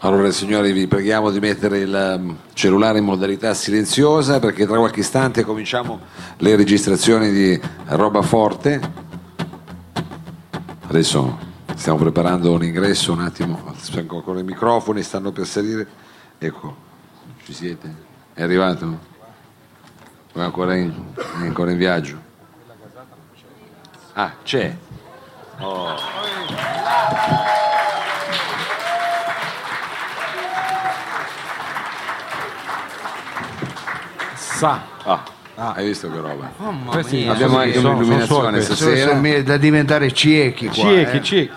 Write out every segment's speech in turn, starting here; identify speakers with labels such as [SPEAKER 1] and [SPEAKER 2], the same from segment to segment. [SPEAKER 1] Allora signori vi preghiamo di mettere il ehm, cellulare in modalità silenziosa perché tra qualche istante cominciamo le registrazioni di Roba Forte. Adesso stiamo preparando un ingresso un attimo, spengo ancora i microfoni, stanno per salire. Ecco, ci siete? È arrivato? È ancora in, è ancora in viaggio? Ah, c'è.
[SPEAKER 2] Sa.
[SPEAKER 1] Ah, hai visto che roba?
[SPEAKER 3] Mamma
[SPEAKER 2] Questi
[SPEAKER 3] mia.
[SPEAKER 1] Abbiamo anche
[SPEAKER 2] sono- sono
[SPEAKER 1] un'illuminazione
[SPEAKER 2] suoi
[SPEAKER 3] Sono
[SPEAKER 1] stasera.
[SPEAKER 3] sommie da diventare ciechi qua.
[SPEAKER 2] Ciechi,
[SPEAKER 3] eh.
[SPEAKER 2] ciechi.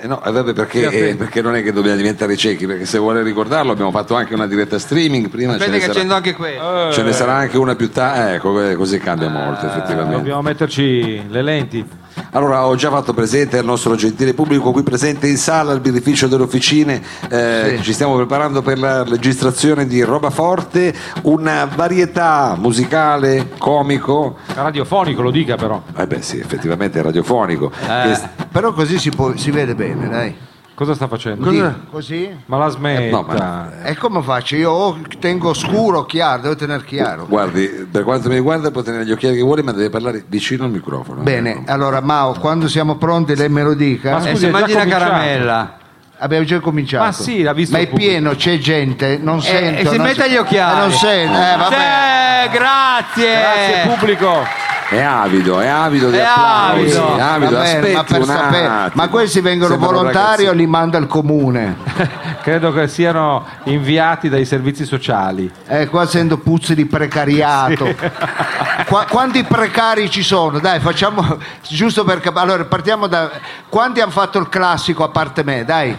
[SPEAKER 1] Eh, no, eh, vabbè, perché,
[SPEAKER 2] Sì,
[SPEAKER 1] eh, perché non è che dobbiamo diventare ciechi, perché se vuole ricordarlo abbiamo fatto anche una diretta streaming, prima ce
[SPEAKER 3] Aspetta
[SPEAKER 1] ne,
[SPEAKER 3] che
[SPEAKER 1] sarà,
[SPEAKER 3] accendo anche Ah, quello.
[SPEAKER 2] Eh,
[SPEAKER 1] ce ne sarà anche una più tardi, ecco, eh, così cambia molto effettivamente.
[SPEAKER 2] Dobbiamo metterci le lenti.
[SPEAKER 1] Allora, ho già fatto presente al nostro gentile pubblico qui presente in sala al birrificio delle officine. eh, Ci stiamo preparando per la registrazione di Roba Forte, una varietà musicale, comico.
[SPEAKER 2] Radiofonico lo dica però.
[SPEAKER 1] Eh beh, sì, effettivamente è radiofonico.
[SPEAKER 3] Eh.
[SPEAKER 1] Che-
[SPEAKER 3] Però così si, può- si vede bene, dai.
[SPEAKER 2] Cosa sta facendo?
[SPEAKER 3] Cosa? Così?
[SPEAKER 2] Ma la smetta.
[SPEAKER 1] no, ma-
[SPEAKER 3] E come faccio? Io o tengo scuro o chiaro, devo tenere chiaro.
[SPEAKER 1] Guardi, per quanto mi riguarda, può tenere gli occhiali che vuole, ma deve parlare vicino al microfono. eh,
[SPEAKER 3] Bene, allora Mao, quando siamo pronti lei me lo dica.
[SPEAKER 2] Ma
[SPEAKER 3] Eh,
[SPEAKER 2] scusi,
[SPEAKER 4] se
[SPEAKER 2] è già
[SPEAKER 4] mangi la
[SPEAKER 2] cominciato.
[SPEAKER 4] caramella.
[SPEAKER 3] Abbiamo già cominciato.
[SPEAKER 2] Ma sì, l'ha visto
[SPEAKER 3] Ma è
[SPEAKER 2] il pubblico.
[SPEAKER 3] pieno, c'è gente, non sento.
[SPEAKER 4] e si
[SPEAKER 3] non
[SPEAKER 4] metta
[SPEAKER 3] se-
[SPEAKER 4] gli occhiali.
[SPEAKER 3] Eh, Non sento, eh, vabbè.
[SPEAKER 4] Sì, grazie.
[SPEAKER 2] Grazie
[SPEAKER 4] Eh.
[SPEAKER 2] pubblico.
[SPEAKER 1] È avido, è avido di
[SPEAKER 4] È
[SPEAKER 1] applausi.
[SPEAKER 4] avido.
[SPEAKER 1] È avido,
[SPEAKER 3] Vabbè,
[SPEAKER 1] aspetti
[SPEAKER 3] ma, per
[SPEAKER 1] un
[SPEAKER 3] sapere-
[SPEAKER 1] attimo.
[SPEAKER 3] ma questi vengono
[SPEAKER 1] Sembrano
[SPEAKER 3] volontari o
[SPEAKER 1] ragazzini.
[SPEAKER 3] li manda il comune?
[SPEAKER 2] Credo che siano inviati dai servizi sociali.
[SPEAKER 3] Eh, qua sento puzzi di precariato. Qua- quanti precari ci sono? Dai, facciamo giusto per cap- Allora, partiamo da quanti hanno fatto il classico a parte me, dai.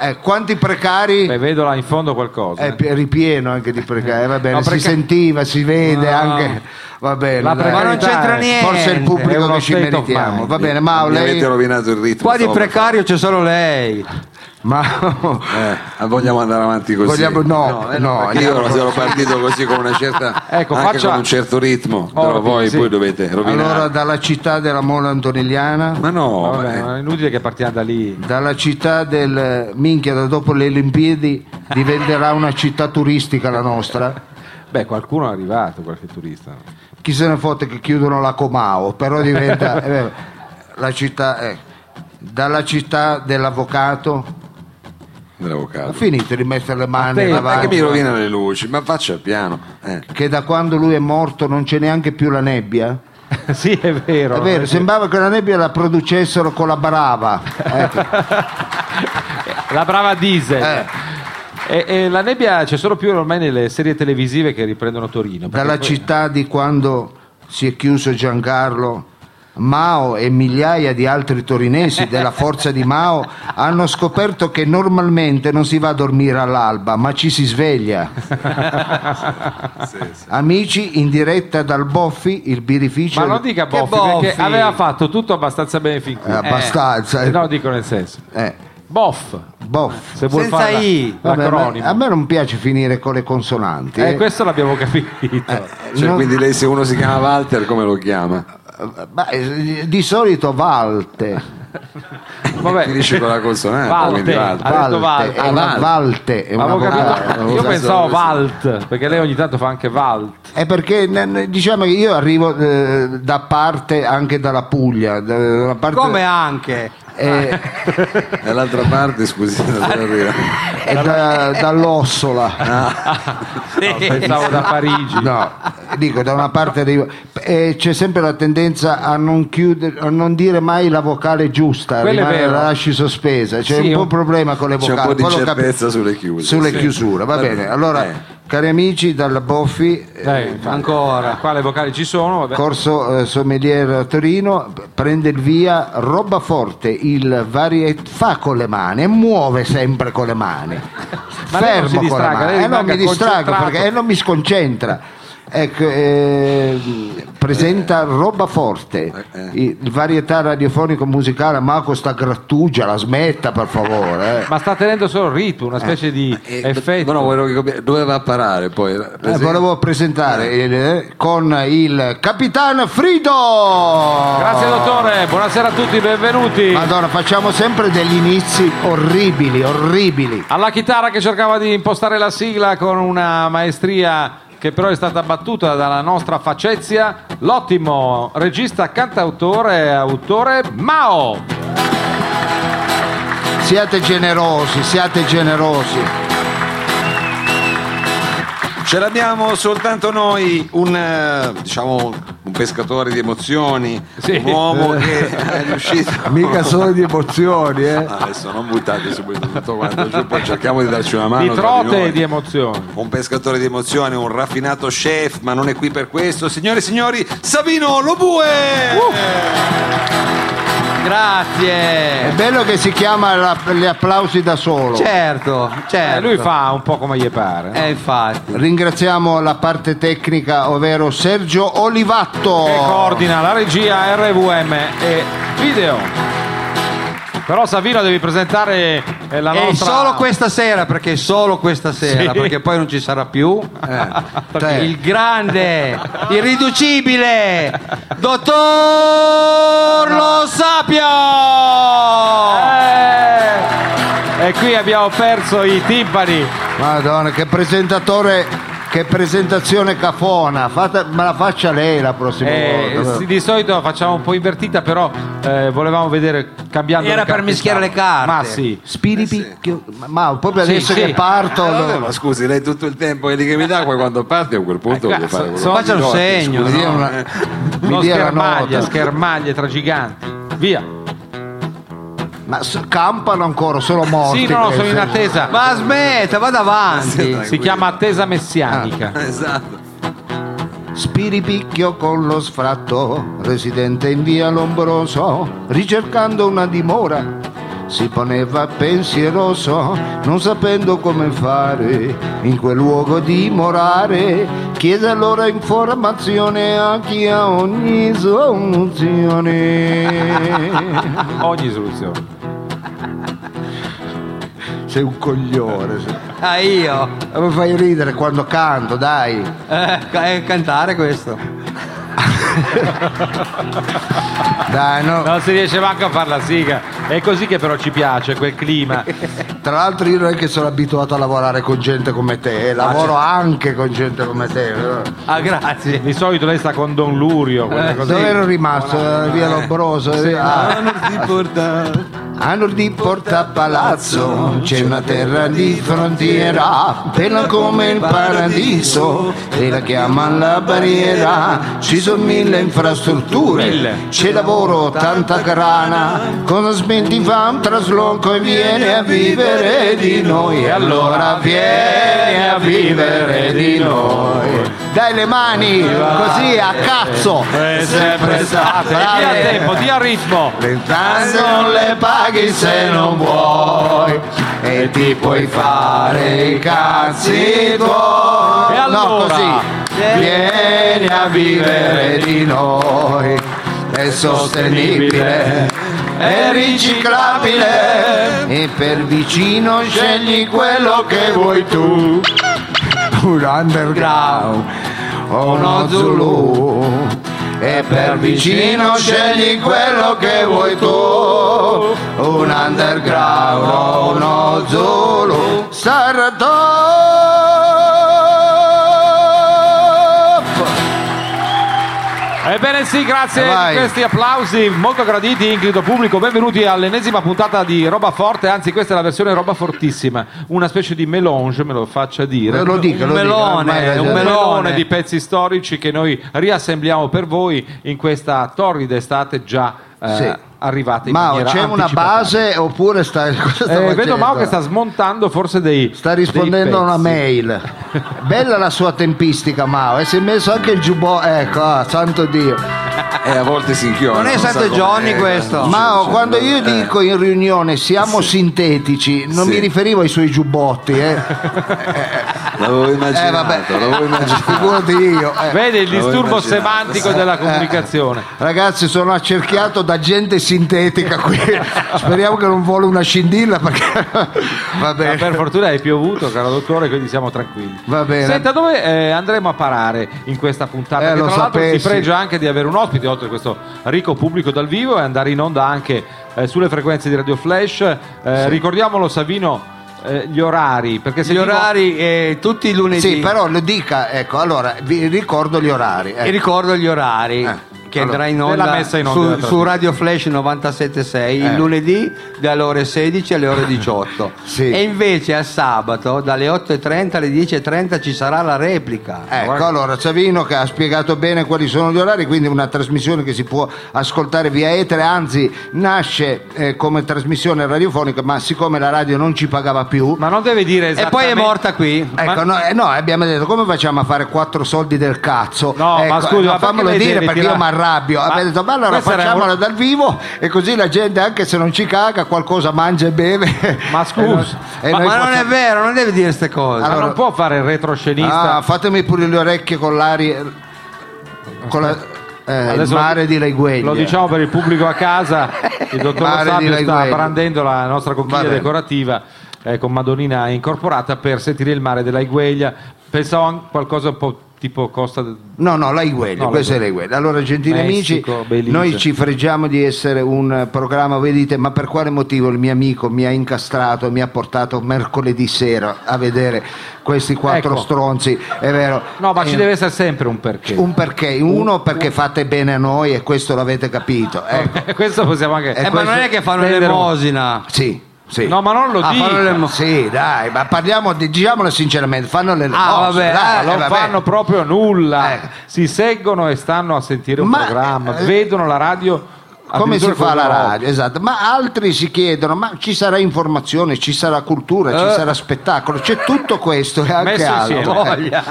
[SPEAKER 3] Eh, quanti precari?
[SPEAKER 2] Beh, vedo là in fondo qualcosa.
[SPEAKER 3] È
[SPEAKER 2] eh.
[SPEAKER 3] ripieno anche di precari, eh, va bene,
[SPEAKER 2] No, perché-
[SPEAKER 3] si sentiva, si vede
[SPEAKER 2] No.
[SPEAKER 3] anche. Va bene,
[SPEAKER 2] La
[SPEAKER 3] dai.
[SPEAKER 2] precarietà Ma non
[SPEAKER 4] c'entra è- niente.
[SPEAKER 3] Forse è il
[SPEAKER 2] È
[SPEAKER 3] pubblico
[SPEAKER 2] uno
[SPEAKER 3] che ci
[SPEAKER 2] state of
[SPEAKER 3] meritiamo.
[SPEAKER 2] mind.
[SPEAKER 3] Va bene, ma
[SPEAKER 1] Mi avete
[SPEAKER 3] lei
[SPEAKER 1] rovinato il ritmo.
[SPEAKER 4] Qua di
[SPEAKER 1] stavo per
[SPEAKER 4] precario c'è solo lei.
[SPEAKER 3] Mao,
[SPEAKER 1] fare. Eh, vogliamo andare avanti così.
[SPEAKER 3] vogliamo no,
[SPEAKER 1] eh,
[SPEAKER 3] no,
[SPEAKER 1] perché io ero partito così con una certa
[SPEAKER 2] Ecco,
[SPEAKER 1] anche
[SPEAKER 2] faccia-
[SPEAKER 1] con un certo ritmo, però
[SPEAKER 2] Ordini,
[SPEAKER 1] voi
[SPEAKER 2] sì.
[SPEAKER 1] poi dovete rovinare.
[SPEAKER 3] Allora dalla città della Mona Antonigliana
[SPEAKER 1] Ma no, eh,
[SPEAKER 2] Vabbè,
[SPEAKER 1] ma-
[SPEAKER 2] non è inutile che partiamo da lì.
[SPEAKER 3] Dalla città del minchia, da dopo le Olimpiadi diventerà una città turistica la nostra.
[SPEAKER 2] Beh, qualcuno è arrivato, qualche turista.
[SPEAKER 3] Chi se ne fotte che chiudono la Comao, però diventa è vero, la città. eh. Dalla città dell'avvocato.
[SPEAKER 1] dell'avvocato.
[SPEAKER 3] Finite di mettere le mani
[SPEAKER 2] Appena,
[SPEAKER 1] Ma che
[SPEAKER 3] davanti.
[SPEAKER 1] mi rovina le luci, ma faccia piano. Eh.
[SPEAKER 3] Che da quando lui è morto non c'è neanche più la nebbia.
[SPEAKER 2] eh, sì, è vero.
[SPEAKER 3] È vero, sembrava che la nebbia la producessero con la brava. Ecco.
[SPEAKER 2] La brava diesel.
[SPEAKER 3] Eh.
[SPEAKER 2] E, e la nebbia c'è solo più ormai nelle serie televisive che riprendono Torino. perché
[SPEAKER 3] dalla
[SPEAKER 2] poi-
[SPEAKER 3] città di quando si è chiuso Giancarlo Mao e migliaia di altri torinesi della forza di Mao hanno scoperto che normalmente non si va a dormire all'alba, ma ci si sveglia. Amici, in diretta dal Boffi, il birrificio.
[SPEAKER 2] Ma non dica
[SPEAKER 4] Che
[SPEAKER 2] Boffi, perché
[SPEAKER 4] Boffi?
[SPEAKER 2] aveva fatto tutto abbastanza bene fin qui.
[SPEAKER 3] Eh, abbastanza.
[SPEAKER 2] Eh, No, dico nel senso.
[SPEAKER 3] Eh,
[SPEAKER 2] Boff,
[SPEAKER 3] Boff.
[SPEAKER 2] se vuol
[SPEAKER 4] Senza
[SPEAKER 2] fare la-
[SPEAKER 4] I.
[SPEAKER 3] Vabbè, a me-
[SPEAKER 2] l'acronimo.
[SPEAKER 3] a me non piace finire con le consonanti.
[SPEAKER 2] Eh,
[SPEAKER 3] eh.
[SPEAKER 2] questo l'abbiamo capito.
[SPEAKER 1] Cioè,
[SPEAKER 3] Non-
[SPEAKER 1] Quindi lei se uno si chiama Walter, come lo chiama?
[SPEAKER 3] Ma, eh, di solito Valte.
[SPEAKER 2] Vabbè.
[SPEAKER 1] Finisce con la consonante.
[SPEAKER 2] Valte.
[SPEAKER 1] quindi Walter.
[SPEAKER 2] Ha detto
[SPEAKER 3] Valte,
[SPEAKER 2] Valte.
[SPEAKER 3] è una
[SPEAKER 1] Ah, Valte.
[SPEAKER 3] Valte, è
[SPEAKER 2] Ma
[SPEAKER 3] una
[SPEAKER 2] avevo
[SPEAKER 3] vocale.
[SPEAKER 2] capito-
[SPEAKER 1] vocale.
[SPEAKER 2] Io pensavo
[SPEAKER 1] Vocale.
[SPEAKER 2] Valt, perché lei ogni tanto fa anche Valt.
[SPEAKER 3] È perché ne- ne- diciamo che io arrivo eh, da parte anche dalla Puglia, da, da parte-
[SPEAKER 4] Come anche.
[SPEAKER 3] eh,
[SPEAKER 1] Dall'altra parte, scusi, non sono arrivato.
[SPEAKER 2] Ah.
[SPEAKER 3] e da- dall'Ossola. eh,
[SPEAKER 2] No, pensavo da Parigi.
[SPEAKER 3] No, dico da una parte arrivo. E c'è sempre la tendenza a non chiudere, a non dire mai la vocale giusta,
[SPEAKER 2] Quello è
[SPEAKER 3] rimane-
[SPEAKER 2] vero.
[SPEAKER 3] la lasci sospesa. C'è
[SPEAKER 2] Sì,
[SPEAKER 3] un po'
[SPEAKER 2] un-
[SPEAKER 3] un problema con le
[SPEAKER 1] C'è
[SPEAKER 3] vocali.
[SPEAKER 1] un po' di
[SPEAKER 3] poi lo capi-
[SPEAKER 1] certezza sulle chiuse.
[SPEAKER 3] sulle
[SPEAKER 1] sì.
[SPEAKER 3] chiusure. Va
[SPEAKER 1] Va
[SPEAKER 3] bene,
[SPEAKER 1] bene,
[SPEAKER 3] allora,
[SPEAKER 1] eh.
[SPEAKER 3] cari amici, dalla Boffi. eh,
[SPEAKER 2] Dai,
[SPEAKER 4] Ancora.
[SPEAKER 2] Qua le vocali ci sono, vabbè.
[SPEAKER 3] Corso eh, Sommelier a Torino p- prende il via roba forte, il variet fa con le mani e muove sempre con le mani.
[SPEAKER 2] Ma lei non si
[SPEAKER 3] Fermo con le
[SPEAKER 2] distraga, lei
[SPEAKER 3] mani. Eh, non
[SPEAKER 2] rimanga
[SPEAKER 3] mi distrago
[SPEAKER 2] concentrato.
[SPEAKER 3] perché eh, non mi sconcentra. Ecco, ehm, presenta roba forte,
[SPEAKER 1] eh.
[SPEAKER 3] il varietà radiofonico musicale, Marco sta grattugia, la smetta per favore. eh.
[SPEAKER 2] Ma sta tenendo solo il ritmo, una specie di
[SPEAKER 1] Eh,
[SPEAKER 2] effetto.
[SPEAKER 1] no, no, volevo che capi- dove va a parare poi?
[SPEAKER 3] Eh, volevo presentare il- eh, con il Capitan Frido.
[SPEAKER 2] Grazie dottore, buonasera a tutti, benvenuti.
[SPEAKER 3] Madonna, facciamo sempre degli inizi orribili, orribili.
[SPEAKER 2] Alla chitarra che cercava di impostare la sigla con una maestria che però è stata battuta dalla nostra facezia, l'ottimo regista, cantautore e autore Mao.
[SPEAKER 3] Siate generosi, siate generosi.
[SPEAKER 1] Ce l'abbiamo soltanto noi, un, eh, diciamo, un pescatore di emozioni,
[SPEAKER 2] Sì.
[SPEAKER 1] un uomo che è riuscito.
[SPEAKER 4] Mica solo di emozioni, eh.
[SPEAKER 1] Ah, Adesso non buttate subito tutto quanto giù, poi cerchiamo di darci
[SPEAKER 4] Ah,
[SPEAKER 1] una mano.
[SPEAKER 2] Di
[SPEAKER 1] tra
[SPEAKER 2] trote
[SPEAKER 1] noi.
[SPEAKER 2] e di emozioni.
[SPEAKER 1] Un pescatore di emozioni, un raffinato chef, ma non è qui per questo. Signore e signori, Savino Lobue!
[SPEAKER 3] È
[SPEAKER 4] Grazie.
[SPEAKER 3] bello che si chiama la- gli applausi da solo.
[SPEAKER 4] Certo, certo.
[SPEAKER 2] Eh, lui fa un po' come gli pare. no?
[SPEAKER 4] Eh, infatti.
[SPEAKER 3] Ringraziamo la parte tecnica, ovvero Sergio Olivatto.
[SPEAKER 2] che coordina la regia RVM e video. Però Savino devi presentare eh, la
[SPEAKER 4] E
[SPEAKER 2] nostra
[SPEAKER 4] solo questa sera, perché solo questa sera,
[SPEAKER 2] Sì.
[SPEAKER 4] perché poi non ci sarà più. Eh. Cioè,
[SPEAKER 3] te.
[SPEAKER 4] Il grande, irriducibile, dottor Lo Sapio!
[SPEAKER 2] Eh, E qui abbiamo perso i timpani.
[SPEAKER 3] Madonna, che presentatore, che presentazione cafona. Fate- me la faccia lei la prossima
[SPEAKER 2] Eh,
[SPEAKER 3] volta.
[SPEAKER 2] sì, di solito la facciamo un po' invertita, però eh, volevamo vedere cambiando.
[SPEAKER 4] Era
[SPEAKER 2] le
[SPEAKER 4] per
[SPEAKER 2] carte.
[SPEAKER 4] mischiare le carte.
[SPEAKER 2] Ma sì.
[SPEAKER 3] Spiripicchio- Ma proprio
[SPEAKER 2] Sì,
[SPEAKER 3] adesso
[SPEAKER 2] sì.
[SPEAKER 3] che parto.
[SPEAKER 1] Ah, vabbè, ma scusi, lei tutto il tempo è lì che mi dà, poi quando parte a quel punto
[SPEAKER 2] Eh,
[SPEAKER 1] voglio fare quello
[SPEAKER 2] so-
[SPEAKER 1] che
[SPEAKER 4] faccia un
[SPEAKER 1] voglio.
[SPEAKER 4] segno,
[SPEAKER 1] Scusi,
[SPEAKER 3] no?
[SPEAKER 1] eh, ma-
[SPEAKER 3] Mi
[SPEAKER 2] Non
[SPEAKER 3] dia la
[SPEAKER 2] schermaglie,
[SPEAKER 3] nota.
[SPEAKER 2] schermaglie tra giganti. Via.
[SPEAKER 3] Ma s- campano ancora, sono morti.
[SPEAKER 2] Sì, no, no, sono
[SPEAKER 3] questi.
[SPEAKER 2] in attesa.
[SPEAKER 4] Ma smetta, vado avanti.
[SPEAKER 2] si chiama attesa messianica.
[SPEAKER 1] Esatto.
[SPEAKER 3] Spiripicchio con lo sfratto, residente in via Lombroso, ricercando una dimora, si poneva pensieroso, non sapendo come fare in quel luogo dimorare. Chiese allora informazione a chi ha ogni soluzione.
[SPEAKER 2] Ogni soluzione.
[SPEAKER 3] Sei un coglione. sei-
[SPEAKER 4] Ah, io.
[SPEAKER 3] Mi fai ridere quando canto, dai.
[SPEAKER 4] Eh, ca- è cantare questo.
[SPEAKER 3] Dai, no.
[SPEAKER 2] Non si riesce manco a fare la sigla. È così che però ci piace quel clima.
[SPEAKER 3] Tra l'altro io non è che sono abituato a lavorare con gente come te, eh, lavoro anche con gente come te. eh. però.
[SPEAKER 4] Ah, grazie.
[SPEAKER 2] Di solito lei sta con Don Lurio. quelle
[SPEAKER 4] Eh,
[SPEAKER 2] cose.
[SPEAKER 3] Dove ero rimasto? Eh, via Lombroso? eh, a- A nord di Porta Palazzo c'è una terra di frontiera, bella come il paradiso, e la chiamano la barriera. Ci sono mille
[SPEAKER 2] Mille.
[SPEAKER 3] infrastrutture, c'è lavoro, tanta grana, cosa smetti fa un trasloco e vieni a vivere di noi, allora vieni a vivere di noi. Dai le mani, così a cazzo,
[SPEAKER 2] Eh, sempre state. Dia
[SPEAKER 3] Brave.
[SPEAKER 2] tempo, dia ritmo.
[SPEAKER 3] Tasse non le paghi se non vuoi e ti puoi fare i cazzi tuoi.
[SPEAKER 2] E allora?
[SPEAKER 3] No, così. Vieni a vivere di noi. È sostenibile, è riciclabile e per vicino scegli quello che vuoi tu. Un underground o uno Zulu. E per vicino scegli quello che vuoi tu, un underground o uno Zulu. Saratop!
[SPEAKER 2] Ebbene sì, grazie
[SPEAKER 3] Eh,
[SPEAKER 2] di
[SPEAKER 3] vai. Lo dica, lo
[SPEAKER 4] Un melone,
[SPEAKER 3] dica, ormai
[SPEAKER 4] un
[SPEAKER 2] Un
[SPEAKER 3] la-
[SPEAKER 4] melone.
[SPEAKER 2] melone di pezzi storici che noi riassembliamo per voi in questa torrida estate già eh,
[SPEAKER 3] Sì.
[SPEAKER 2] arrivata in
[SPEAKER 3] Mao,
[SPEAKER 2] maniera
[SPEAKER 3] c'è una
[SPEAKER 2] anticipata.
[SPEAKER 3] base oppure sta, cosa sta
[SPEAKER 2] Eh, vedo
[SPEAKER 3] facendo?
[SPEAKER 2] Mao che sta smontando forse dei
[SPEAKER 3] Sta rispondendo a
[SPEAKER 2] dei
[SPEAKER 3] una
[SPEAKER 2] pezzi.
[SPEAKER 3] mail. eh, Bella la sua tempistica, Mao. E si è messo anche il giubbotto. Ecco, ah, santo Dio.
[SPEAKER 1] e Eh, a volte si inchioda.
[SPEAKER 4] Non è
[SPEAKER 1] sa Eh,
[SPEAKER 4] Santo
[SPEAKER 1] com'è.
[SPEAKER 4] Johnny questo.
[SPEAKER 3] Ma quando io
[SPEAKER 1] Eh.
[SPEAKER 3] dico in riunione siamo sintetici, non
[SPEAKER 1] Sì.
[SPEAKER 3] mi riferivo ai suoi giubbotti, eh.
[SPEAKER 1] L'avevo immaginato,
[SPEAKER 3] Eh,
[SPEAKER 2] esatto,
[SPEAKER 3] vabbè.
[SPEAKER 1] l'avevo immaginato.
[SPEAKER 3] Figurati io. eh.
[SPEAKER 2] Vedi il
[SPEAKER 1] L'avevo
[SPEAKER 2] disturbo
[SPEAKER 1] immaginato.
[SPEAKER 2] semantico della comunicazione.
[SPEAKER 3] Ragazzi, sono accerchiato da gente sintetica qui. Speriamo che non volo una scindilla perché va
[SPEAKER 2] Ma per
[SPEAKER 3] bene.
[SPEAKER 2] fortuna è piovuto, caro dottore, quindi siamo tranquilli.
[SPEAKER 3] Va bene.
[SPEAKER 2] Senta, dove eh, andremo a parare in questa puntata?
[SPEAKER 3] Eh,
[SPEAKER 2] Che
[SPEAKER 3] lo
[SPEAKER 2] tra l'altro si
[SPEAKER 3] sapessi.
[SPEAKER 2] pregia anche di avere un ospite, oltre a questo ricco pubblico dal vivo, e andare in onda anche eh, sulle frequenze di Radio Flash. Eh, Ricordiamolo, Savino, eh, gli orari, perché se
[SPEAKER 4] Gli
[SPEAKER 2] dico-
[SPEAKER 4] orari eh, tutti i lunedì.
[SPEAKER 3] Sì, però lo dica, ecco, allora vi ricordo gli orari.
[SPEAKER 4] E
[SPEAKER 3] ecco.
[SPEAKER 4] ricordo gli orari. Che andrà in
[SPEAKER 2] nella
[SPEAKER 4] onda,
[SPEAKER 2] messa in onda
[SPEAKER 4] su-
[SPEAKER 2] della
[SPEAKER 4] su,
[SPEAKER 2] trasmissione.
[SPEAKER 4] Radio Flash 97.6 il
[SPEAKER 3] Eh.
[SPEAKER 4] lunedì dalle ore 16 alle ore 18
[SPEAKER 3] Sì.
[SPEAKER 4] e invece al sabato dalle 8.30 alle 10.30 ci sarà la replica
[SPEAKER 3] Ecco, allora Savino che ha spiegato bene quali sono gli orari, quindi una trasmissione che si può ascoltare via etere, anzi nasce eh, come trasmissione radiofonica, ma siccome la radio non ci pagava più,
[SPEAKER 2] Ma non deve
[SPEAKER 4] e
[SPEAKER 2] dire
[SPEAKER 4] poi
[SPEAKER 2] esattamente...
[SPEAKER 4] è morta qui
[SPEAKER 3] Ecco, no, eh, no, abbiamo detto come facciamo a fare quattro soldi del cazzo?
[SPEAKER 2] No, ma
[SPEAKER 3] Ecco,
[SPEAKER 2] scusi, ma perché
[SPEAKER 3] fammelo
[SPEAKER 2] lei
[SPEAKER 3] dire
[SPEAKER 2] deve
[SPEAKER 3] perché
[SPEAKER 2] tirare-
[SPEAKER 3] io mi arrabbio.
[SPEAKER 2] Ma
[SPEAKER 3] Abbiamo detto, ma allora
[SPEAKER 2] questa era
[SPEAKER 3] facciamolo
[SPEAKER 2] un-
[SPEAKER 3] dal vivo e così la gente, anche se non ci caga, qualcosa mangia e beve.
[SPEAKER 2] Ma scusi,
[SPEAKER 3] E noi- e
[SPEAKER 4] ma,
[SPEAKER 3] noi
[SPEAKER 4] ma non è
[SPEAKER 3] possiamo-
[SPEAKER 4] vero non deve dire queste cose
[SPEAKER 2] Ma
[SPEAKER 3] Allora-
[SPEAKER 2] non può fare il retroscenista.
[SPEAKER 3] Ah, fatemi pure le orecchie con l'aria. con la- eh, il
[SPEAKER 2] Adesso
[SPEAKER 3] mare di Laigueglia.
[SPEAKER 2] Lo diciamo per il pubblico a casa, il dottor
[SPEAKER 3] Mare di
[SPEAKER 2] Sabio sta
[SPEAKER 3] Laigueglia.
[SPEAKER 2] brandendo la nostra conchiglia
[SPEAKER 3] Va bene.
[SPEAKER 2] decorativa eh, con Madonnina incorporata per sentire il mare della Igueglia. Pensavo a qualcosa un po' tipo Costa d-
[SPEAKER 3] No, no, la Iguelli,
[SPEAKER 2] No,
[SPEAKER 3] questa è la
[SPEAKER 2] Laigueglia.
[SPEAKER 3] Iguelli. Allora, gentili
[SPEAKER 2] Messico,
[SPEAKER 3] amici,
[SPEAKER 2] Belize.
[SPEAKER 3] noi ci fregiamo di essere un eh, programma, voi dite, ma per quale motivo il mio amico mi ha incastrato, mi ha portato mercoledì sera a vedere questi quattro
[SPEAKER 2] Ecco.
[SPEAKER 3] stronzi, è vero?
[SPEAKER 2] No, ma ci
[SPEAKER 3] Eh,
[SPEAKER 2] deve essere sempre un perché.
[SPEAKER 3] Un perché, uno perché fate bene a noi e questo l'avete capito, ecco.
[SPEAKER 2] Questo possiamo anche.
[SPEAKER 4] Eh, ma non è che fanno
[SPEAKER 2] Prendere un-
[SPEAKER 4] l'emosina
[SPEAKER 3] Sì, sì.
[SPEAKER 2] No, ma non lo
[SPEAKER 4] Ah,
[SPEAKER 2] dica.
[SPEAKER 4] fanno l'emo-
[SPEAKER 3] Sì, dai, ma parliamo, di- diciamolo sinceramente, fanno le
[SPEAKER 4] Ah,
[SPEAKER 3] nostre,
[SPEAKER 4] vabbè,
[SPEAKER 3] dai,
[SPEAKER 2] Ah,
[SPEAKER 3] eh,
[SPEAKER 2] non
[SPEAKER 3] vabbè.
[SPEAKER 2] fanno proprio nulla.
[SPEAKER 3] Eh.
[SPEAKER 2] Si seggono e stanno a sentire un
[SPEAKER 3] Ma-
[SPEAKER 2] programma,
[SPEAKER 3] eh,
[SPEAKER 2] vedono la radio.
[SPEAKER 3] Come si
[SPEAKER 2] addirittura
[SPEAKER 3] fa
[SPEAKER 2] con
[SPEAKER 3] la
[SPEAKER 2] loro.
[SPEAKER 3] radio? Esatto, ma altri si chiedono: ma ci sarà informazione, ci sarà cultura,
[SPEAKER 4] Eh.
[SPEAKER 3] ci sarà spettacolo, c'è tutto questo e anche
[SPEAKER 2] Messo
[SPEAKER 3] altro.
[SPEAKER 2] insieme.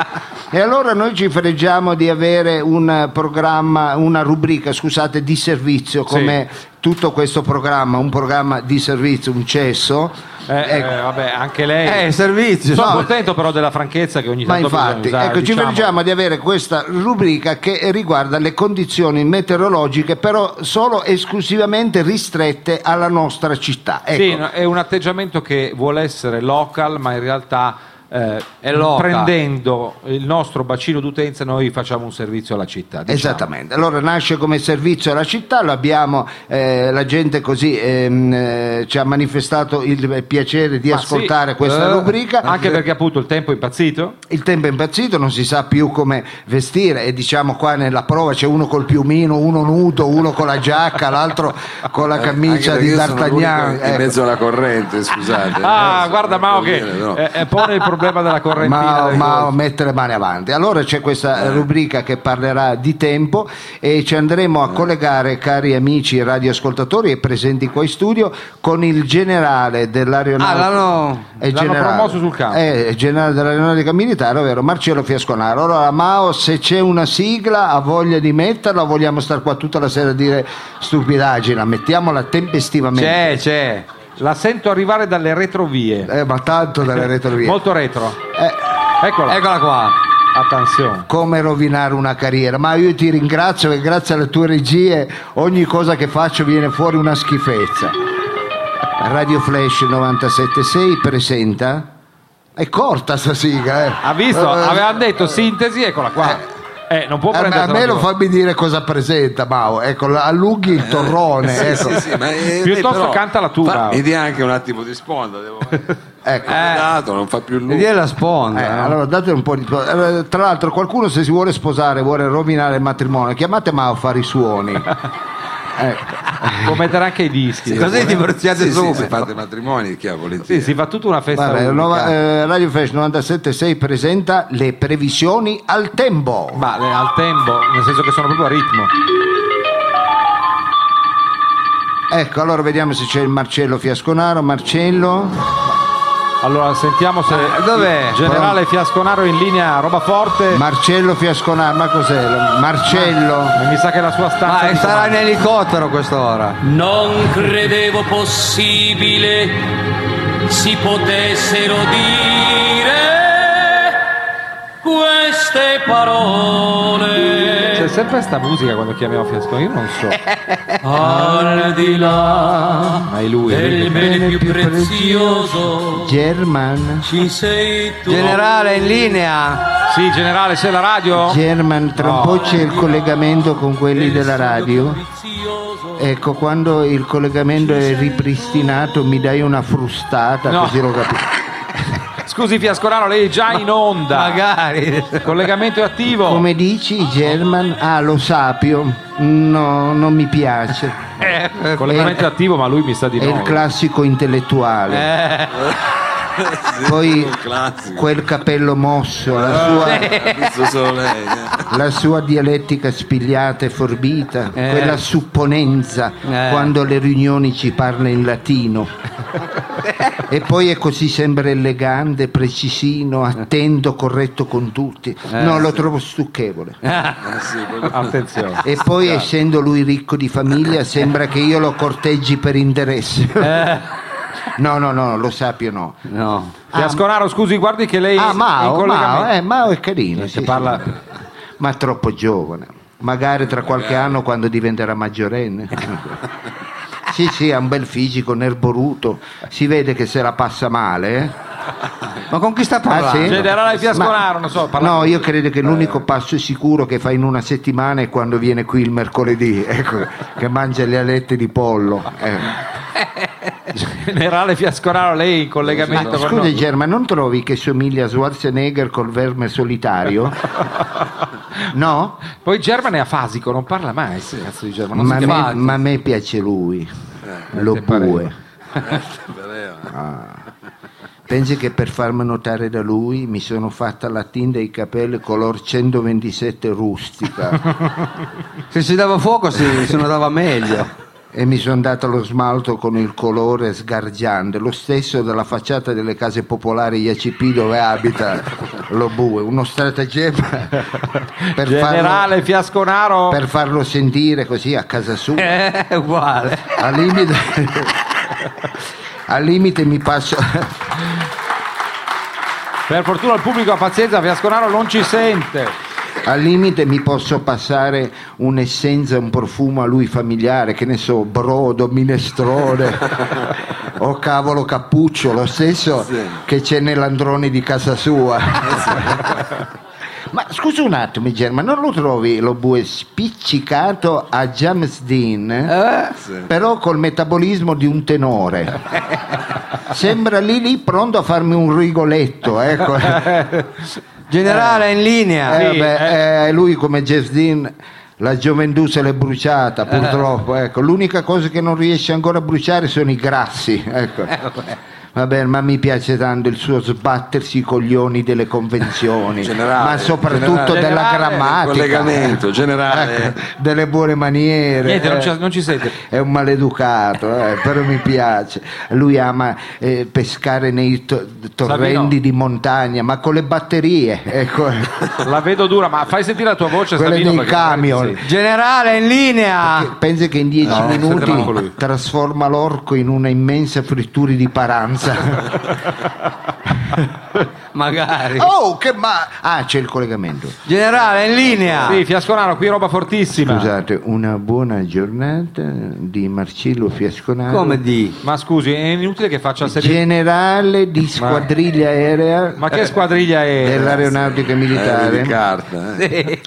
[SPEAKER 3] E allora noi ci freggiamo di avere un programma, una rubrica, scusate, di servizio come tutto questo programma, un programma di servizio, un cesso.
[SPEAKER 2] Eh,
[SPEAKER 3] Ecco.
[SPEAKER 2] eh, vabbè, anche lei.
[SPEAKER 4] eh servizio
[SPEAKER 2] Sono
[SPEAKER 3] No.
[SPEAKER 2] contento però della franchezza che ogni
[SPEAKER 3] Ma
[SPEAKER 2] tanto
[SPEAKER 3] infatti,
[SPEAKER 2] bisogna usare,
[SPEAKER 3] ecco, ci
[SPEAKER 2] diciamo.
[SPEAKER 3] vergiamo di avere questa rubrica che riguarda le condizioni meteorologiche, però solo esclusivamente ristrette alla nostra città. Ecco.
[SPEAKER 2] Sì, diciamo. no, è un atteggiamento che vuole essere local, ma in realtà eh,
[SPEAKER 4] È local.
[SPEAKER 2] prendendo il nostro bacino d'utenza noi facciamo un servizio alla città. diciamo.
[SPEAKER 3] Esattamente, allora nasce come servizio alla città, lo abbiamo, eh, la gente così ehm, eh, ci ha manifestato il piacere di
[SPEAKER 2] Ma sì,
[SPEAKER 3] ascoltare questa
[SPEAKER 2] eh,
[SPEAKER 3] rubrica.
[SPEAKER 2] Anche perché appunto il tempo è impazzito.
[SPEAKER 3] Il tempo è impazzito, non si sa più come vestire e diciamo qua nella prova c'è uno col piumino, uno nudo, uno con la giacca, l'altro con la camicia di
[SPEAKER 1] Eh, Anche perché io sono
[SPEAKER 3] D'Artagnan.
[SPEAKER 1] l'unico In
[SPEAKER 3] ecco.
[SPEAKER 1] mezzo alla corrente, scusate.
[SPEAKER 2] Ah,
[SPEAKER 1] Eh,
[SPEAKER 2] guarda
[SPEAKER 1] per
[SPEAKER 2] Mao che
[SPEAKER 1] dire, no.
[SPEAKER 2] eh, eh, pone il problema della correntina.
[SPEAKER 3] Mao,
[SPEAKER 2] del
[SPEAKER 3] Mao,
[SPEAKER 2] golf.
[SPEAKER 3] mette le mani avanti. Allora c'è questa
[SPEAKER 2] Eh.
[SPEAKER 3] rubrica che parlerà di tempo e ci andremo a
[SPEAKER 2] Eh.
[SPEAKER 3] collegare, cari amici radioascoltatori e presenti qua in studio, con il generale dell'aeronautica.
[SPEAKER 4] Ah, l'hanno-
[SPEAKER 3] è Eh,
[SPEAKER 2] l'hanno promosso sul campo.
[SPEAKER 3] È il generale dell'aeronautica militare, ovvero Marcello Fiasconaro. Allora, Mao, se c'è una sigla, ha voglia di metterla, o vogliamo star qua tutta la sera a dire stupidaggine, mettiamola tempestivamente.
[SPEAKER 4] c'è c'è
[SPEAKER 2] La sento arrivare dalle retrovie.
[SPEAKER 3] Eh, ma tanto dalle retrovie.
[SPEAKER 2] Molto retro.
[SPEAKER 3] Eh,
[SPEAKER 2] Eccola.
[SPEAKER 4] eccola qua
[SPEAKER 2] Attenzione.
[SPEAKER 3] come rovinare una carriera, ma io ti ringrazio che grazie alle tue regie ogni cosa che faccio viene fuori una schifezza. Radio Flash 976 presenta è corta sta sigla, eh.
[SPEAKER 2] Ha visto?
[SPEAKER 3] Eh,
[SPEAKER 2] Avevano detto sintesi, eccola qua. Eh, non può
[SPEAKER 3] a me,
[SPEAKER 2] prendere
[SPEAKER 3] a me lo fammi dire cosa presenta Mao, ecco, la- allunghi il torrone,
[SPEAKER 1] Eh, Sì,
[SPEAKER 3] ecco.
[SPEAKER 1] sì, sì, ma, eh,
[SPEAKER 2] Piuttosto
[SPEAKER 1] però,
[SPEAKER 2] canta la tua.
[SPEAKER 1] fa- Mi dia anche un attimo di sponda. Devo...
[SPEAKER 3] Ecco.
[SPEAKER 2] Eh,
[SPEAKER 1] Ho dato, non fa più
[SPEAKER 4] e
[SPEAKER 1] nulla.
[SPEAKER 4] dire la
[SPEAKER 3] Eh,
[SPEAKER 4] sponda no?
[SPEAKER 3] allora date un po' di... eh, Tra l'altro qualcuno se si vuole sposare, vuole rovinare il matrimonio, chiamate Mao a fare i suoni.
[SPEAKER 2] Può mettere anche i dischi.
[SPEAKER 4] Così ti divorziate
[SPEAKER 1] Sì, sì,
[SPEAKER 4] subito.
[SPEAKER 1] se fate matrimoni, chi ha volentieri.
[SPEAKER 2] Sì, si fa tutta una festa.
[SPEAKER 3] Vabbè,
[SPEAKER 2] unica.
[SPEAKER 3] nova- eh, Radio Flash 976 presenta le previsioni al tempo.
[SPEAKER 2] Ma eh, al tempo, nel senso che sono proprio a ritmo.
[SPEAKER 3] Ecco, allora vediamo se c'è il Marcello Fiasconaro. Marcello.
[SPEAKER 2] Allora sentiamo se
[SPEAKER 4] Eh, dov'è?
[SPEAKER 2] il generale Fiasconaro è in linea roba forte.
[SPEAKER 3] Marcello Fiasconà, ma cos'è? Marcello.
[SPEAKER 2] Mi sa che la sua stanza
[SPEAKER 4] Ma
[SPEAKER 2] è
[SPEAKER 4] eh, sarà in elicottero quest'ora.
[SPEAKER 5] Non credevo possibile si potessero dire queste
[SPEAKER 2] C'è
[SPEAKER 5] parole
[SPEAKER 2] sempre sta musica quando chiamiamo Fiasconaro, io non so.
[SPEAKER 5] al di là
[SPEAKER 2] Ma è lui, è lui.
[SPEAKER 5] del bene più prezioso
[SPEAKER 3] German.
[SPEAKER 5] ci sei tu.
[SPEAKER 4] Generale in linea.
[SPEAKER 2] Sì, generale, c'è la radio?
[SPEAKER 3] German, tra un
[SPEAKER 2] Oh.
[SPEAKER 3] po' c'è il collegamento con quelli
[SPEAKER 5] del
[SPEAKER 3] della radio.
[SPEAKER 5] prezioso.
[SPEAKER 3] Ecco, quando il collegamento è ripristinato mi dai una frustata,
[SPEAKER 2] No.
[SPEAKER 3] così lo capisco.
[SPEAKER 2] Scusi Fiasconaro, lei è già in onda.
[SPEAKER 4] Magari.
[SPEAKER 2] Collegamento è attivo.
[SPEAKER 3] Come dici, German? Ah, lo sapio. No, non mi piace.
[SPEAKER 2] Eh, collegamento è attivo, ma lui mi sta di
[SPEAKER 3] È
[SPEAKER 2] no.
[SPEAKER 3] il classico intellettuale. Poi
[SPEAKER 1] classico.
[SPEAKER 3] quel capello mosso, la
[SPEAKER 1] Eh.
[SPEAKER 3] sua,
[SPEAKER 1] Visto solo lei. eh.
[SPEAKER 3] la sua dialettica spigliata e forbita, quella supponenza
[SPEAKER 4] Eh.
[SPEAKER 3] quando alle riunioni ci parla in latino. E poi è così, sembra elegante, precisino, attento, corretto con tutti. No, lo trovo stucchevole.
[SPEAKER 1] Eh sì, quello-
[SPEAKER 2] Attenzione.
[SPEAKER 3] E poi, essendo lui ricco di famiglia, sembra che io lo corteggi per interesse. No, no, no, lo sapio no.
[SPEAKER 4] No.
[SPEAKER 2] Fiasconaro, scusi, guardi che lei
[SPEAKER 3] Ah,
[SPEAKER 2] è in
[SPEAKER 3] Mao,
[SPEAKER 2] collegamento.
[SPEAKER 3] Mao, eh, Mao è carino.
[SPEAKER 2] Che
[SPEAKER 3] sì,
[SPEAKER 2] parla-
[SPEAKER 3] sì. Ma troppo giovane. Magari tra qualche anno quando diventerà maggiorenne. sì, sì, ha un bel fisico, nerboruto. Si vede che se la passa male. eh.
[SPEAKER 4] Ma con chi sta
[SPEAKER 3] Ah, sì?
[SPEAKER 4] parlando?
[SPEAKER 2] Generale Fiasconaro,
[SPEAKER 3] Ma-
[SPEAKER 2] non so, parla-
[SPEAKER 3] No, io credo che l'unico passo sicuro che fa in una settimana è quando viene qui il mercoledì, ecco, che mangia le alette di pollo. eh.
[SPEAKER 2] Generale Fiasconaro, lei è in
[SPEAKER 3] Ma
[SPEAKER 2] collegamento con
[SPEAKER 3] scusa
[SPEAKER 2] noi.
[SPEAKER 3] Germa, non trovi che somiglia a Schwarzenegger col verme solitario? No?
[SPEAKER 2] Poi German è afasico, non parla mai. sto Cazzo di German, non Eh,
[SPEAKER 3] ma,
[SPEAKER 2] si chiama-
[SPEAKER 3] me, ma a me piace lui, lo bue.
[SPEAKER 2] Eh,
[SPEAKER 3] Ah. Pensi che per farmi notare da lui mi sono fatta la tinta ai capelli color 127 rustica
[SPEAKER 4] Se si dava fuoco si, si notava meglio.
[SPEAKER 3] e mi sono data lo smalto con il colore sgargiante, lo stesso della facciata delle case popolari IACP dove abita lo bue, uno stratagemma per farlo,
[SPEAKER 2] Generale Fiasconaro,
[SPEAKER 3] per farlo sentire così a casa sua.
[SPEAKER 4] Eh, È uguale.
[SPEAKER 3] al limite, al limite mi passo
[SPEAKER 2] per fortuna il pubblico ha pazienza, Fiasconaro non ci sente.
[SPEAKER 3] al limite mi posso passare un'essenza un profumo a lui familiare che ne so brodo minestrone o cavolo cappuccio lo stesso che c'è nell'androne di casa sua Ma scusa un attimo, Germa, non lo trovi lo bue spiccicato a James Dean, eh? però col metabolismo di un tenore? Sembra lì lì pronto a farmi un rigoletto, ecco.
[SPEAKER 4] Generale in linea.
[SPEAKER 3] Eh,
[SPEAKER 2] Sì,
[SPEAKER 3] vabbè, eh, lui come Jeff Dean la gioventù se l'è bruciata
[SPEAKER 2] Eh.
[SPEAKER 3] purtroppo ecco. l'unica cosa che non riesce ancora a bruciare sono i grassi ecco.
[SPEAKER 2] Eh,
[SPEAKER 3] Vabbè, ma mi piace tanto il suo sbattersi i coglioni delle convenzioni,
[SPEAKER 1] Generale,
[SPEAKER 3] ma soprattutto
[SPEAKER 2] generale.
[SPEAKER 3] della
[SPEAKER 2] Generale,
[SPEAKER 1] collegamento,
[SPEAKER 3] grammatica,
[SPEAKER 1] generale.
[SPEAKER 3] Ah,
[SPEAKER 1] eh,
[SPEAKER 3] Ecco, delle buone maniere.
[SPEAKER 2] Niente, non
[SPEAKER 3] eh.
[SPEAKER 2] ci, non ci sente.
[SPEAKER 3] È un maleducato, eh, però mi piace. Lui ama eh, pescare nei to- torrenti
[SPEAKER 2] Sabino.
[SPEAKER 3] di montagna, ma con le batterie. Ecco.
[SPEAKER 2] La vedo dura, ma fai sentire la tua voce,
[SPEAKER 3] Quella
[SPEAKER 2] Sabino.
[SPEAKER 3] dei
[SPEAKER 2] perché magari
[SPEAKER 3] camion. Ah,
[SPEAKER 2] ti sente.
[SPEAKER 4] Generale in linea.
[SPEAKER 3] Pensi che in dieci
[SPEAKER 1] No, sente manco
[SPEAKER 3] minuti
[SPEAKER 1] lui.
[SPEAKER 3] trasforma l'orco in una immensa frittura di paranza.
[SPEAKER 4] Magari.
[SPEAKER 3] oh, che ma... Ah, c'è il collegamento.
[SPEAKER 4] Generale in linea.
[SPEAKER 2] Sì, Fiasconaro, qui roba fortissima.
[SPEAKER 3] Scusate, una buona giornata di Marcello Fiasconaro.
[SPEAKER 4] Come di?
[SPEAKER 2] Ma scusi, è inutile che faccia serie.
[SPEAKER 3] Generale di squadriglia aerea
[SPEAKER 2] Ma che squadriglia è?
[SPEAKER 3] dell'aeronautica
[SPEAKER 1] Eh, di
[SPEAKER 3] militare.
[SPEAKER 1] carta. eh.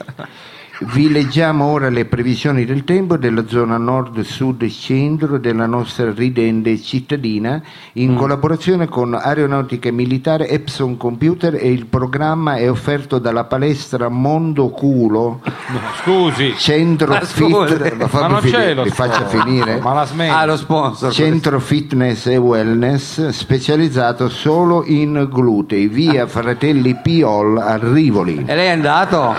[SPEAKER 3] Vi leggiamo ora le previsioni del tempo della zona nord, sud e centro della nostra ridente cittadina in
[SPEAKER 2] Mm.
[SPEAKER 3] collaborazione con Aeronautica Militare, Epson Computer e il programma è offerto dalla palestra Mondo Culo,
[SPEAKER 2] Scusi,
[SPEAKER 3] Centro
[SPEAKER 4] Ma scusa,
[SPEAKER 3] Fit,
[SPEAKER 2] ma
[SPEAKER 3] fammi
[SPEAKER 2] non c'è
[SPEAKER 3] finire,
[SPEAKER 2] lo
[SPEAKER 3] li faccia
[SPEAKER 2] sport.
[SPEAKER 3] finire.
[SPEAKER 2] ma la smetta.
[SPEAKER 4] Ah, lo sponsor.
[SPEAKER 3] Centro Fitness e Wellness specializzato solo in
[SPEAKER 2] Ah.
[SPEAKER 3] glutei, via Fratelli Piol a Rivoli.
[SPEAKER 4] E lei è andato?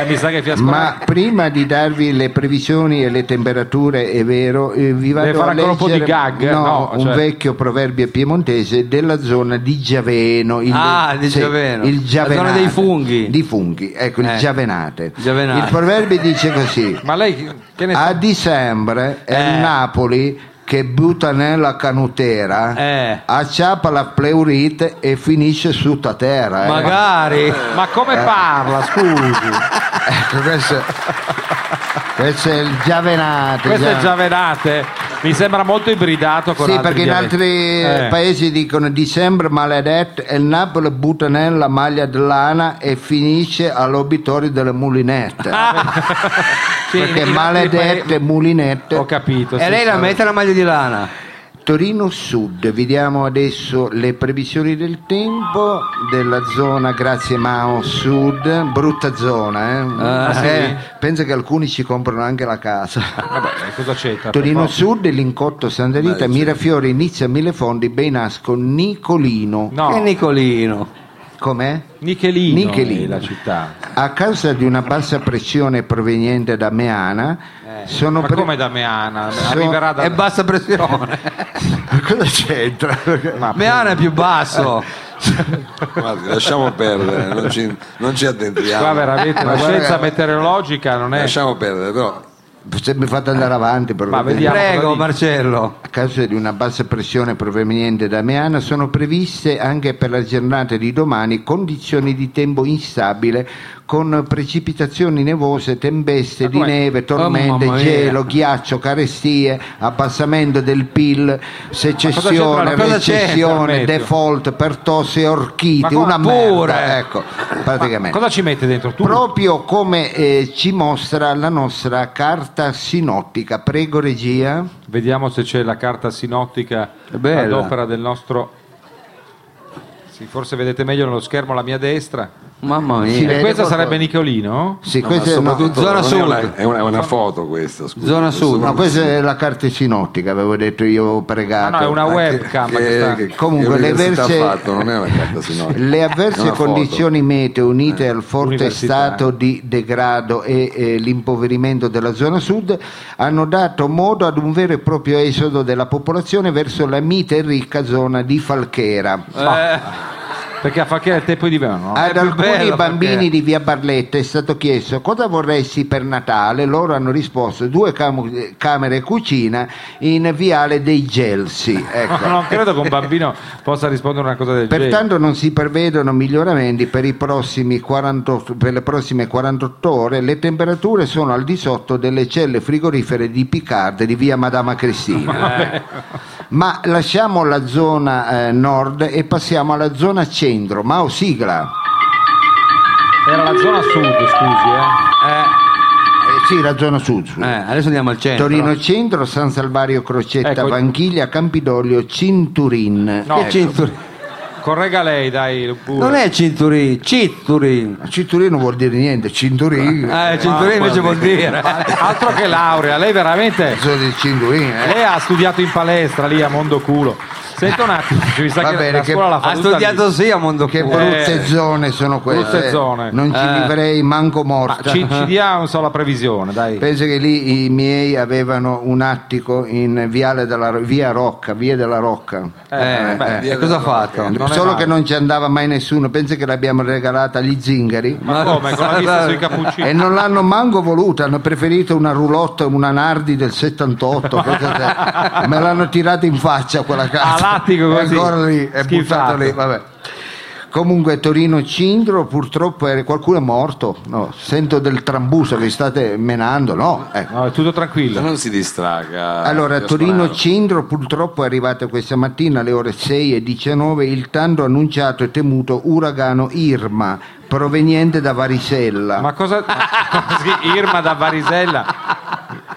[SPEAKER 2] Eh, mi sa che fiascola.
[SPEAKER 3] Ma prima di darvi le previsioni e le temperature, è vero, eh, vi vado
[SPEAKER 2] fare
[SPEAKER 3] a
[SPEAKER 2] ancora
[SPEAKER 3] leggere
[SPEAKER 2] un po' di gag?
[SPEAKER 3] no,
[SPEAKER 2] No,
[SPEAKER 3] un
[SPEAKER 2] cioè-
[SPEAKER 3] vecchio proverbio piemontese della zona di Giaveno. Il,
[SPEAKER 4] Ah, di Giaveno.
[SPEAKER 3] il
[SPEAKER 4] La
[SPEAKER 3] Giavenate.
[SPEAKER 4] zona dei funghi.
[SPEAKER 3] Di funghi, ecco, il
[SPEAKER 4] Eh.
[SPEAKER 3] Giavenate.
[SPEAKER 4] Giavenate.
[SPEAKER 3] Il proverbio dice così,
[SPEAKER 2] Ma lei che- che ne sa?
[SPEAKER 3] a dicembre è
[SPEAKER 4] Eh.
[SPEAKER 3] il Napoli che butta nella canutera,
[SPEAKER 4] Eh.
[SPEAKER 3] acciappa la pleurite e finisce su ta terra. eh.
[SPEAKER 4] Magari.
[SPEAKER 2] Ma come parla, scusi?
[SPEAKER 3] Ecco, questo, questo è il Giavenate.
[SPEAKER 2] Questo è
[SPEAKER 3] Gia-
[SPEAKER 2] già vedate. Mi sembra molto ibridato con
[SPEAKER 3] Sì,
[SPEAKER 2] altri
[SPEAKER 3] perché in
[SPEAKER 2] dialetti.
[SPEAKER 3] altri
[SPEAKER 2] Eh.
[SPEAKER 3] paesi dicono dicembre maledetto e il Napoli butta nella maglia di lana e finisce all'obitorio delle mulinette.
[SPEAKER 2] Ah,
[SPEAKER 4] Sì,
[SPEAKER 3] perché
[SPEAKER 4] in- in altri
[SPEAKER 3] maledette
[SPEAKER 4] paesi-
[SPEAKER 3] mulinette.
[SPEAKER 2] Ho capito. sì.
[SPEAKER 4] E lei la mette la maglia di lana.
[SPEAKER 3] Torino Sud, vediamo adesso le previsioni del tempo della zona, grazie Mao Sud, brutta zona, eh?
[SPEAKER 4] Ah,
[SPEAKER 3] Eh, pensa che alcuni ci comprano anche la casa.
[SPEAKER 2] Vabbè, Eh, cosa c'entra?
[SPEAKER 3] Torino
[SPEAKER 2] Per
[SPEAKER 3] Sud, Lincotto, Santa Rita, Mirafiori, Nizza, Millefondi, Beinasco, Nicolino.
[SPEAKER 2] No.
[SPEAKER 4] Che Nicolino.
[SPEAKER 3] Com'è?
[SPEAKER 2] Nichelino,
[SPEAKER 3] Nichelino.
[SPEAKER 2] è la città.
[SPEAKER 3] A causa di una bassa pressione proveniente da Meana, sono
[SPEAKER 2] Eh, Ma
[SPEAKER 3] pre- Eh,
[SPEAKER 2] come da Meana?
[SPEAKER 3] So-
[SPEAKER 2] Arriverà da
[SPEAKER 4] È bassa pressione.
[SPEAKER 3] Ma cosa c'entra?
[SPEAKER 4] Meana è più basso.
[SPEAKER 1] Guardi, lasciamo perdere, non ci, non ci addentriamo.
[SPEAKER 2] Qua veramente la
[SPEAKER 3] Ma guarda-
[SPEAKER 2] scienza meteorologica non è.
[SPEAKER 1] Lasciamo perdere, però
[SPEAKER 3] Se mi fate andare avanti, per
[SPEAKER 2] Ma
[SPEAKER 3] favore.
[SPEAKER 2] vediamo.
[SPEAKER 4] Prego,
[SPEAKER 2] cosa
[SPEAKER 4] Marcello.
[SPEAKER 3] Certo, A causa di una bassa pressione proveniente da Meana, sono previste anche per la giornata di domani condizioni di tempo instabile con precipitazioni nevose, tempeste di
[SPEAKER 2] come- Oh,
[SPEAKER 3] neve, tormente,
[SPEAKER 4] mamma mia.
[SPEAKER 3] gelo, ghiaccio, carestie, abbassamento del PIL, secessione,
[SPEAKER 2] Ma cosa c'entra?
[SPEAKER 3] recessione,
[SPEAKER 2] Permetto.
[SPEAKER 3] default, pertosse,
[SPEAKER 2] Ma
[SPEAKER 3] orchite,
[SPEAKER 2] come
[SPEAKER 3] una
[SPEAKER 2] pure?
[SPEAKER 3] merda, ecco, praticamente.
[SPEAKER 2] Cosa ci mette dentro? Tu?
[SPEAKER 3] Proprio come eh, ci mostra la nostra carta sinottica. Prego regia.
[SPEAKER 2] Vediamo se c'è la carta sinottica
[SPEAKER 4] È bella.
[SPEAKER 2] ad opera del nostro. Sì, forse vedete meglio nello schermo alla mia destra.
[SPEAKER 4] Mamma
[SPEAKER 3] Sì,
[SPEAKER 4] mia.
[SPEAKER 2] E
[SPEAKER 3] vede
[SPEAKER 2] questa
[SPEAKER 3] qualcosa?
[SPEAKER 2] sarebbe Nicolino?
[SPEAKER 3] Sì,
[SPEAKER 1] no, ma
[SPEAKER 3] questa è una-
[SPEAKER 1] soprattutto
[SPEAKER 4] zona
[SPEAKER 1] non
[SPEAKER 4] sud.
[SPEAKER 1] È una, è una- è una foto questa, scusa.
[SPEAKER 4] Zona sud.
[SPEAKER 3] No, questa è la carta sinottica, avevo detto io ho
[SPEAKER 2] Ah
[SPEAKER 3] pregato.
[SPEAKER 2] no, è una webcam. che sta-
[SPEAKER 3] Comunque, le verse-
[SPEAKER 1] ha fatto, non è una carta sinottica.
[SPEAKER 3] Le
[SPEAKER 1] È una
[SPEAKER 3] avverse
[SPEAKER 1] foto.
[SPEAKER 3] condizioni meteo unite al forte
[SPEAKER 2] Università.
[SPEAKER 3] stato di degrado e eh, l'impoverimento della zona sud hanno dato modo ad un vero e proprio esodo della popolazione verso la mite e ricca zona di Falchera.
[SPEAKER 2] Eh, perché a Falchera il tempo è diverso. no?
[SPEAKER 3] Ad
[SPEAKER 4] più
[SPEAKER 3] alcuni
[SPEAKER 4] bello
[SPEAKER 3] bambini
[SPEAKER 4] perché-
[SPEAKER 3] di via Barletta è stato chiesto cosa vorresti per Natale, loro hanno risposto due cam- camere e cucina in viale dei Gelsi. Ecco.
[SPEAKER 2] Non credo che un bambino possa rispondere a una cosa del genere.
[SPEAKER 3] Pertanto non si prevedono miglioramenti per, i prossimi 48 per le prossime 48 ore, le temperature sono al di sotto delle celle frigorifere di Picard di via Madama Cristina. Ma lasciamo la zona eh, nord e passiamo alla zona centro, Mao Sigla.
[SPEAKER 2] Era la zona sud, scusi.
[SPEAKER 4] Eh,
[SPEAKER 3] Eh, sì, la zona sud. scusa.
[SPEAKER 4] eh, adesso andiamo al centro.
[SPEAKER 3] Torino Centro, San Salvario Crocetta,
[SPEAKER 2] Ecco.
[SPEAKER 3] Vanchiglia, Campidoglio, Cinturin.
[SPEAKER 2] No.
[SPEAKER 4] Che cinturin?
[SPEAKER 2] Eh. Corregga lei, dai. pure.
[SPEAKER 4] Non è cinturin, cinturin.
[SPEAKER 3] Ma Cinturin non vuol dire niente, Cinturin.
[SPEAKER 4] Eh, cinturin Eh, invece vuol dire.
[SPEAKER 2] Ah, Altro che laurea, lei veramente.
[SPEAKER 3] Sono del Cinturin, eh.
[SPEAKER 2] Lei ha studiato in palestra lì a Mondo Culo. Senta un attimo, mi sa
[SPEAKER 3] Va
[SPEAKER 2] che
[SPEAKER 3] bene,
[SPEAKER 2] la
[SPEAKER 3] che-
[SPEAKER 2] scuola l'ha
[SPEAKER 4] Ha
[SPEAKER 2] fatta lì.
[SPEAKER 4] studiato sì a Mondo
[SPEAKER 3] Che
[SPEAKER 4] Culo.
[SPEAKER 3] brutte zone sono queste.
[SPEAKER 2] Eh. brutte
[SPEAKER 3] eh.
[SPEAKER 2] zone.
[SPEAKER 3] Non ci
[SPEAKER 4] Eh.
[SPEAKER 3] vivrei manco
[SPEAKER 2] Ma
[SPEAKER 3] morta.
[SPEAKER 2] ci, ci dia un solo la previsione, dai.
[SPEAKER 3] Penso che lì i miei avevano un attico in viale della, via Rocca, via della Rocca.
[SPEAKER 2] Eh,
[SPEAKER 4] Eh,
[SPEAKER 2] beh,
[SPEAKER 4] e cosa ha fatto?
[SPEAKER 2] non è
[SPEAKER 3] Solo
[SPEAKER 2] male.
[SPEAKER 3] che non ci andava mai nessuno, penso che l'abbiamo regalata agli zingari.
[SPEAKER 2] Ma come? Con la vista sui cappuccini?
[SPEAKER 4] Eh,
[SPEAKER 3] E non l'hanno manco voluta, hanno preferito una roulotte, una Nardi del 78. cosa c'è? Me l'hanno tirata in faccia quella casa.
[SPEAKER 2] A Ah, lattico
[SPEAKER 3] È
[SPEAKER 2] così,
[SPEAKER 3] ancora lì, è
[SPEAKER 2] schifato.
[SPEAKER 3] buttato lì. Vabbè. Comunque Torino Cindro purtroppo era- qualcuno è morto, no, sento del trambusto che state menando, no? ecco.
[SPEAKER 2] No, è tutto tranquillo.
[SPEAKER 1] Non si distraga.
[SPEAKER 3] Allora,
[SPEAKER 1] Gasparro.
[SPEAKER 3] Torino Cindro purtroppo è arrivato questa mattina alle ore 6 e 19 il tanto annunciato e temuto uragano Irma proveniente da Varisella.
[SPEAKER 2] Ma cosa. ma- così, Irma da Varisella.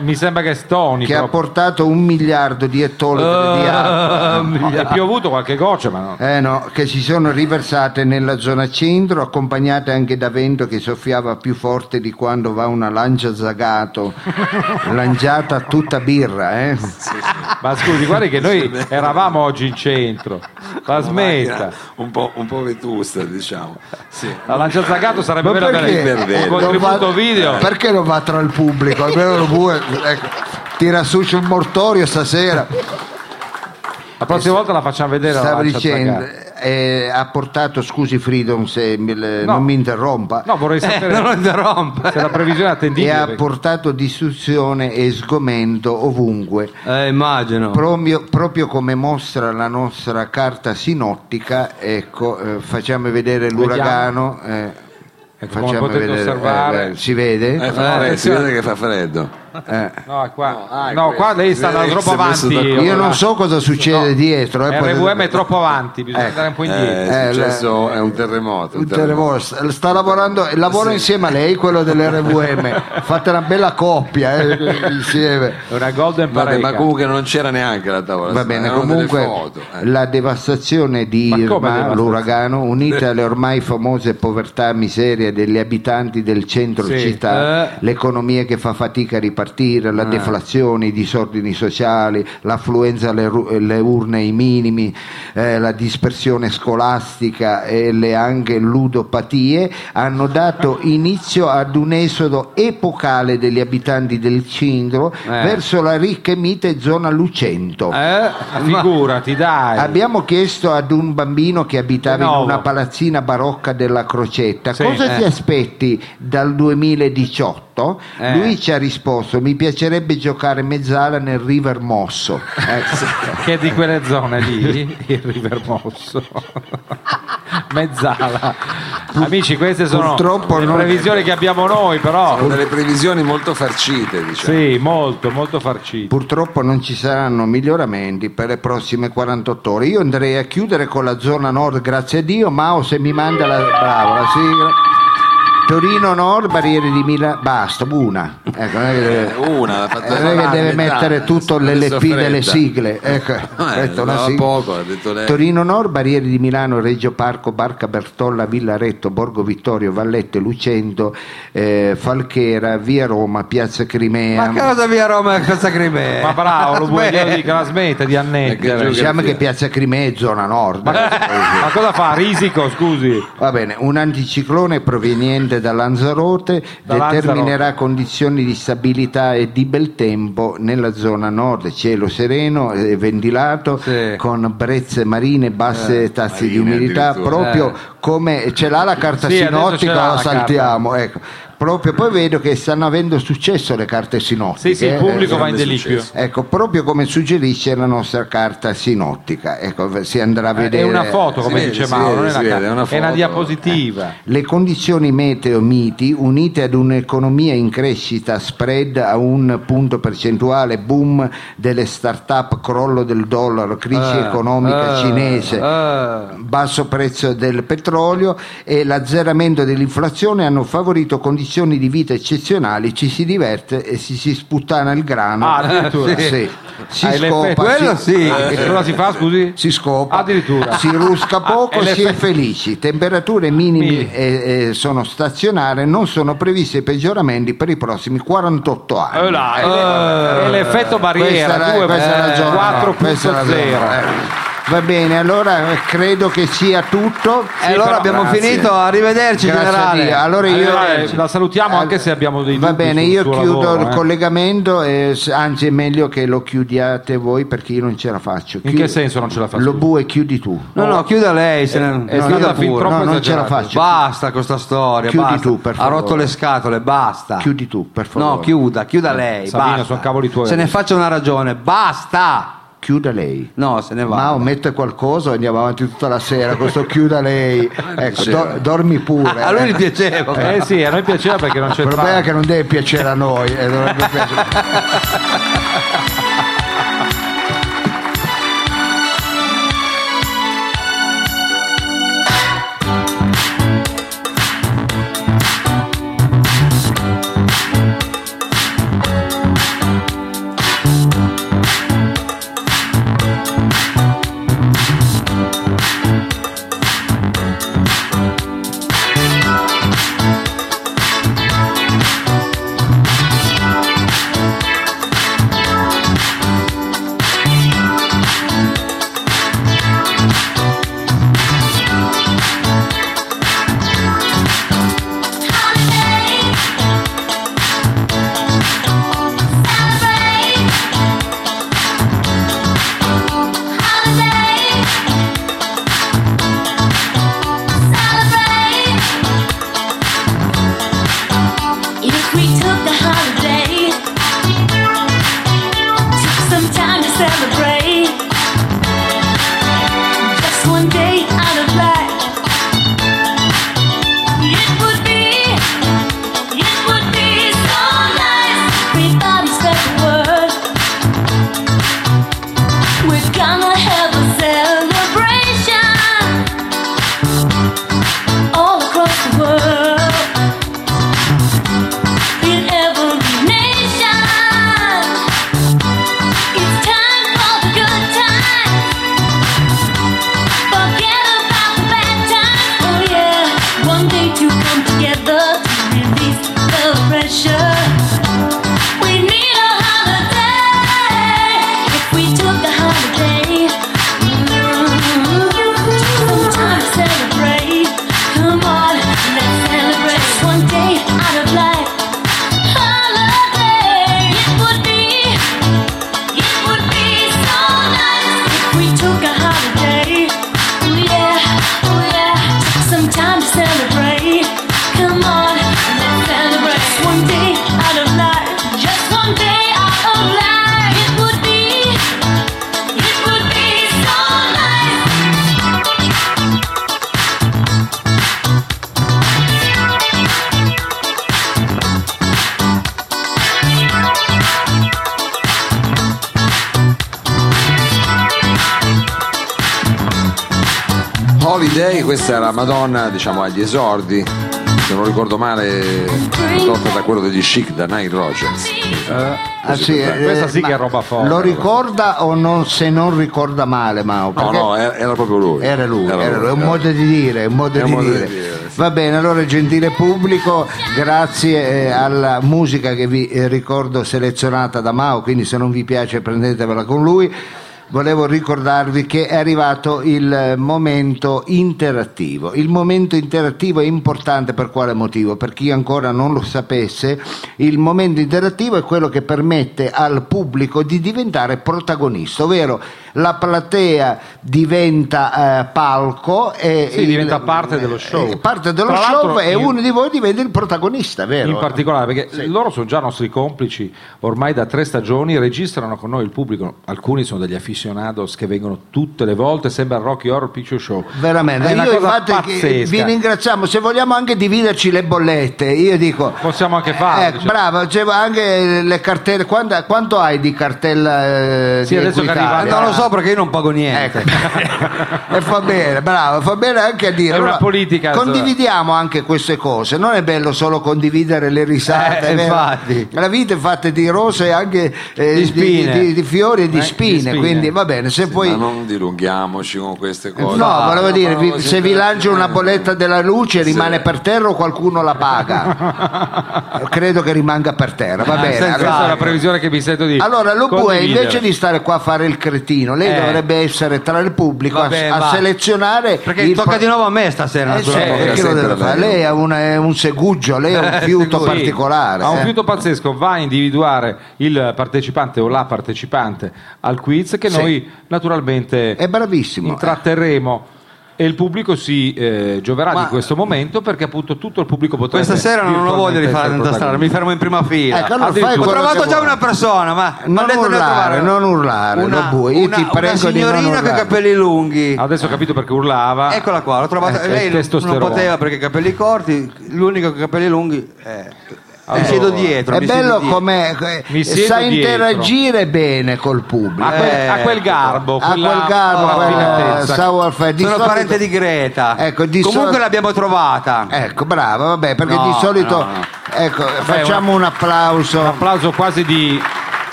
[SPEAKER 2] mi sembra che stoni
[SPEAKER 3] che ha
[SPEAKER 2] proprio.
[SPEAKER 3] portato un miliardo di ettolitri di
[SPEAKER 2] Ah.
[SPEAKER 3] acqua
[SPEAKER 2] No, è piovuto qualche goccia, ma no.
[SPEAKER 3] eh no, che si sono riversate nella zona centro, accompagnate anche da vento che soffiava più forte di quando va una lancia zagato, lanciata tutta birra. eh.
[SPEAKER 2] Ma scusi, guardi che noi eravamo oggi in centro. La smetta.
[SPEAKER 1] Macchina Un po', un po' vetusta, diciamo. Sì.
[SPEAKER 2] La lancia zagato sarebbe
[SPEAKER 3] Ma
[SPEAKER 2] bello
[SPEAKER 3] perché?
[SPEAKER 2] avere un
[SPEAKER 1] Non
[SPEAKER 2] contributo
[SPEAKER 3] va-
[SPEAKER 2] video.
[SPEAKER 3] Perché non va tra il pubblico? Almeno lo vuoi, ecco, tira su sul mortorio stasera.
[SPEAKER 2] La prossima volta la facciamo vedere la
[SPEAKER 3] Stavo
[SPEAKER 2] lancia
[SPEAKER 3] dicendo,
[SPEAKER 2] zagato.
[SPEAKER 3] eh, ha portato, scusi Freedom se mi- le-
[SPEAKER 2] No.
[SPEAKER 3] non mi interrompa,
[SPEAKER 2] No, vorrei sapere
[SPEAKER 4] non lo interrompa.
[SPEAKER 2] se la previsione è
[SPEAKER 3] e
[SPEAKER 2] attendibile.
[SPEAKER 3] ha
[SPEAKER 2] perché-
[SPEAKER 3] portato distruzione e sgomento ovunque.
[SPEAKER 4] Eh, immagino.
[SPEAKER 3] Proprio, proprio come mostra la nostra carta sinottica, ecco, eh, facciamo vedere l'uragano. eh,
[SPEAKER 2] Ecco, come potete osservare.
[SPEAKER 3] eh, eh, si vede?
[SPEAKER 1] Eh, fa freddo, si vede che fa freddo.
[SPEAKER 3] Eh.
[SPEAKER 2] No, qua, no,
[SPEAKER 1] ah,
[SPEAKER 2] qua lei sta
[SPEAKER 1] Vedi che
[SPEAKER 2] troppo
[SPEAKER 1] si è messo
[SPEAKER 2] avanti.
[SPEAKER 1] d'accordo.
[SPEAKER 3] Io
[SPEAKER 2] Ah.
[SPEAKER 3] non so cosa succede dietro. Eh, poi-
[SPEAKER 2] RVM è troppo avanti, bisogna
[SPEAKER 3] Eh,
[SPEAKER 2] andare un po' indietro.
[SPEAKER 1] Eh, è
[SPEAKER 3] Eh,
[SPEAKER 1] successo, è un terremoto.
[SPEAKER 3] Un terremoto. Sta sta lavorando, lavoro insieme a lei, quello dell'RVM. Fate una bella coppia eh, insieme.
[SPEAKER 2] È una golden
[SPEAKER 1] Vabbè,
[SPEAKER 2] pareca.
[SPEAKER 1] ma comunque non c'era neanche la tavola.
[SPEAKER 3] Va bene,
[SPEAKER 1] erano delle
[SPEAKER 3] comunque
[SPEAKER 1] foto, eh.
[SPEAKER 3] la devastazione di
[SPEAKER 2] Ma come
[SPEAKER 3] Irma,
[SPEAKER 2] devastazione?
[SPEAKER 3] l'uragano, unita alle ormai famose povertà e miserie degli abitanti del centro
[SPEAKER 2] Sì,
[SPEAKER 3] città, l'economia che fa fatica a ripartire, la deflazione, i disordini sociali, l'affluenza alle ru- alle urne ai minimi, eh, la dispersione scolastica e le anche ludopatie, hanno dato inizio ad un esodo epocale degli abitanti del centro verso la ricca e mite zona Lucento.
[SPEAKER 2] Eh, figurati, dai.
[SPEAKER 3] Abbiamo chiesto ad un bambino che abitava in
[SPEAKER 2] Nuovo.
[SPEAKER 3] una palazzina barocca della Crocetta
[SPEAKER 2] Sì,
[SPEAKER 3] cosa
[SPEAKER 2] eh.
[SPEAKER 3] ti aspetti dal 2018.
[SPEAKER 4] Eh.
[SPEAKER 3] Lui ci ha risposto: Mi piacerebbe giocare mezzala nel River Mosso. Eh,
[SPEAKER 2] Che è di quelle zone lì, il River Mosso. Mezzala. Amici, queste sono
[SPEAKER 3] purtroppo
[SPEAKER 2] le
[SPEAKER 3] non-
[SPEAKER 2] previsioni che abbiamo noi, però.
[SPEAKER 1] Sono delle previsioni molto farcite, diciamo.
[SPEAKER 2] Sì, molto, molto farcito.
[SPEAKER 3] Purtroppo non ci saranno miglioramenti per le prossime 48 ore. Io andrei a chiudere con la zona nord, grazie a Dio. Mao, se mi manda la, bravo, la sigla. Torino Nord, barriere di Milano, basta, una. Ecco, non è che deve-
[SPEAKER 1] Eh, Una, l'ha fatta
[SPEAKER 3] Eh, non è che
[SPEAKER 1] a
[SPEAKER 3] deve
[SPEAKER 1] metà,
[SPEAKER 3] mettere tutto
[SPEAKER 1] adesso
[SPEAKER 3] l'LP
[SPEAKER 1] fredda. Eh,
[SPEAKER 3] delle sigle. Ecco, ha detto una
[SPEAKER 1] andava
[SPEAKER 3] sigla.
[SPEAKER 1] poco, ha detto lei.
[SPEAKER 3] Torino Nord, Barriere di Milano, Reggio Parco, Barca Bertolla, Villaretto, Borgo Vittorio, Vallette, Lucento, eh, Falchera, Via Roma, Piazza Crimea.
[SPEAKER 4] Ma cosa via Roma e questa Crimea?
[SPEAKER 2] Ma bravo, lo vuoi io
[SPEAKER 4] Aspetta.
[SPEAKER 2] dico, la smetta di annettere.
[SPEAKER 3] Diciamo che Piazza Crimea è zona nord.
[SPEAKER 2] Ma cosa fa? Risico, scusi.
[SPEAKER 3] Va bene, un anticiclone proveniente da Lanzarote
[SPEAKER 2] Da
[SPEAKER 3] determinerà
[SPEAKER 2] Lanzarote.
[SPEAKER 3] condizioni di stabilità e di bel tempo nella zona nord, cielo sereno e ventilato
[SPEAKER 4] Sì.
[SPEAKER 3] con brezze marine, basse
[SPEAKER 2] Eh,
[SPEAKER 3] tassi di
[SPEAKER 1] marine
[SPEAKER 3] umidità,
[SPEAKER 1] addirittura.
[SPEAKER 3] proprio come ce l'ha la carta
[SPEAKER 2] Sì, adesso ce l'ha
[SPEAKER 3] sinottica, la
[SPEAKER 2] la
[SPEAKER 3] saltiamo, ecco. Proprio poi vedo che stanno avendo successo le carte sinottiche.
[SPEAKER 2] Sì, sì, il
[SPEAKER 3] eh.
[SPEAKER 2] pubblico va in
[SPEAKER 1] grande
[SPEAKER 2] deliquio.
[SPEAKER 1] successo.
[SPEAKER 3] Ecco, proprio come suggerisce la nostra carta sinottica. Ecco, si andrà a
[SPEAKER 2] Eh, È
[SPEAKER 3] vedere.
[SPEAKER 2] una foto, come
[SPEAKER 1] si vede,
[SPEAKER 2] dice
[SPEAKER 1] si
[SPEAKER 2] Mauro,
[SPEAKER 1] vede,
[SPEAKER 2] non è
[SPEAKER 1] si
[SPEAKER 2] una
[SPEAKER 1] vede,
[SPEAKER 2] ca-
[SPEAKER 1] è una
[SPEAKER 2] è una
[SPEAKER 1] foto.
[SPEAKER 2] diapositiva.
[SPEAKER 3] Le condizioni meteo miti, unite ad un'economia in crescita, spread a un punto percentuale, boom delle start-up, crollo del dollaro,
[SPEAKER 2] Eh,
[SPEAKER 3] crisi economica cinese, basso prezzo del petrolio e l'azzeramento dell'inflazione hanno favorito condizioni di vita eccezionali, ci si diverte e si, si sputtana il grano.
[SPEAKER 2] Ah, addirittura.
[SPEAKER 3] Sì. Si
[SPEAKER 2] Ah, e l'effetto-
[SPEAKER 3] scopa,
[SPEAKER 4] Quello
[SPEAKER 3] si- eh,
[SPEAKER 4] sì.
[SPEAKER 2] E cosa si fa, scusi?
[SPEAKER 3] si scopa,
[SPEAKER 2] Addirittura.
[SPEAKER 3] si rusca poco,
[SPEAKER 2] Ah, e
[SPEAKER 3] si è
[SPEAKER 2] l'eff-
[SPEAKER 3] felici. Temperature minime
[SPEAKER 2] Mini.
[SPEAKER 3] eh, eh, sono stazionarie, non sono previsti peggioramenti per i prossimi 48 anni.
[SPEAKER 2] Eh là, è l'e- è l'effetto barriera
[SPEAKER 3] eh, Questa era-
[SPEAKER 2] due-
[SPEAKER 3] questa era la zona, no, questa era la
[SPEAKER 2] 4.0.
[SPEAKER 3] zona, eh. Va bene, allora eh, credo che sia tutto.
[SPEAKER 4] E Eh,
[SPEAKER 2] Eh,
[SPEAKER 4] allora abbiamo
[SPEAKER 1] grazie.
[SPEAKER 4] finito, arrivederci
[SPEAKER 3] Grazie
[SPEAKER 4] generale.
[SPEAKER 3] a Dio. Allora io-
[SPEAKER 2] Allora, la salutiamo anche se abbiamo dei
[SPEAKER 3] Va
[SPEAKER 2] dubbi
[SPEAKER 3] bene,
[SPEAKER 2] sul
[SPEAKER 3] io
[SPEAKER 2] suo
[SPEAKER 3] chiudo
[SPEAKER 2] lavoro,
[SPEAKER 3] il
[SPEAKER 2] eh.
[SPEAKER 3] collegamento, eh, s- anzi è meglio che lo chiudiate voi perché io non ce la faccio.
[SPEAKER 2] In
[SPEAKER 3] Chiudi-
[SPEAKER 2] che senso non ce la fa?
[SPEAKER 3] Lo
[SPEAKER 2] scusi?
[SPEAKER 3] bue chiudi tu.
[SPEAKER 4] No, no, chiuda lei. Se ne...
[SPEAKER 2] È
[SPEAKER 4] no,
[SPEAKER 2] stata
[SPEAKER 4] chiuda
[SPEAKER 2] fin
[SPEAKER 4] pure.
[SPEAKER 3] no,
[SPEAKER 2] troppo
[SPEAKER 3] non ce la
[SPEAKER 2] esagerata.
[SPEAKER 3] faccio.
[SPEAKER 4] Basta con sta storia.
[SPEAKER 3] Chiudi
[SPEAKER 4] basta.
[SPEAKER 3] tu, per favore.
[SPEAKER 4] Ha rotto le scatole, basta.
[SPEAKER 3] Chiudi tu, per favore. Eh,
[SPEAKER 4] No, chiuda, chiuda lei.
[SPEAKER 2] Sabino,
[SPEAKER 4] basta.
[SPEAKER 2] sono cavoli tuoi.
[SPEAKER 4] Se ne faccia una ragione, basta.
[SPEAKER 3] Chiuda lei.
[SPEAKER 4] No, se ne va.
[SPEAKER 3] Mao mette qualcosa e andiamo avanti tutta la sera, questo chiuda lei, ecco, do- dormi pure.
[SPEAKER 4] A lui gli
[SPEAKER 3] eh.
[SPEAKER 4] piaceva.
[SPEAKER 2] Eh sì, a noi piaceva perché non
[SPEAKER 3] Il problema
[SPEAKER 2] c'entrava.
[SPEAKER 3] è che non deve piacere a noi, eh, dovrebbe piacere.
[SPEAKER 6] Oh, mm,
[SPEAKER 1] Holiday, questa è la Madonna, diciamo, agli esordi. Se non ricordo male, ridotta da quello degli chic da Nile Rogers.
[SPEAKER 3] Ah, sì, eh,
[SPEAKER 2] Questa sì
[SPEAKER 3] ma
[SPEAKER 2] che è roba forte.
[SPEAKER 3] Lo ricorda o non- se non ricorda male Mao?
[SPEAKER 1] No,
[SPEAKER 3] Perché
[SPEAKER 1] no, era era proprio lui. eh.
[SPEAKER 3] Era lui, era lui, è un modo di dire, è un modo
[SPEAKER 1] È un
[SPEAKER 3] di
[SPEAKER 1] modo di
[SPEAKER 3] dire.
[SPEAKER 1] dire, sì.
[SPEAKER 3] Va bene, allora gentile pubblico, grazie eh, alla musica che vi eh, ricordo selezionata da Mao, quindi se non vi piace prendetevela con lui. Volevo ricordarvi che è arrivato il eh, momento interattivo. Il momento interattivo è importante per quale motivo? Per chi ancora non lo sapesse, il momento interattivo è quello che permette al pubblico di diventare protagonista, ovvero la platea diventa eh, palco e
[SPEAKER 2] Sì, diventa parte dello show.
[SPEAKER 3] eh, parte dello
[SPEAKER 2] Tra
[SPEAKER 3] show
[SPEAKER 2] l'altro,
[SPEAKER 3] e
[SPEAKER 2] in-
[SPEAKER 3] uno di voi diventa il protagonista, vero?
[SPEAKER 2] In particolare, perché loro sono già nostri complici ormai da tre stagioni, registrano con noi il pubblico. Alcuni sono degli aficionados che vengono tutte le volte, sembra il Rocky Horror Picture Show.
[SPEAKER 3] Veramente,
[SPEAKER 2] È una
[SPEAKER 3] io
[SPEAKER 2] cosa
[SPEAKER 3] infatti che-
[SPEAKER 2] pazzesca.
[SPEAKER 3] vi ringraziamo, se vogliamo anche dividerci le bollette, io dico...
[SPEAKER 2] Possiamo anche farlo.
[SPEAKER 3] eh,
[SPEAKER 2] diciamo.
[SPEAKER 3] bravo, cioè, anche le cartelle, quanta- quanto hai di cartella eh,
[SPEAKER 2] Sì,
[SPEAKER 3] di
[SPEAKER 2] adesso che
[SPEAKER 3] Equitalia?
[SPEAKER 2] arriva-
[SPEAKER 4] Ma non lo so perché io non pago niente.
[SPEAKER 3] Ecco. e fa bene, bravo, fa bene anche a dire.
[SPEAKER 2] È una
[SPEAKER 3] allora,
[SPEAKER 2] politica,
[SPEAKER 3] Condividiamo anche queste cose, non è bello solo condividere le risate.
[SPEAKER 4] Eh,
[SPEAKER 3] vero?
[SPEAKER 4] infatti.
[SPEAKER 3] La vita è fatta di rose e anche eh,
[SPEAKER 4] Di spine.
[SPEAKER 3] di- di fiori e di
[SPEAKER 2] Eh, di
[SPEAKER 3] spine,
[SPEAKER 2] spine.
[SPEAKER 3] quindi va bene, se poi...
[SPEAKER 1] Ma non dilunghiamoci con queste
[SPEAKER 3] No,
[SPEAKER 1] cose.
[SPEAKER 3] volevo dire, vi-
[SPEAKER 1] no,
[SPEAKER 3] se vi lancio una bolletta della luce rimane
[SPEAKER 1] eh. Sì.
[SPEAKER 3] per terra o qualcuno la paga? Credo che rimanga per terra, va
[SPEAKER 2] Ah,
[SPEAKER 3] bene.
[SPEAKER 2] senza-
[SPEAKER 3] allora-
[SPEAKER 2] questa è la previsione che mi sento di.
[SPEAKER 3] allora Lobue
[SPEAKER 2] condividere.
[SPEAKER 3] invece di stare qua a fare il cretino, lei
[SPEAKER 2] Eh.
[SPEAKER 3] dovrebbe essere tra il pubblico
[SPEAKER 4] Vabbè,
[SPEAKER 3] a, a
[SPEAKER 4] va.
[SPEAKER 3] selezionare
[SPEAKER 4] Perché
[SPEAKER 3] il
[SPEAKER 4] tocca
[SPEAKER 3] pro-
[SPEAKER 4] di nuovo a me stasera.
[SPEAKER 3] Eh, certo,
[SPEAKER 4] naturalmente.
[SPEAKER 1] era
[SPEAKER 3] perché lo
[SPEAKER 1] sempre
[SPEAKER 3] deve fare?
[SPEAKER 1] lei.
[SPEAKER 3] Lei è un, è un segugio, lei è un fiuto
[SPEAKER 2] Sì,
[SPEAKER 3] particolare.
[SPEAKER 2] Eh, Ha un
[SPEAKER 3] eh.
[SPEAKER 2] fiuto pazzesco, va a individuare il partecipante o la partecipante al quiz che
[SPEAKER 3] Sì.
[SPEAKER 2] noi naturalmente
[SPEAKER 3] È eh. bravissimo.
[SPEAKER 2] intratterremo. E il pubblico si eh, gioverà
[SPEAKER 4] Ma-
[SPEAKER 2] di questo momento perché appunto tutto il pubblico potrebbe
[SPEAKER 4] Questa sera non ho voglia di
[SPEAKER 2] virtualmente
[SPEAKER 4] fare
[SPEAKER 2] essere
[SPEAKER 4] tanta strada, mi
[SPEAKER 2] protagonista.
[SPEAKER 4] fermo in prima fila.
[SPEAKER 3] Ecco, allora fai
[SPEAKER 4] Addirittura.
[SPEAKER 3] quello
[SPEAKER 4] ho
[SPEAKER 3] che
[SPEAKER 4] trovato già
[SPEAKER 3] vuoi.
[SPEAKER 4] una persona, ma
[SPEAKER 3] Non
[SPEAKER 4] ho detto di
[SPEAKER 3] urlare,
[SPEAKER 4] trovare-
[SPEAKER 3] non urlare,
[SPEAKER 4] una,
[SPEAKER 3] Lobu, io
[SPEAKER 4] una-
[SPEAKER 3] ti
[SPEAKER 4] una
[SPEAKER 3] prego di non
[SPEAKER 4] signorina con i
[SPEAKER 3] urlare.
[SPEAKER 4] capelli lunghi.
[SPEAKER 2] Adesso ho capito perché urlava.
[SPEAKER 4] Eccola qua, l'ho trovata.
[SPEAKER 2] Eh,
[SPEAKER 4] lei
[SPEAKER 2] il
[SPEAKER 4] non
[SPEAKER 2] testosterone.
[SPEAKER 4] poteva perché i capelli corti, l'unico con i capelli lunghi eh,
[SPEAKER 2] Allora.
[SPEAKER 4] mi siedo dietro.
[SPEAKER 3] È
[SPEAKER 4] mi siedo
[SPEAKER 3] bello
[SPEAKER 4] dietro.
[SPEAKER 3] com'è, eh,
[SPEAKER 2] Mi siedo
[SPEAKER 3] sa
[SPEAKER 2] dietro.
[SPEAKER 3] interagire bene col pubblico.
[SPEAKER 2] A, quel,
[SPEAKER 4] Eh,
[SPEAKER 2] a quel garbo,
[SPEAKER 3] a
[SPEAKER 2] quella
[SPEAKER 3] quel garbo, quella
[SPEAKER 2] raffinatezza.
[SPEAKER 3] savoir-faire. Di
[SPEAKER 4] Sono
[SPEAKER 3] solito-
[SPEAKER 4] parente di Greta.
[SPEAKER 3] Ecco, di
[SPEAKER 4] Comunque
[SPEAKER 3] solito-
[SPEAKER 4] l'abbiamo trovata.
[SPEAKER 3] Ecco, brava, vabbè, perché
[SPEAKER 4] No,
[SPEAKER 3] di solito
[SPEAKER 4] no, no.
[SPEAKER 3] ecco, facciamo un applauso.
[SPEAKER 2] Un applauso quasi di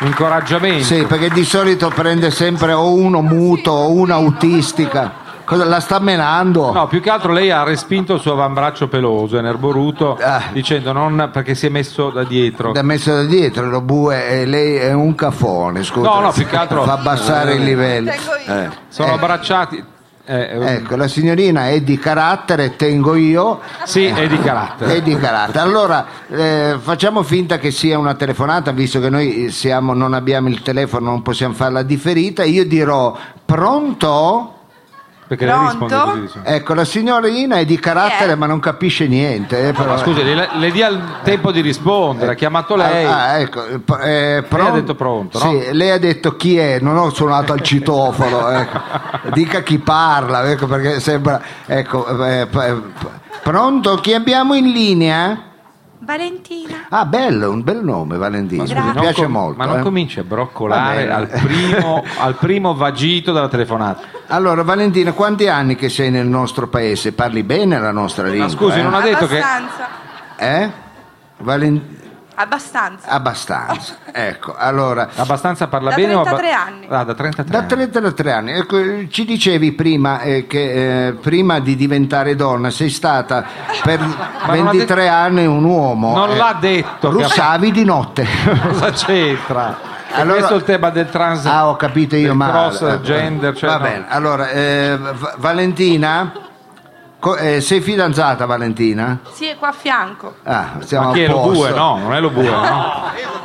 [SPEAKER 2] incoraggiamento.
[SPEAKER 3] Sì, perché di solito prende sempre o uno muto o una autistica. Cosa la sta menando?
[SPEAKER 2] No, più che altro lei ha respinto il suo avambraccio peloso, enerboruto,
[SPEAKER 3] Ah.
[SPEAKER 2] dicendo non perché si è messo da dietro.
[SPEAKER 3] Da messo da dietro lo bue e lei è un cafone, scusa.
[SPEAKER 2] No, no, più che altro-
[SPEAKER 3] fa abbassare il livello.
[SPEAKER 7] Tengo io.
[SPEAKER 2] Sono abbracciati. eh, eh,
[SPEAKER 3] Ecco, la signorina è di carattere, tengo io.
[SPEAKER 2] Sì, è di carattere.
[SPEAKER 3] È di carattere. Allora, eh, facciamo finta che sia una telefonata, visto che noi siamo, non abbiamo il telefono, non possiamo farla differita. Io dirò pronto?
[SPEAKER 2] Perché lei risponde
[SPEAKER 7] Pronto?
[SPEAKER 2] così. diciamo.
[SPEAKER 3] Ecco, la signorina è di carattere,
[SPEAKER 7] Chi è?
[SPEAKER 3] ma non capisce niente. eh, però-
[SPEAKER 2] Ma scusi, le, le dia il tempo di rispondere. Ha chiamato lei.
[SPEAKER 3] Ah, ah, ecco, eh, pr- eh, pron-
[SPEAKER 2] ha detto pronto, no?
[SPEAKER 3] Sì, lei ha detto chi è, non ho suonato al citofono, ecco. dica chi parla, ecco, perché sembra... Ecco, eh, p- eh, p- pronto, chi abbiamo in linea?
[SPEAKER 7] Valentina.
[SPEAKER 3] Ah, bello, un bel nome Valentino,
[SPEAKER 7] scusi,
[SPEAKER 3] mi
[SPEAKER 7] non
[SPEAKER 2] Non
[SPEAKER 3] piace
[SPEAKER 2] com-
[SPEAKER 3] molto.
[SPEAKER 2] Ma non
[SPEAKER 3] eh.
[SPEAKER 2] cominci a broccolare
[SPEAKER 3] Va
[SPEAKER 2] al
[SPEAKER 3] bene.
[SPEAKER 2] primo, al primo vagito della telefonata.
[SPEAKER 3] Allora Valentina, quanti anni che sei nel nostro paese? Parli bene la nostra lingua?
[SPEAKER 2] Ma scusi,
[SPEAKER 3] eh?
[SPEAKER 2] non ha detto che.
[SPEAKER 7] Abbastanza.
[SPEAKER 3] Eh? Valen-
[SPEAKER 2] Ah.
[SPEAKER 7] Abbastanza.
[SPEAKER 3] Abbastanza, ecco, allora...
[SPEAKER 2] Abbastanza parla
[SPEAKER 7] Da
[SPEAKER 2] bene o abba-
[SPEAKER 7] 33 anni.
[SPEAKER 2] Ah, da 33
[SPEAKER 3] Da
[SPEAKER 2] anni.
[SPEAKER 3] 33 anni, Ecco, eh, ci dicevi prima eh, che eh, prima di diventare donna sei stata per
[SPEAKER 2] non ha
[SPEAKER 3] 23 anni un uomo.
[SPEAKER 2] Non
[SPEAKER 3] eh.
[SPEAKER 2] l'ha detto che-
[SPEAKER 3] Russavi di notte.
[SPEAKER 2] Cosa c'entra?
[SPEAKER 3] Allora-
[SPEAKER 2] Allora, questo è il tema del trans.
[SPEAKER 3] ah, ho capito io
[SPEAKER 2] del
[SPEAKER 3] male. Eh,
[SPEAKER 2] cross gender, cioè
[SPEAKER 3] Va
[SPEAKER 2] no.
[SPEAKER 3] bene, allora, eh, Va- Valentina, co- eh, sei fidanzata Valentina?
[SPEAKER 7] Sì, è qua a fianco.
[SPEAKER 3] Ah, siamo
[SPEAKER 2] Ma chi
[SPEAKER 3] a
[SPEAKER 2] è lo
[SPEAKER 3] posto.
[SPEAKER 2] bue? No, non è lo bue. no?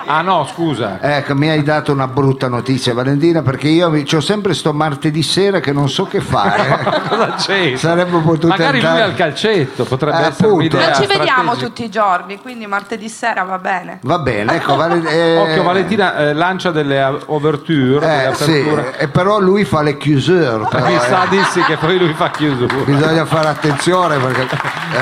[SPEAKER 2] Ah no, scusa.
[SPEAKER 3] Ecco, mi hai dato una brutta notizia Valentina perché io ho sempre sto martedì sera che non so che fare.
[SPEAKER 2] Cosa c'entra?
[SPEAKER 3] Sarebbe potuto
[SPEAKER 2] Magari
[SPEAKER 3] andare-
[SPEAKER 2] lui al calcetto potrebbe
[SPEAKER 3] Eh,
[SPEAKER 2] essere
[SPEAKER 3] appunto.
[SPEAKER 2] un'idea.
[SPEAKER 7] Non ci vediamo
[SPEAKER 2] strategica.
[SPEAKER 7] tutti i giorni, quindi martedì sera va bene.
[SPEAKER 3] Va bene, ecco, Valen- eh,
[SPEAKER 2] Occhio, Valentina eh, lancia delle a- overture, delle
[SPEAKER 3] Eh, sì,
[SPEAKER 2] aperture.
[SPEAKER 3] eh, però lui fa le chiusure. però, eh.
[SPEAKER 2] Chissà dissi che poi lui fa chiusura.
[SPEAKER 3] Bisogna fare attenzione perché.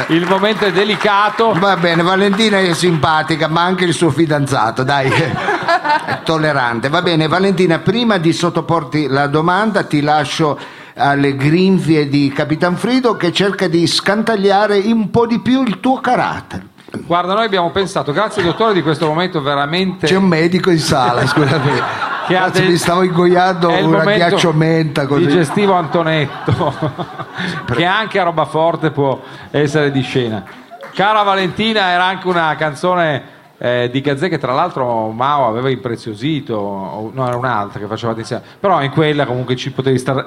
[SPEAKER 3] eh.
[SPEAKER 2] Il momento è delicato.
[SPEAKER 3] Va bene, Valentina è simpatica, ma anche il suo fidanzato, dai, è tollerante. Va bene, Valentina, prima di sottoporti la domanda, ti lascio alle grinfie di Capitan Frido che cerca di scantagliare un po' di più il tuo carattere.
[SPEAKER 2] Guarda, noi abbiamo pensato, grazie dottore di questo momento veramente...
[SPEAKER 3] C'è un medico in sala, scusami.
[SPEAKER 2] Che ha
[SPEAKER 3] Anzi,
[SPEAKER 2] del-
[SPEAKER 3] Mi stavo ingoiando
[SPEAKER 2] è il
[SPEAKER 3] una
[SPEAKER 2] momento
[SPEAKER 3] ghiacciomenta così.
[SPEAKER 2] Digestivo Antonetto, che anche a roba forte può essere di scena. Cara Valentina era anche una canzone eh, di Gazzè che tra l'altro Mao aveva impreziosito, o- no era un'altra che facevate insieme, però in quella comunque ci potevi stare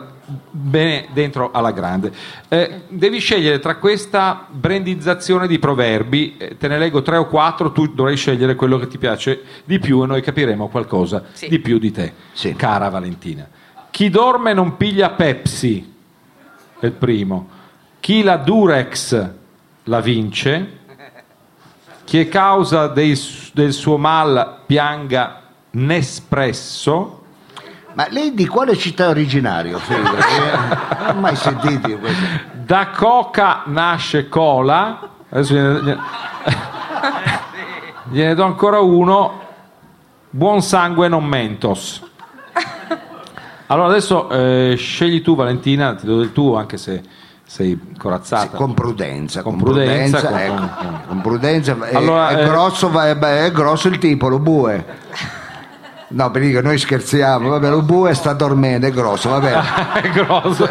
[SPEAKER 2] bene dentro alla grande. Eh, devi scegliere tra questa brandizzazione di proverbi, eh, te ne leggo tre o quattro, tu dovrai scegliere quello che ti piace di più e noi capiremo qualcosa
[SPEAKER 7] Sì.
[SPEAKER 2] di più di te,
[SPEAKER 3] Sì.
[SPEAKER 2] cara Valentina. Chi dorme non piglia Pepsi, è il primo. Chi la Durex la vince. Chi è causa dei su- del suo mal pianga Nespresso.
[SPEAKER 3] Ma lei di quale città è originario? Frido? Perché Non ho mai sentito io questo.
[SPEAKER 2] Da coca nasce cola. Adesso gliene, gliene- gliene do ancora uno. Buon sangue non mentos. Allora adesso eh, scegli tu Valentina, ti do del tuo anche se sei corazzata.
[SPEAKER 3] Con prudenza, con,
[SPEAKER 2] Certo. Con prudenza,
[SPEAKER 3] prudenza,
[SPEAKER 2] con-
[SPEAKER 3] ecco,
[SPEAKER 2] con-
[SPEAKER 3] con prudenza. È,
[SPEAKER 2] Allora,
[SPEAKER 3] è
[SPEAKER 2] eh,
[SPEAKER 3] grosso, va- è, è grosso il tipo, lo bue. No, per dico, noi scherziamo, vabbè, lo bue sta dormendo, è grosso, va bene.
[SPEAKER 2] È grosso.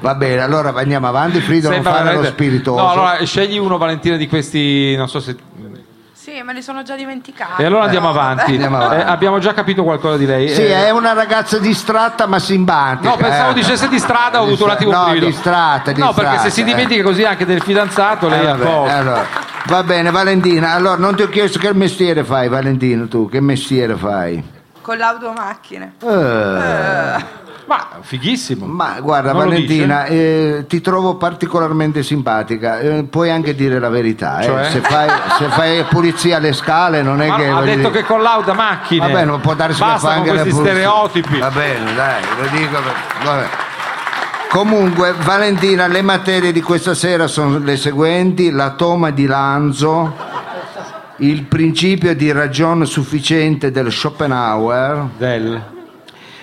[SPEAKER 3] Va bene, allora andiamo avanti, Frido, non
[SPEAKER 2] Sembra
[SPEAKER 3] fare lo
[SPEAKER 2] veramente-
[SPEAKER 3] spiritoso.
[SPEAKER 2] No, allora scegli uno Valentina di questi, non so se
[SPEAKER 7] Sì, me li sono già dimenticati.
[SPEAKER 2] E allora andiamo
[SPEAKER 7] però,
[SPEAKER 2] avanti.
[SPEAKER 3] Ah. Andiamo avanti.
[SPEAKER 2] Eh, abbiamo già capito qualcosa di lei.
[SPEAKER 3] Sì,
[SPEAKER 2] Eh,
[SPEAKER 3] è una ragazza distratta ma simbatica.
[SPEAKER 2] No, pensavo
[SPEAKER 3] eh.
[SPEAKER 2] dicesse di strada, ho avuto un
[SPEAKER 3] Distra-
[SPEAKER 2] attimo un
[SPEAKER 3] no,
[SPEAKER 2] brivido.
[SPEAKER 3] distratta,
[SPEAKER 2] No, perché se
[SPEAKER 3] distratta,
[SPEAKER 2] si
[SPEAKER 3] eh.
[SPEAKER 2] dimentica così anche del fidanzato, lei
[SPEAKER 3] Eh,
[SPEAKER 2] è a
[SPEAKER 3] vabbè,
[SPEAKER 2] posto.
[SPEAKER 3] allora. Va bene, Valentina, allora non ti ho chiesto che mestiere fai, Valentino, tu, che mestiere fai?
[SPEAKER 7] Con l'automacchine.
[SPEAKER 3] Eh,
[SPEAKER 2] Ma fighissimo.
[SPEAKER 3] Ma guarda,
[SPEAKER 2] Non lo
[SPEAKER 3] Valentina, eh, ti trovo particolarmente simpatica, eh, puoi anche dire la verità, eh.
[SPEAKER 2] Cioè?
[SPEAKER 3] se, fai, se fai pulizia alle scale non è
[SPEAKER 2] Ma
[SPEAKER 3] che...
[SPEAKER 2] ha
[SPEAKER 3] voglio
[SPEAKER 2] detto
[SPEAKER 3] dire-
[SPEAKER 2] che con l'auda macchine.
[SPEAKER 3] Va bene, non può darsi che fa
[SPEAKER 2] Basta con
[SPEAKER 3] anche
[SPEAKER 2] questi
[SPEAKER 3] le pulci-
[SPEAKER 2] stereotipi.
[SPEAKER 3] Va bene, dai, lo dico. per- vabbè. Comunque, Valentina, le materie di questa sera sono le seguenti: la toma di Lanzo, il principio di ragione sufficiente del Schopenhauer,
[SPEAKER 2] Del.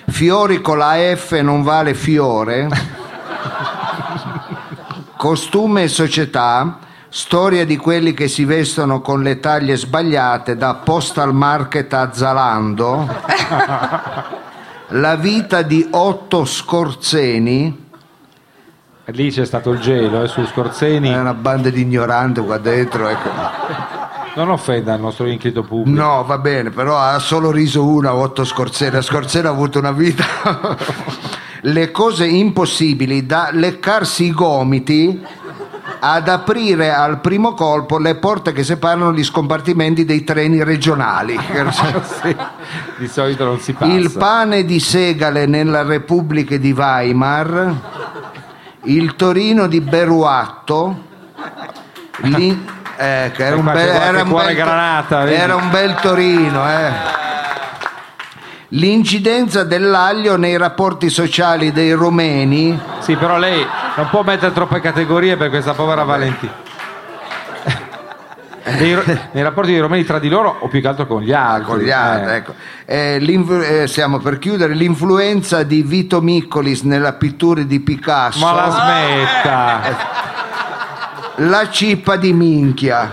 [SPEAKER 3] fiori con la F non vale fiore, costume e società, storia di quelli che si vestono con le taglie sbagliate da postal market a Zalando, la vita di Otto Scorzeni,
[SPEAKER 2] Lì c'è stato il gelo, eh, su Scorzeni.
[SPEAKER 3] è una banda di ignoranti qua dentro, ecco.
[SPEAKER 2] Non offenda il nostro inclito pubblico.
[SPEAKER 3] No, va bene, però ha solo riso una Otto Scorsena. Scorsena ha avuto una vita. Le cose impossibili da leccarsi i gomiti ad aprire al primo colpo le porte che separano gli scompartimenti dei treni regionali.
[SPEAKER 2] Sì, Di solito non si passa.
[SPEAKER 3] Il pane di segale nella Repubblica di Weimar, il Torino di Beruatto, l'in- ecco, era,
[SPEAKER 2] E
[SPEAKER 3] un
[SPEAKER 2] qua
[SPEAKER 3] bel,
[SPEAKER 2] c'è qualche
[SPEAKER 3] era un
[SPEAKER 2] cuore
[SPEAKER 3] bel-
[SPEAKER 2] granata, vedi?
[SPEAKER 3] era un bel Torino. eh. L'incidenza dell'aglio nei rapporti sociali dei romeni,
[SPEAKER 2] Sì, però lei non può mettere troppe categorie per questa povera Valentina. Nei, ro- nei rapporti dei romani tra di loro o più che altro con gli altri.
[SPEAKER 3] con gli altri,
[SPEAKER 2] eh.
[SPEAKER 3] ecco. Eh, l'influ- eh, stiamo per chiudere, l'influenza di Vito Miccolis nella pittura di Picasso,
[SPEAKER 2] Ma la smetta.
[SPEAKER 3] la cippa di minchia.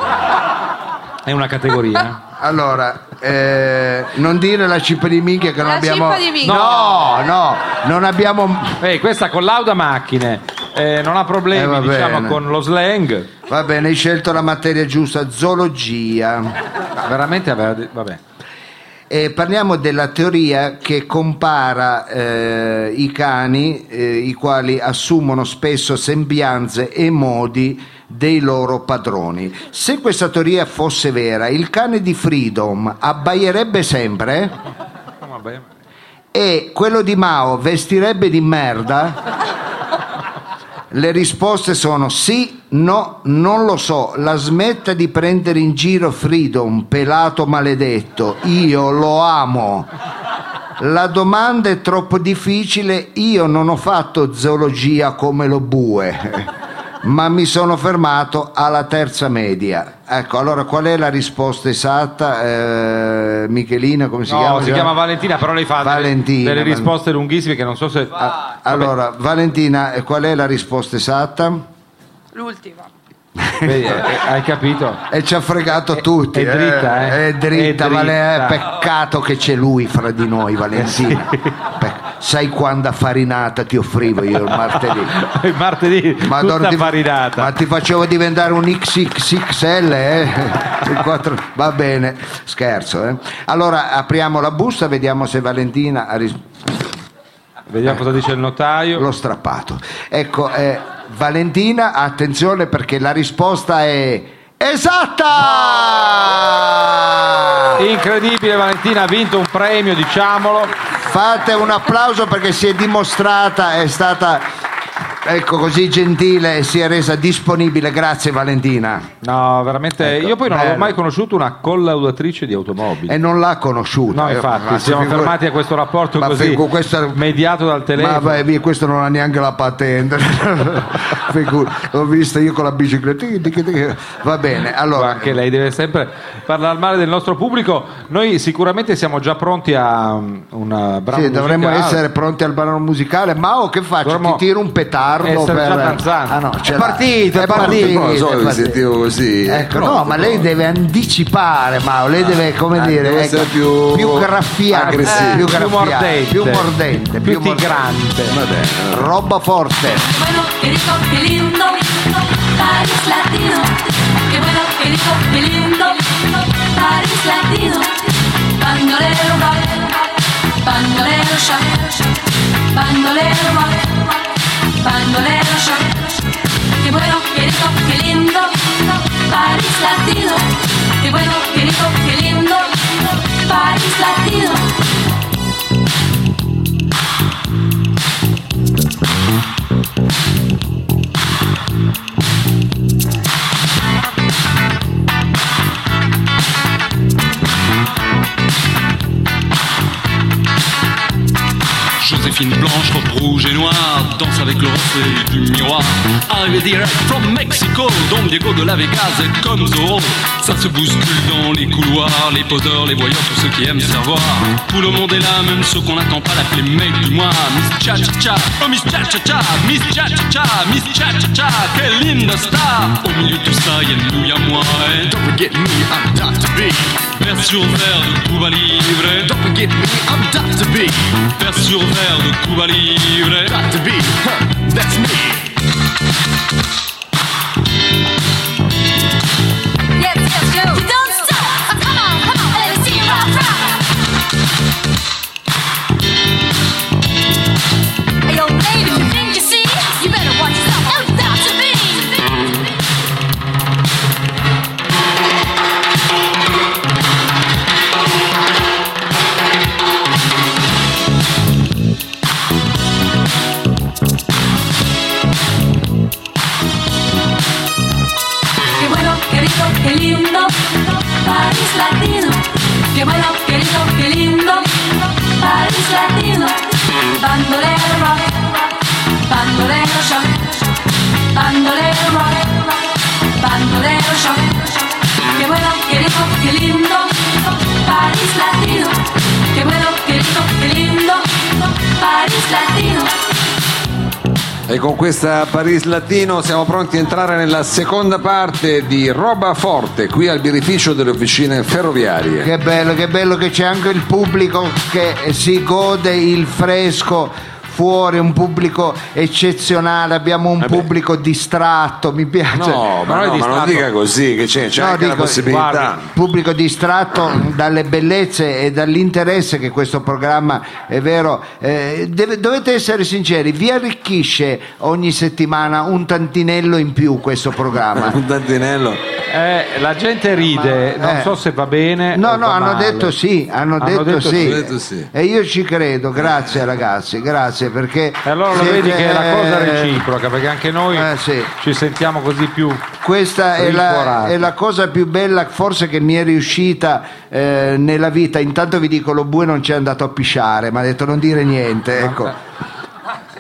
[SPEAKER 2] È una categoria.
[SPEAKER 3] Allora, eh, non dire la cippa di minchia che non
[SPEAKER 7] La
[SPEAKER 3] abbiamo.
[SPEAKER 7] cippa di minchia.
[SPEAKER 3] No, no, non abbiamo.
[SPEAKER 2] Eh, questa con l'auda macchine eh, non ha
[SPEAKER 3] Eh,
[SPEAKER 2] problemi
[SPEAKER 3] va
[SPEAKER 2] diciamo
[SPEAKER 3] bene.
[SPEAKER 2] con lo slang.
[SPEAKER 3] Va bene, hai scelto la materia giusta, zoologia.
[SPEAKER 2] Ma veramente aveva de- vabbè.
[SPEAKER 3] E parliamo della teoria che compara eh, i cani, eh, i quali assumono spesso sembianze e modi dei loro padroni. Se questa teoria fosse vera, il cane di Freedom abbaierebbe sempre?
[SPEAKER 2] Vabbè.
[SPEAKER 3] e quello di Mao vestirebbe di merda? Le risposte sono sì, no, non lo so. La smetta di prendere in giro Freedom, pelato maledetto. Io lo amo. La domanda è troppo difficile. Io non ho fatto zoologia come lo bue. ma mi sono fermato alla terza media. Ecco, allora qual è la risposta esatta? Eh, Michelina, come si
[SPEAKER 2] No,
[SPEAKER 3] chiama?
[SPEAKER 2] si chiama Valentina, però lei fa delle-
[SPEAKER 3] Valentina,
[SPEAKER 2] delle,
[SPEAKER 3] Val-
[SPEAKER 2] risposte lunghissime che non so se...
[SPEAKER 3] Ah, allora, Valentina, eh, qual è la risposta esatta?
[SPEAKER 7] L'ultima.
[SPEAKER 2] Vedi, eh, hai capito?
[SPEAKER 3] E ci ha fregato tutti.
[SPEAKER 2] Eh, è dritta, eh.
[SPEAKER 3] È dritta,
[SPEAKER 2] È dritta.
[SPEAKER 3] Vale- eh, peccato che c'è lui fra di noi, Valentina. Pe- sai quanta farinata ti offrivo io il martedì?
[SPEAKER 2] Il martedì
[SPEAKER 3] Madonna,
[SPEAKER 2] tutta
[SPEAKER 3] ti-
[SPEAKER 2] farinata.
[SPEAKER 3] ma ti facevo diventare un XXXL, eh? Il quattro- Va bene, scherzo. eh. Allora apriamo la busta, vediamo se Valentina ha ris-
[SPEAKER 2] Vediamo cosa dice il notaio.
[SPEAKER 3] l'ho strappato. Ecco, eh, Valentina, attenzione perché la risposta è esatta!
[SPEAKER 2] Incredibile, Valentina ha vinto un premio, diciamolo.
[SPEAKER 3] Fate un applauso perché si è dimostrata, è stata ecco così gentile e si è resa disponibile. Grazie Valentina.
[SPEAKER 2] No, veramente,
[SPEAKER 3] Ecco,
[SPEAKER 2] io poi non avevo
[SPEAKER 3] bello.
[SPEAKER 2] mai conosciuto una collaudatrice di automobili.
[SPEAKER 3] E non l'ha conosciuta.
[SPEAKER 2] No,
[SPEAKER 3] Eh,
[SPEAKER 2] infatti,
[SPEAKER 3] ma
[SPEAKER 2] siamo
[SPEAKER 3] figura-
[SPEAKER 2] fermati a questo rapporto
[SPEAKER 3] ma
[SPEAKER 2] così
[SPEAKER 3] figu- questa-
[SPEAKER 2] mediato dal
[SPEAKER 3] Ma
[SPEAKER 2] telefono.
[SPEAKER 3] vai via, questo non ha neanche la patente. Figura- L'ho vista io con la bicicletta. Tic, tic, tic. Va bene, allora.
[SPEAKER 2] Anche lei deve sempre parlare male del nostro pubblico. Noi sicuramente siamo già pronti a um, una brava
[SPEAKER 3] Sì, dovremmo essere pronti al brano musicale. Ma oh, che faccio?
[SPEAKER 2] Dovremmo
[SPEAKER 3] Ti tiro un petardo
[SPEAKER 2] essere
[SPEAKER 3] per.
[SPEAKER 2] già danzando.
[SPEAKER 3] Ah, no, ce
[SPEAKER 4] È
[SPEAKER 3] l'ha.
[SPEAKER 4] partito, è
[SPEAKER 3] partito,
[SPEAKER 1] Non lo so,
[SPEAKER 3] è
[SPEAKER 1] mi
[SPEAKER 3] partito.
[SPEAKER 1] sentivo così.
[SPEAKER 3] eh, Ecco,
[SPEAKER 1] Pronto,
[SPEAKER 3] no, ma lei
[SPEAKER 1] pronto.
[SPEAKER 3] deve anticipare, Mao, lei deve, come
[SPEAKER 1] ah,
[SPEAKER 3] dire,
[SPEAKER 1] deve
[SPEAKER 3] ecco,
[SPEAKER 1] essere più
[SPEAKER 3] graffiante,
[SPEAKER 1] aggressivo.
[SPEAKER 3] più,
[SPEAKER 2] più,
[SPEAKER 3] graffiante,
[SPEAKER 2] mordente,
[SPEAKER 3] più mordente,
[SPEAKER 2] più
[SPEAKER 3] più mordente.
[SPEAKER 2] tigrante.
[SPEAKER 1] Vabbè, allora.
[SPEAKER 3] roba forte.
[SPEAKER 8] bueno, qué rico, qué lindo, París Latino. Qué bueno, qué rico, qué lindo, París Latino. Bandolero, va, bandolero, ya, bandolero, va, bandolero, ya. Qué bueno, qué rico, qué lindo, París Latino. Qué bueno, qué rico, qué lindo, París Latino.
[SPEAKER 9] Joséphine Blanche, robe rouge et noire, danse avec le reflet du miroir. Arrivé direct from Mexico, Don Diego de la Vegas est comme Zorro. Ça se bouscule dans les couloirs, les poseurs, les voyeurs, tous ceux qui aiment savoir. Tout le monde est là, même ceux qu'on n'attend pas, l'appeler mec du mois. Miss Cha Cha Cha, oh Miss Cha Cha Cha, Miss Cha Cha Cha, Miss Cha Cha Cha, quelle linda star. Au milieu de tout ça, y'a nous, y'a moi. eh. et Don't forget me, I'm Dr. B. Vers sur verre de Cuba Libre. Don't forget me, I'm Dr. B. Vers sur verre de Cuba Libre. Dr. B, huh, that's me.
[SPEAKER 8] Yes, yes, go. You don't stop. Oh, come on, come on. Let me see you rock, rock. Hey, yo, baby, you think you see? You better watch yourself. Oh, it's not to be. Qué bueno, qué rico, qué lindo, París Latino. Qué bueno, qué rico, qué lindo, París Latino. Bandolero rock, bandolero shock, bandolero rock, bandolero shock. Qué bueno, qué rico, qué lindo, París Latino. Qué bueno, qué rico, qué lindo, París Latino.
[SPEAKER 1] E con questa Paris Latino siamo pronti a entrare nella seconda parte di Roba Forte, qui al birrificio delle officine ferroviarie.
[SPEAKER 3] Che bello, che bello che c'è anche il pubblico che si gode il fresco fuori, un pubblico eccezionale, abbiamo un pubblico distratto, mi piace.
[SPEAKER 1] No,
[SPEAKER 2] Ma noi
[SPEAKER 1] ma, no, ma non
[SPEAKER 2] distratto-
[SPEAKER 1] dica così, che c'è, c'è
[SPEAKER 3] No,
[SPEAKER 1] anche la
[SPEAKER 3] dico-
[SPEAKER 1] possibilità.
[SPEAKER 2] guardi,
[SPEAKER 3] pubblico distratto dalle bellezze e dall'interesse che questo programma è vero eh, deve- dovete essere sinceri vi arricchisce ogni settimana un tantinello in più questo programma
[SPEAKER 1] Un tantinello.
[SPEAKER 2] Eh, la gente ride,
[SPEAKER 3] Ma-
[SPEAKER 2] non
[SPEAKER 3] eh.
[SPEAKER 2] so se va bene.
[SPEAKER 3] No,
[SPEAKER 2] o
[SPEAKER 3] no,
[SPEAKER 2] va
[SPEAKER 3] hanno
[SPEAKER 2] male.
[SPEAKER 3] detto sì, hanno,
[SPEAKER 2] Hanno
[SPEAKER 3] detto,
[SPEAKER 2] detto
[SPEAKER 3] sì.
[SPEAKER 2] sì.
[SPEAKER 1] Hanno detto sì.
[SPEAKER 3] E io ci credo, grazie ragazzi, grazie perché...
[SPEAKER 2] E allora lo
[SPEAKER 3] siete-
[SPEAKER 2] vedi che è la cosa reciproca, perché anche noi
[SPEAKER 3] Eh, sì.
[SPEAKER 2] ci sentiamo così più.
[SPEAKER 3] Questa è la,
[SPEAKER 2] Rincuorati.
[SPEAKER 3] è la cosa più bella forse che mi è riuscita eh, nella
[SPEAKER 1] Ah,
[SPEAKER 3] vita. Intanto vi dico, lo bue non c'è andato a pisciare, mi ha detto non dire niente. Ecco.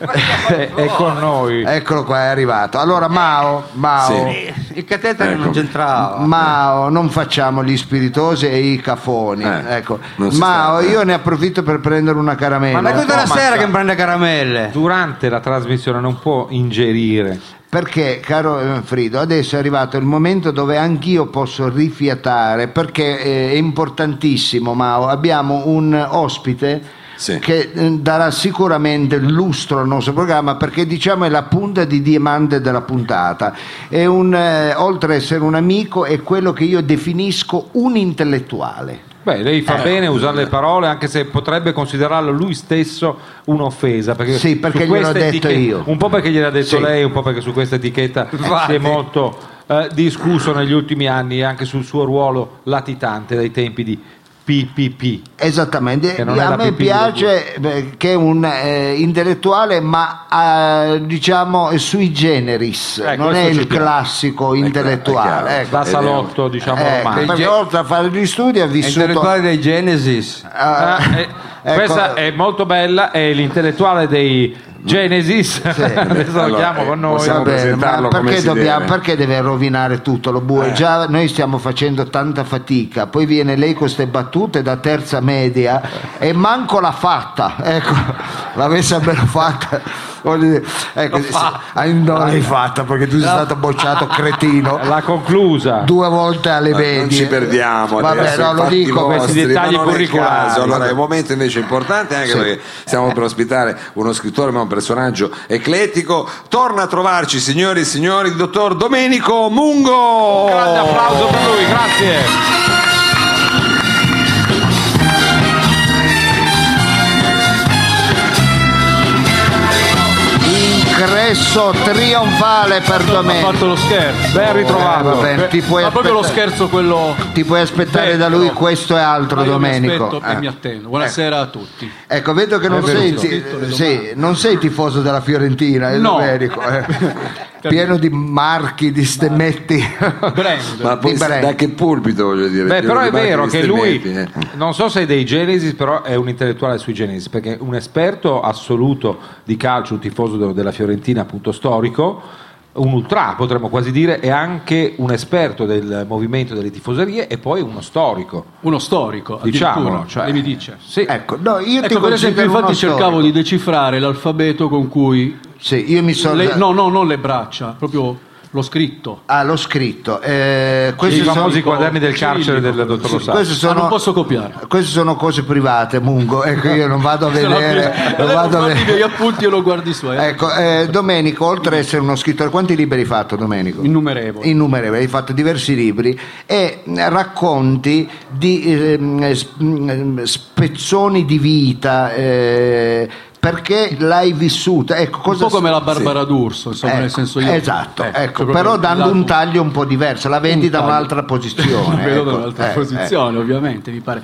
[SPEAKER 2] è, è eh, con noi.
[SPEAKER 3] Eccolo qua, è arrivato. Allora, Mao, Mao,
[SPEAKER 1] Sì.
[SPEAKER 4] Il catetere non
[SPEAKER 1] Ecco.
[SPEAKER 4] c'entrava.
[SPEAKER 3] Mao, non facciamo gli spiritosi e i cafoni.
[SPEAKER 1] Eh,
[SPEAKER 3] ecco.
[SPEAKER 1] non si
[SPEAKER 3] Mao,
[SPEAKER 1] sta, eh.
[SPEAKER 3] io ne approfitto per prendere una caramella.
[SPEAKER 4] Ma è tutta la
[SPEAKER 3] Oh,
[SPEAKER 4] sera
[SPEAKER 3] mazza.
[SPEAKER 4] che mi prende caramelle.
[SPEAKER 2] Durante la trasmissione non può ingerire.
[SPEAKER 3] Perché, caro Manfredo, adesso è arrivato il momento dove anch'io posso rifiatare, perché eh, è importantissimo, Mao. Abbiamo un ospite
[SPEAKER 1] Sì.
[SPEAKER 3] che eh, darà sicuramente lustro al nostro programma, perché diciamo è la punta di diamante della puntata. È un, eh, oltre ad essere un amico, è quello che io definisco un intellettuale.
[SPEAKER 2] Beh, lei fa bene usare le parole, anche se potrebbe considerarlo lui stesso un'offesa. Perché
[SPEAKER 3] Sì, perché
[SPEAKER 2] su
[SPEAKER 3] gliel'ho
[SPEAKER 2] questa
[SPEAKER 3] detto
[SPEAKER 2] etichetta-
[SPEAKER 3] io.
[SPEAKER 2] Un po' perché gliel'ha detto
[SPEAKER 3] Sì.
[SPEAKER 2] lei, un po' perché su questa etichetta si
[SPEAKER 4] Infatti.
[SPEAKER 2] è molto eh, discusso negli ultimi anni, anche sul suo ruolo latitante dai tempi di PPP.
[SPEAKER 3] Esattamente,
[SPEAKER 2] Che non è
[SPEAKER 3] a
[SPEAKER 2] la
[SPEAKER 3] me
[SPEAKER 2] pipì della
[SPEAKER 3] piace beh, che è un eh, intellettuale ma eh, diciamo sui generis,
[SPEAKER 2] Eh,
[SPEAKER 3] non è
[SPEAKER 2] questo ci Ecco,
[SPEAKER 3] il
[SPEAKER 2] piace.
[SPEAKER 3] classiamo. classico
[SPEAKER 1] è
[SPEAKER 3] intellettuale.
[SPEAKER 1] chiaro.
[SPEAKER 3] Ecco.
[SPEAKER 2] Da
[SPEAKER 1] Ed è-
[SPEAKER 2] salotto, diciamo
[SPEAKER 3] Ecco,
[SPEAKER 2] romano.
[SPEAKER 3] perché oltre a fare gli studi ha
[SPEAKER 4] È
[SPEAKER 3] vissuto...
[SPEAKER 4] intellettuale dei Genesis.
[SPEAKER 3] ah,
[SPEAKER 2] Ah, eh,
[SPEAKER 3] ecco,
[SPEAKER 2] Questa è molto bella, è l'intellettuale dei Genesis. Adesso lo
[SPEAKER 1] Allora,
[SPEAKER 2] chiamo con
[SPEAKER 1] eh,
[SPEAKER 2] noi.
[SPEAKER 1] possiamo-
[SPEAKER 3] va bene, ma
[SPEAKER 1] presentarlo come
[SPEAKER 3] perché,
[SPEAKER 1] si
[SPEAKER 3] dobbiamo-
[SPEAKER 1] deve.
[SPEAKER 3] perché deve rovinare tutto lo bue? Già noi stiamo facendo tanta fatica, poi viene lei con queste battute da terza media e manco l'ha fatta, ecco, l'avesse almeno fatta. voglio dire, Ecco, se- eh, non l'hai fatta perché tu sei stato bocciato cretino
[SPEAKER 2] L'ha conclusa.
[SPEAKER 3] due volte alle medie.
[SPEAKER 1] Non ci perdiamo
[SPEAKER 3] Vabbè,
[SPEAKER 1] adesso
[SPEAKER 3] no,
[SPEAKER 1] i
[SPEAKER 3] lo
[SPEAKER 1] fatti
[SPEAKER 3] dico,
[SPEAKER 2] questi
[SPEAKER 1] vostri,
[SPEAKER 2] dettagli
[SPEAKER 1] ma non è il
[SPEAKER 2] curriculari.
[SPEAKER 1] caso. Allora,
[SPEAKER 2] Vabbè.
[SPEAKER 1] è un momento invece importante anche
[SPEAKER 3] Sì.
[SPEAKER 1] perché stiamo per ospitare uno scrittore, ma un personaggio eclettico. Torna a trovarci, signori e signori, il dottor Domenico Mungo.
[SPEAKER 2] Un grande applauso per lui, grazie.
[SPEAKER 3] ingresso trionfale per
[SPEAKER 10] Ha
[SPEAKER 3] domenica.
[SPEAKER 10] fatto lo scherzo.
[SPEAKER 2] Ben ritrovato.
[SPEAKER 3] Eh, va bene, ti puoi
[SPEAKER 10] Ma proprio lo
[SPEAKER 3] aspettare-
[SPEAKER 10] scherzo quello.
[SPEAKER 3] Ti puoi aspettare da lui questo e altro,
[SPEAKER 10] Ma io mi
[SPEAKER 3] Domenico.
[SPEAKER 10] aspetto e
[SPEAKER 3] Eh.
[SPEAKER 10] mi Eh, attendo. Buonasera a tutti.
[SPEAKER 3] Ecco, vedo che non sei,
[SPEAKER 10] vero, sì.
[SPEAKER 3] ti- sì, non sei tifoso della Fiorentina, eh,
[SPEAKER 10] No.
[SPEAKER 3] Domenico. eh. Pieno di marchi, di stemmetti.
[SPEAKER 10] Brand.
[SPEAKER 1] Ma poi
[SPEAKER 3] Di Brand.
[SPEAKER 1] da che pulpito voglio dire?
[SPEAKER 2] Beh,
[SPEAKER 1] Io
[SPEAKER 2] però è
[SPEAKER 1] rimarco
[SPEAKER 2] vero
[SPEAKER 1] gli
[SPEAKER 2] che lui,
[SPEAKER 1] stemmetti, eh.
[SPEAKER 2] non so se è dei Genesis, però è un intellettuale sui Genesis, perché è un esperto assoluto di calcio, un tifoso de- della Fiorentina, appunto storico, un ultra potremmo quasi dire, è anche un esperto del movimento delle tifoserie e poi uno storico.
[SPEAKER 10] Uno storico.
[SPEAKER 2] Diciamolo.
[SPEAKER 10] addirittura.
[SPEAKER 2] Cioè,
[SPEAKER 10] Lei mi dice.
[SPEAKER 2] Sì.
[SPEAKER 3] Ecco, no, io ti
[SPEAKER 10] Ecco, per esempio,
[SPEAKER 3] considero uno
[SPEAKER 10] infatti cercavo
[SPEAKER 3] storico.
[SPEAKER 10] di decifrare l'alfabeto con cui.
[SPEAKER 3] Sì, io mi sono...
[SPEAKER 10] le- no, no, non le braccia, proprio lo scritto.
[SPEAKER 3] Ah, l'ho scritto. Eh,
[SPEAKER 2] I
[SPEAKER 3] questi sono...
[SPEAKER 2] famosi quaderni del
[SPEAKER 10] cirillico.
[SPEAKER 2] carcere del dottor Lo Sacco.
[SPEAKER 3] queste
[SPEAKER 10] Ma
[SPEAKER 3] sono-
[SPEAKER 10] Ah, non posso copiare.
[SPEAKER 3] Queste sono cose private, Mungo, ecco io non vado a vedere, non
[SPEAKER 10] Lei non
[SPEAKER 3] vado a
[SPEAKER 10] guardi i
[SPEAKER 3] vedere.
[SPEAKER 10] miei appunti e lo guardi i suoi.
[SPEAKER 3] Ecco, eh, Domenico, oltre ad essere uno scrittore, quanti libri hai fatto Domenico?
[SPEAKER 10] Innumerevoli.
[SPEAKER 3] Innumerevoli, hai fatto diversi libri e mh, racconti di ehm, s- mh, spezzoni di vita eh, perché l'hai vissuta. Ecco,
[SPEAKER 10] un
[SPEAKER 3] cosa
[SPEAKER 10] po' come la Barbara
[SPEAKER 3] Sì.
[SPEAKER 10] D'Urso, insomma,
[SPEAKER 3] Ecco,
[SPEAKER 10] nel senso io.
[SPEAKER 3] esatto,
[SPEAKER 10] Eh,
[SPEAKER 3] ecco,
[SPEAKER 10] cioè proprio
[SPEAKER 3] però
[SPEAKER 10] il
[SPEAKER 3] dando
[SPEAKER 10] lato-
[SPEAKER 3] un taglio un po' diverso, la vendi da
[SPEAKER 10] taglio.
[SPEAKER 3] un'altra posizione.
[SPEAKER 10] La vedo da
[SPEAKER 3] ecco,
[SPEAKER 10] un'altra
[SPEAKER 3] eh,
[SPEAKER 10] posizione, ovviamente, mi pare.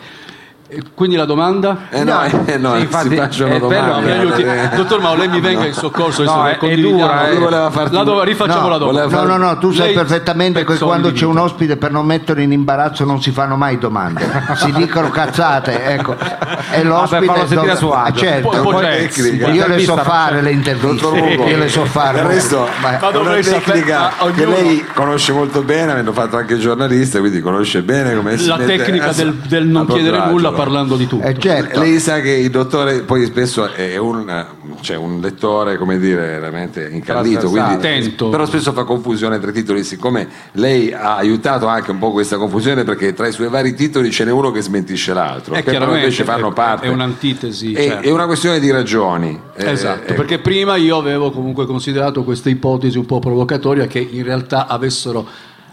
[SPEAKER 10] E quindi la domanda?
[SPEAKER 1] Eh no, eh no,
[SPEAKER 2] Sì, infatti,
[SPEAKER 1] si facciano
[SPEAKER 2] è bello,
[SPEAKER 10] Ah,
[SPEAKER 1] domande.
[SPEAKER 10] mi aiuti.
[SPEAKER 1] Eh,
[SPEAKER 10] Dottor Mao, lei mi venga in soccorso. adesso
[SPEAKER 2] No,
[SPEAKER 10] che
[SPEAKER 2] è- è
[SPEAKER 10] condividiamo.
[SPEAKER 2] dura, eh. Lui
[SPEAKER 1] voleva farti-
[SPEAKER 10] La dom- rifacciamo
[SPEAKER 3] No,
[SPEAKER 10] la domanda.
[SPEAKER 3] No, no, no, tu sai
[SPEAKER 10] Lei-
[SPEAKER 3] perfettamente che
[SPEAKER 10] pezzoni
[SPEAKER 3] quando
[SPEAKER 10] di
[SPEAKER 3] c'è un
[SPEAKER 10] vita.
[SPEAKER 3] ospite per non metterlo in imbarazzo non si fanno mai domande, si dicono cazzate, ecco.
[SPEAKER 10] Ah,
[SPEAKER 3] E l'ospite
[SPEAKER 2] farlo sentire a suo
[SPEAKER 3] Ah,
[SPEAKER 2] agio.
[SPEAKER 3] certo.
[SPEAKER 10] Un po'
[SPEAKER 1] poi
[SPEAKER 10] jazz,
[SPEAKER 1] tecnica.
[SPEAKER 3] Io le so
[SPEAKER 2] Intervista,
[SPEAKER 3] fare
[SPEAKER 10] certo.
[SPEAKER 3] le interviste,
[SPEAKER 1] Dottor Mungo,
[SPEAKER 3] io le so fare.
[SPEAKER 1] Del resto
[SPEAKER 3] Ma-
[SPEAKER 1] è una
[SPEAKER 10] dovrei
[SPEAKER 1] tecnica
[SPEAKER 10] sapere- ma
[SPEAKER 1] che
[SPEAKER 10] ognuno-
[SPEAKER 1] lei conosce molto bene, avendo fatto anche il giornalista, quindi conosce bene come si
[SPEAKER 10] La
[SPEAKER 1] mette-
[SPEAKER 10] tecnica
[SPEAKER 1] eh,
[SPEAKER 10] del,
[SPEAKER 1] sì,
[SPEAKER 10] del non
[SPEAKER 1] a proprio
[SPEAKER 10] chiedere
[SPEAKER 1] agio,
[SPEAKER 10] nulla
[SPEAKER 1] però.
[SPEAKER 10] parlando di tutto.
[SPEAKER 3] eh, certo.
[SPEAKER 1] Lei sa che il dottore poi spesso è un, cioè, un lettore, come dire, veramente incallito, quindi,
[SPEAKER 10] Attento.
[SPEAKER 1] però spesso fa confusione tra i titoli, siccome lei ha aiutato anche un po' questa confusione perché tra i suoi vari titoli ce n'è uno che smentisce l'altro,
[SPEAKER 10] Eh,
[SPEAKER 1] che però
[SPEAKER 10] chiaramente,
[SPEAKER 1] invece fanno
[SPEAKER 10] è-
[SPEAKER 1] parte.
[SPEAKER 10] è un'antitesi,
[SPEAKER 1] È,
[SPEAKER 10] certo.
[SPEAKER 1] è una questione di ragioni. Eh,
[SPEAKER 10] Esatto,
[SPEAKER 1] eh,
[SPEAKER 10] perché prima io avevo comunque considerato questa ipotesi un po' provocatoria che in realtà avessero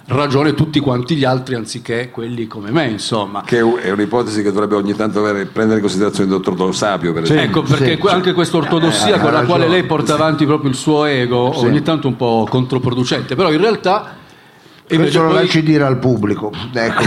[SPEAKER 10] ragione tutti quanti gli altri anziché quelli come me, insomma.
[SPEAKER 1] Che è un'ipotesi che dovrebbe ogni tanto avere- prendere in considerazione il dottor Lo Sapio, per esempio.
[SPEAKER 10] Ecco, perché
[SPEAKER 3] sì,
[SPEAKER 10] que- anche questa ortodossia
[SPEAKER 3] Eh,
[SPEAKER 10] con
[SPEAKER 3] ha
[SPEAKER 10] la quale
[SPEAKER 3] ragione,
[SPEAKER 10] lei porta avanti proprio il suo ego, ogni tanto un po' controproducente, però in realtà Invece
[SPEAKER 3] Questo lo
[SPEAKER 10] poi-
[SPEAKER 3] lasci dire al pubblico. Ecco.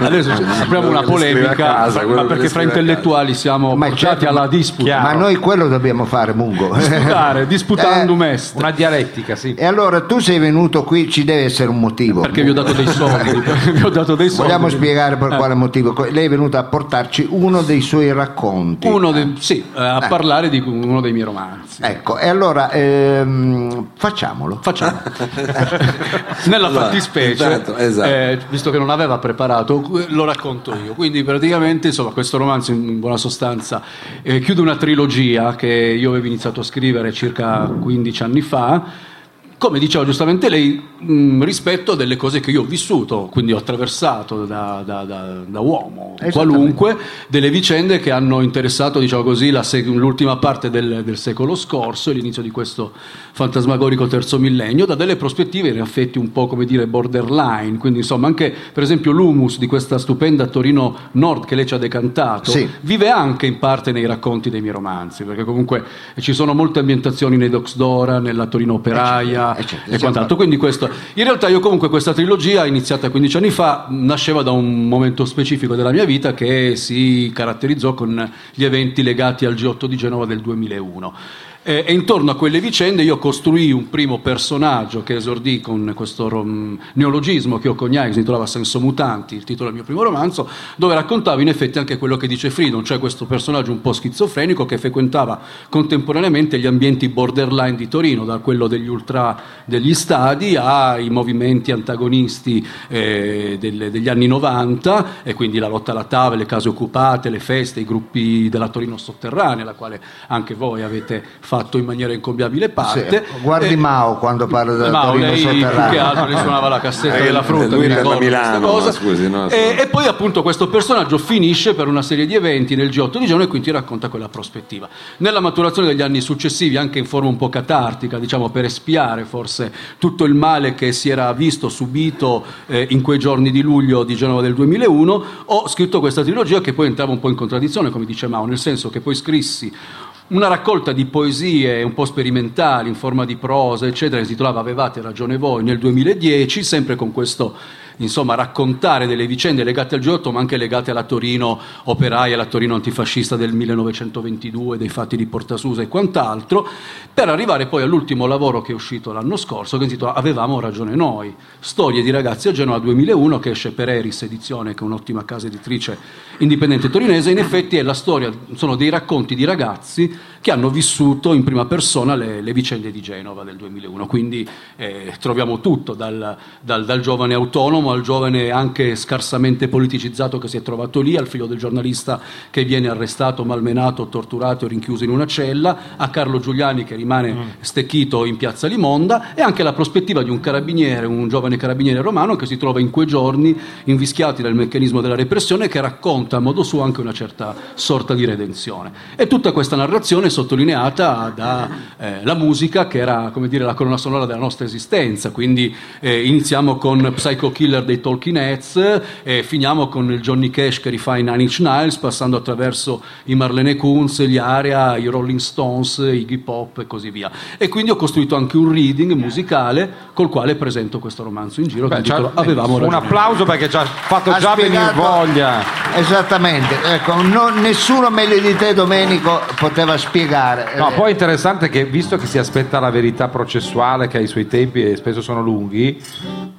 [SPEAKER 10] Adesso ci- apriamo
[SPEAKER 1] Quello
[SPEAKER 10] una
[SPEAKER 1] che le scrive
[SPEAKER 10] polemica,
[SPEAKER 1] a casa,
[SPEAKER 10] fra-
[SPEAKER 1] quello
[SPEAKER 10] ma
[SPEAKER 1] che le
[SPEAKER 10] perché
[SPEAKER 1] scrive
[SPEAKER 10] fra
[SPEAKER 1] a
[SPEAKER 10] intellettuali siamo
[SPEAKER 3] Ma
[SPEAKER 10] portati
[SPEAKER 3] certo,
[SPEAKER 10] alla
[SPEAKER 3] ma-
[SPEAKER 10] disputa.
[SPEAKER 3] Ma
[SPEAKER 2] Chiaro.
[SPEAKER 3] noi quello dobbiamo fare, Mungo.
[SPEAKER 10] Disputare, disputandum est.
[SPEAKER 2] Una dialettica, sì.
[SPEAKER 3] E allora tu sei venuto qui, ci deve essere un motivo.
[SPEAKER 10] Perché Eh. vi ho dato dei soldi. vi ho dato dei soldi.
[SPEAKER 3] Vogliamo spiegare per quale motivo? Co- Lei è venuta a portarci uno dei suoi racconti.
[SPEAKER 10] Uno dei- sì, eh, a parlare di uno dei miei romanzi.
[SPEAKER 3] Ecco, e allora ehm, facciamolo.
[SPEAKER 10] Facciamo. Nella
[SPEAKER 1] Allora,
[SPEAKER 10] fattispecie,
[SPEAKER 1] intanto, esatto.
[SPEAKER 10] eh, visto che non aveva preparato, lo racconto io. Quindi praticamente insomma, questo romanzo in buona sostanza eh, chiude una trilogia che io avevo iniziato a scrivere circa 15 anni fa. Come diceva giustamente lei, mh, rispetto a delle cose che io ho vissuto, quindi ho attraversato da, da- da- da uomo,
[SPEAKER 3] Esattamente.
[SPEAKER 10] qualunque, delle vicende che hanno interessato, diciamo così, la sec- l'ultima parte del, del secolo scorso, e l'inizio di questo fantasmagorico terzo millennio, da delle prospettive in effetti un po' come dire borderline, quindi insomma anche per esempio l'humus di questa stupenda Torino Nord che lei ci ha decantato,
[SPEAKER 3] Sì.
[SPEAKER 10] vive anche in parte nei racconti dei miei romanzi, perché comunque ci sono molte ambientazioni nei Dox Dora, nella Torino Operaia
[SPEAKER 3] Eccetera, eccetera.
[SPEAKER 10] e quant'altro. Quindi questo, in realtà io comunque questa trilogia, iniziata 15 anni fa, nasceva da un momento specifico della mia vita che si caratterizzò con gli eventi legati al G8 di Genova del 2001. E, e intorno a quelle vicende io costruii un primo personaggio che esordì con questo rom- neologismo che ho coniai, che si intitolava Senso Mutanti, il titolo del mio primo romanzo, dove raccontavo in effetti anche quello che dice Freedom, cioè questo personaggio un po' schizofrenico che frequentava contemporaneamente gli ambienti borderline di Torino, da quello degli ultra degli stadi ai movimenti antagonisti eh, del- degli anni 90, e quindi la lotta alla tavola, le case occupate, le feste, i gruppi della Torino sotterranea, la quale anche voi avete fatto in maniera incombiabile parte.
[SPEAKER 3] Sì, guardi
[SPEAKER 10] Eh,
[SPEAKER 3] Mao quando parla della
[SPEAKER 10] ma
[SPEAKER 3] Torino
[SPEAKER 10] lei più che
[SPEAKER 3] sotterranea.
[SPEAKER 10] altro le suonava la cassetta
[SPEAKER 1] Eh,
[SPEAKER 10] della frutta
[SPEAKER 1] lui
[SPEAKER 10] mi
[SPEAKER 1] era da
[SPEAKER 10] ricordo questa
[SPEAKER 1] Milano,
[SPEAKER 10] cosa. Eh,
[SPEAKER 1] ma scusi, no,
[SPEAKER 10] e,
[SPEAKER 1] sì.
[SPEAKER 10] e poi appunto questo personaggio finisce per una serie di eventi nel G8 di Genova e quindi racconta quella prospettiva nella maturazione degli anni successivi anche in forma un po' catartica diciamo per espiare forse tutto il male che si era visto subito eh, in quei giorni di luglio di Genova del 2001 ho scritto questa trilogia che poi entrava un po' in contraddizione come dice Mao nel senso che poi scrissi una raccolta di poesie un po' sperimentali in forma di prosa, eccetera, che si titolava Avevate ragione voi nel 2010, sempre con questo insomma raccontare delle vicende legate al G8 ma anche legate alla Torino operaia, alla Torino antifascista del 1922, dei fatti di Portasusa e quant'altro, per arrivare poi all'ultimo lavoro che è uscito l'anno scorso che si intitola Avevamo ragione noi, storie di ragazzi a Genova 2001 che esce per Eris Edizione che è un'ottima casa editrice indipendente torinese, in effetti è la storia, sono dei racconti di ragazzi che hanno vissuto in prima persona le, le vicende di Genova del 2001, quindi eh, troviamo tutto dal, dal- dal giovane autonomo al giovane anche scarsamente politicizzato che si è trovato lì, al figlio del giornalista che viene arrestato, malmenato, torturato e rinchiuso in una cella, a Carlo Giuliani che rimane stecchito in piazza Limonda e anche la prospettiva di un carabiniere, un giovane carabiniere romano che si trova in quei giorni invischiati dal meccanismo della repressione che racconta a modo suo anche una certa sorta di redenzione. E tutta questa narrazione è sottolineata dalla musica che era come dire, la colonna sonora della nostra esistenza, quindi eh, iniziamo con Psycho Killer dei Talking Heads e finiamo con il Johnny Cash che rifà i Nine Inch Nails passando attraverso i Marlene Kunz, gli Aria, i Rolling Stones, i Hip Hop e così via. E quindi ho costruito anche un reading musicale col quale presento questo romanzo in giro che
[SPEAKER 2] Beh, certo, già-
[SPEAKER 10] intitolo Avevamo
[SPEAKER 2] un
[SPEAKER 10] ragione.
[SPEAKER 2] applauso perché ci ha fatto
[SPEAKER 3] Ha
[SPEAKER 2] già venire
[SPEAKER 3] spiegato-
[SPEAKER 2] voglia.
[SPEAKER 3] Esattamente, ecco, no- nessuno meglio di te Domenico poteva spiegare.
[SPEAKER 2] No,
[SPEAKER 3] Eh,
[SPEAKER 2] poi è interessante che visto che si aspetta la verità processuale che ha i suoi tempi e spesso sono lunghi,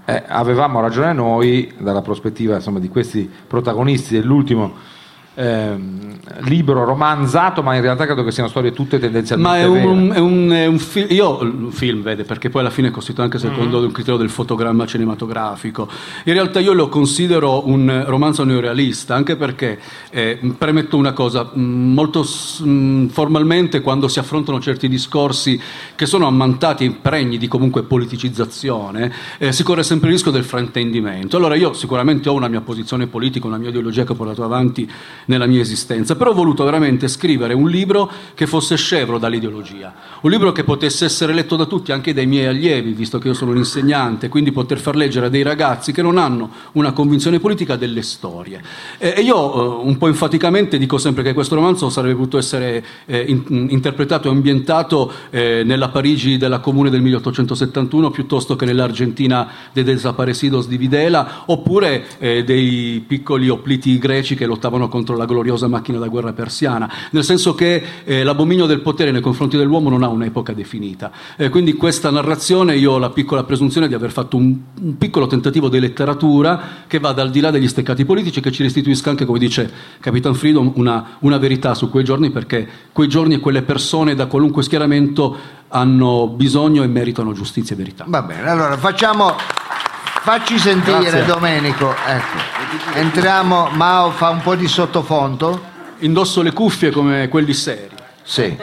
[SPEAKER 2] eh, avevamo ragione noi dalla prospettiva insomma, di questi protagonisti dell'ultimo ehm, libro romanzato, ma in realtà credo che siano storie tutte tendenzialmente
[SPEAKER 10] Ma è un,
[SPEAKER 2] vere.
[SPEAKER 10] è un- è un fi- io un film, vede, perché poi alla fine è costituito anche secondo il criterio del fotogramma cinematografico. In realtà io lo considero un eh, romanzo neorealista, anche perché eh, m- premetto una cosa, m, molto s- m, formalmente quando si affrontano certi discorsi che sono ammantati e pregni di comunque politicizzazione, eh, si corre sempre il rischio del fraintendimento. Allora io sicuramente ho una mia posizione politica, una mia ideologia che ho portato avanti nella mia esistenza, però ho voluto veramente scrivere un libro che fosse scevro dall'ideologia, un libro che potesse essere letto da tutti, anche dai miei allievi, visto che io sono un insegnante, quindi poter far leggere a dei ragazzi che non hanno una convinzione politica delle storie. Eh, E io eh, un po' enfaticamente dico sempre che questo romanzo sarebbe potuto essere eh, in- interpretato e ambientato eh, nella Parigi della Comune del 1871 piuttosto che nell'Argentina dei Desaparecidos di Videla oppure eh, dei piccoli opliti greci che lottavano contro la gloriosa macchina da guerra persiana, nel senso che eh, l'abominio del potere nei confronti dell'uomo non ha un'epoca definita. Eh, quindi questa narrazione io ho la piccola presunzione di aver fatto un, un piccolo tentativo di letteratura che vada al di là degli steccati politici che ci restituisca anche, come dice Capitan Freedom, una, una verità su quei giorni perché quei giorni e quelle persone da qualunque schieramento hanno bisogno e meritano giustizia e verità.
[SPEAKER 3] Va bene, allora facciamo. Facci sentire
[SPEAKER 10] Grazie.
[SPEAKER 3] Domenico. Ecco. Entriamo, Mao fa un po' di sottofondo.
[SPEAKER 10] Indosso le cuffie come quelli seri.
[SPEAKER 3] Sì.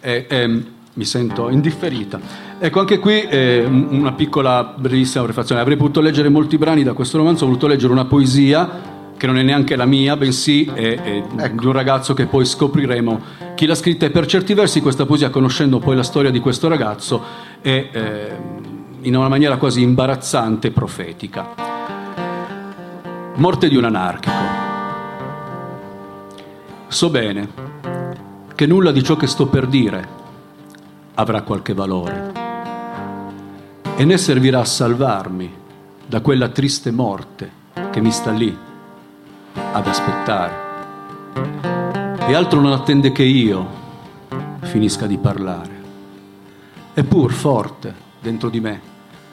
[SPEAKER 10] E, ehm, mi sento indifferita. Ecco, anche qui eh, un- una piccola, brevissima prefazione. Avrei potuto leggere molti brani da questo romanzo, ho voluto leggere una poesia che non è neanche la mia, bensì è, è di un ragazzo che poi scopriremo chi l'ha scritta e per certi versi questa poesia, conoscendo poi la storia di questo ragazzo, è ehm, in una maniera quasi imbarazzante profetica. Morte di un anarchico. So bene che nulla di ciò che sto per dire avrà qualche valore e né servirà a salvarmi da quella triste morte che mi sta lì ad aspettare. E altro non attende che io finisca di parlare. Eppur forte dentro di me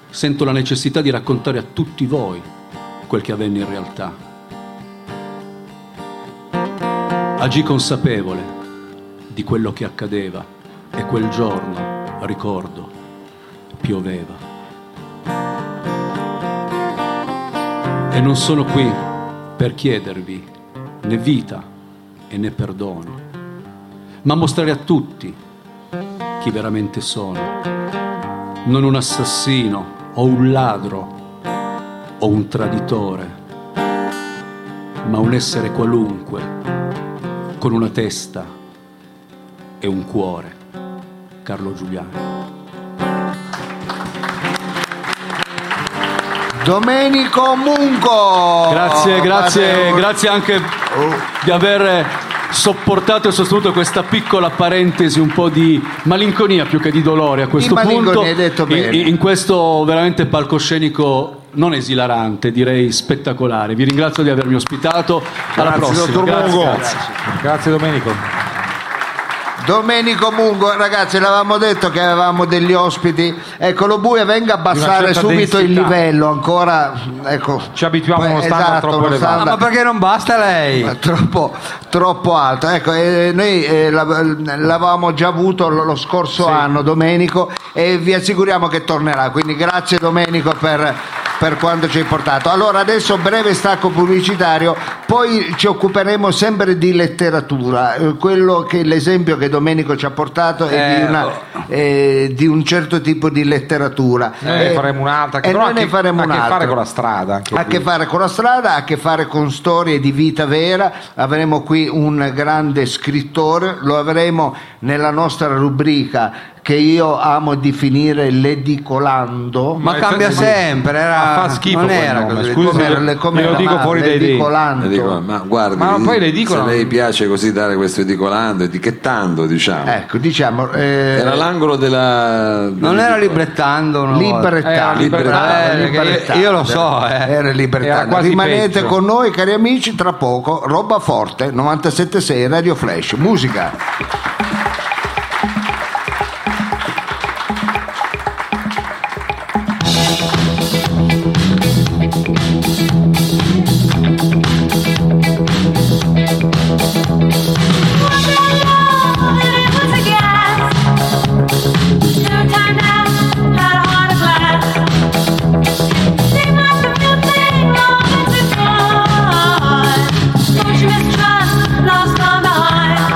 [SPEAKER 10] sento la necessità di raccontare a tutti voi quel che avvenne in realtà. Agì consapevole di quello che accadeva e quel giorno, ricordo, pioveva. E non sono qui per chiedervi né vita e né perdono, ma mostrare a tutti chi veramente sono. Non un assassino o un ladro o un traditore, ma un essere qualunque, con una testa e un cuore. Carlo Giuliani.
[SPEAKER 3] Domenico
[SPEAKER 4] Oh,
[SPEAKER 3] Munco.
[SPEAKER 10] Grazie, grazie,
[SPEAKER 3] Guarda,
[SPEAKER 10] grazie anche di aver sopportato e sostenuto questa piccola parentesi un po' di malinconia più che di dolore a questo
[SPEAKER 3] malinconia,
[SPEAKER 10] punto
[SPEAKER 3] hai detto
[SPEAKER 10] in,
[SPEAKER 3] bene.
[SPEAKER 10] in questo veramente palcoscenico non esilarante direi spettacolare vi ringrazio di avermi ospitato alla prossima Grazie, grazie.
[SPEAKER 2] Grazie Domenico.
[SPEAKER 3] Domenico Mungo, ragazzi, l'avevamo detto che avevamo degli ospiti. Ecco, lo Buia venga a
[SPEAKER 2] Di una
[SPEAKER 3] abbassare
[SPEAKER 2] certa
[SPEAKER 3] subito il
[SPEAKER 2] densità.
[SPEAKER 3] livello, ancora ecco.
[SPEAKER 2] Ci abituiamo a uno
[SPEAKER 3] Beh,
[SPEAKER 2] standard
[SPEAKER 3] esatto,
[SPEAKER 2] troppo
[SPEAKER 3] uno
[SPEAKER 2] elevato.
[SPEAKER 4] Ah, ma perché non basta lei?
[SPEAKER 3] Ma troppo, troppo alto. Ecco, eh, noi eh, l'av- l'avevamo già avuto lo, lo scorso anno, Domenico, e vi assicuriamo che tornerà. Quindi grazie Domenico per, per quanto ci hai portato. Allora, adesso breve stacco pubblicitario, poi ci occuperemo sempre di letteratura. Eh, quello che- l'esempio che Domenico ci ha portato è di,
[SPEAKER 4] Eh,
[SPEAKER 3] una-
[SPEAKER 2] oh.
[SPEAKER 3] eh, di un certo tipo di letteratura.
[SPEAKER 2] Noi ne
[SPEAKER 3] Eh,
[SPEAKER 2] faremo un'altra che
[SPEAKER 3] e
[SPEAKER 2] però
[SPEAKER 3] noi
[SPEAKER 2] ha
[SPEAKER 3] ne
[SPEAKER 2] che-
[SPEAKER 3] faremo
[SPEAKER 2] ha a che fare
[SPEAKER 3] un'altra
[SPEAKER 2] con la strada. Anche
[SPEAKER 3] ha a che
[SPEAKER 2] qui.
[SPEAKER 3] fare con la strada, ha a che fare con storie di vita vera. Avremo qui un grande scrittore, lo avremo nella nostra rubrica che io amo definire l'edicolando.
[SPEAKER 4] Ma
[SPEAKER 2] Ma
[SPEAKER 4] cambia
[SPEAKER 2] infatti-
[SPEAKER 4] sempre,
[SPEAKER 2] Ma
[SPEAKER 4] era,
[SPEAKER 2] fa schifo
[SPEAKER 4] non
[SPEAKER 2] quel
[SPEAKER 4] era
[SPEAKER 2] nome,
[SPEAKER 4] così.
[SPEAKER 2] scusi.
[SPEAKER 4] Come-
[SPEAKER 2] glielo- glielo
[SPEAKER 3] era,
[SPEAKER 2] dico
[SPEAKER 3] ma
[SPEAKER 2] fuori dai denti.
[SPEAKER 1] Le
[SPEAKER 10] Ecco.
[SPEAKER 3] l'edicolando.
[SPEAKER 1] dico, ma guardi,
[SPEAKER 2] Ma poi le dicono-
[SPEAKER 1] se lei piace così dare questo edicolando, etichettando, diciamo.
[SPEAKER 3] Ecco, diciamo, eh,
[SPEAKER 1] Era l'angolo della...
[SPEAKER 4] Non era librettando una volta.
[SPEAKER 3] Libertà,
[SPEAKER 2] Eh, libertà,
[SPEAKER 4] eh, perché
[SPEAKER 3] libertà.
[SPEAKER 4] io lo so, eh.
[SPEAKER 3] Era
[SPEAKER 2] Era
[SPEAKER 3] libertà.
[SPEAKER 2] quasi
[SPEAKER 3] Rimanete
[SPEAKER 2] peggio.
[SPEAKER 3] con noi, cari amici, tra poco roba forte 976 Radio Flash. Musica.
[SPEAKER 8] Don't you mistrust love's gone behind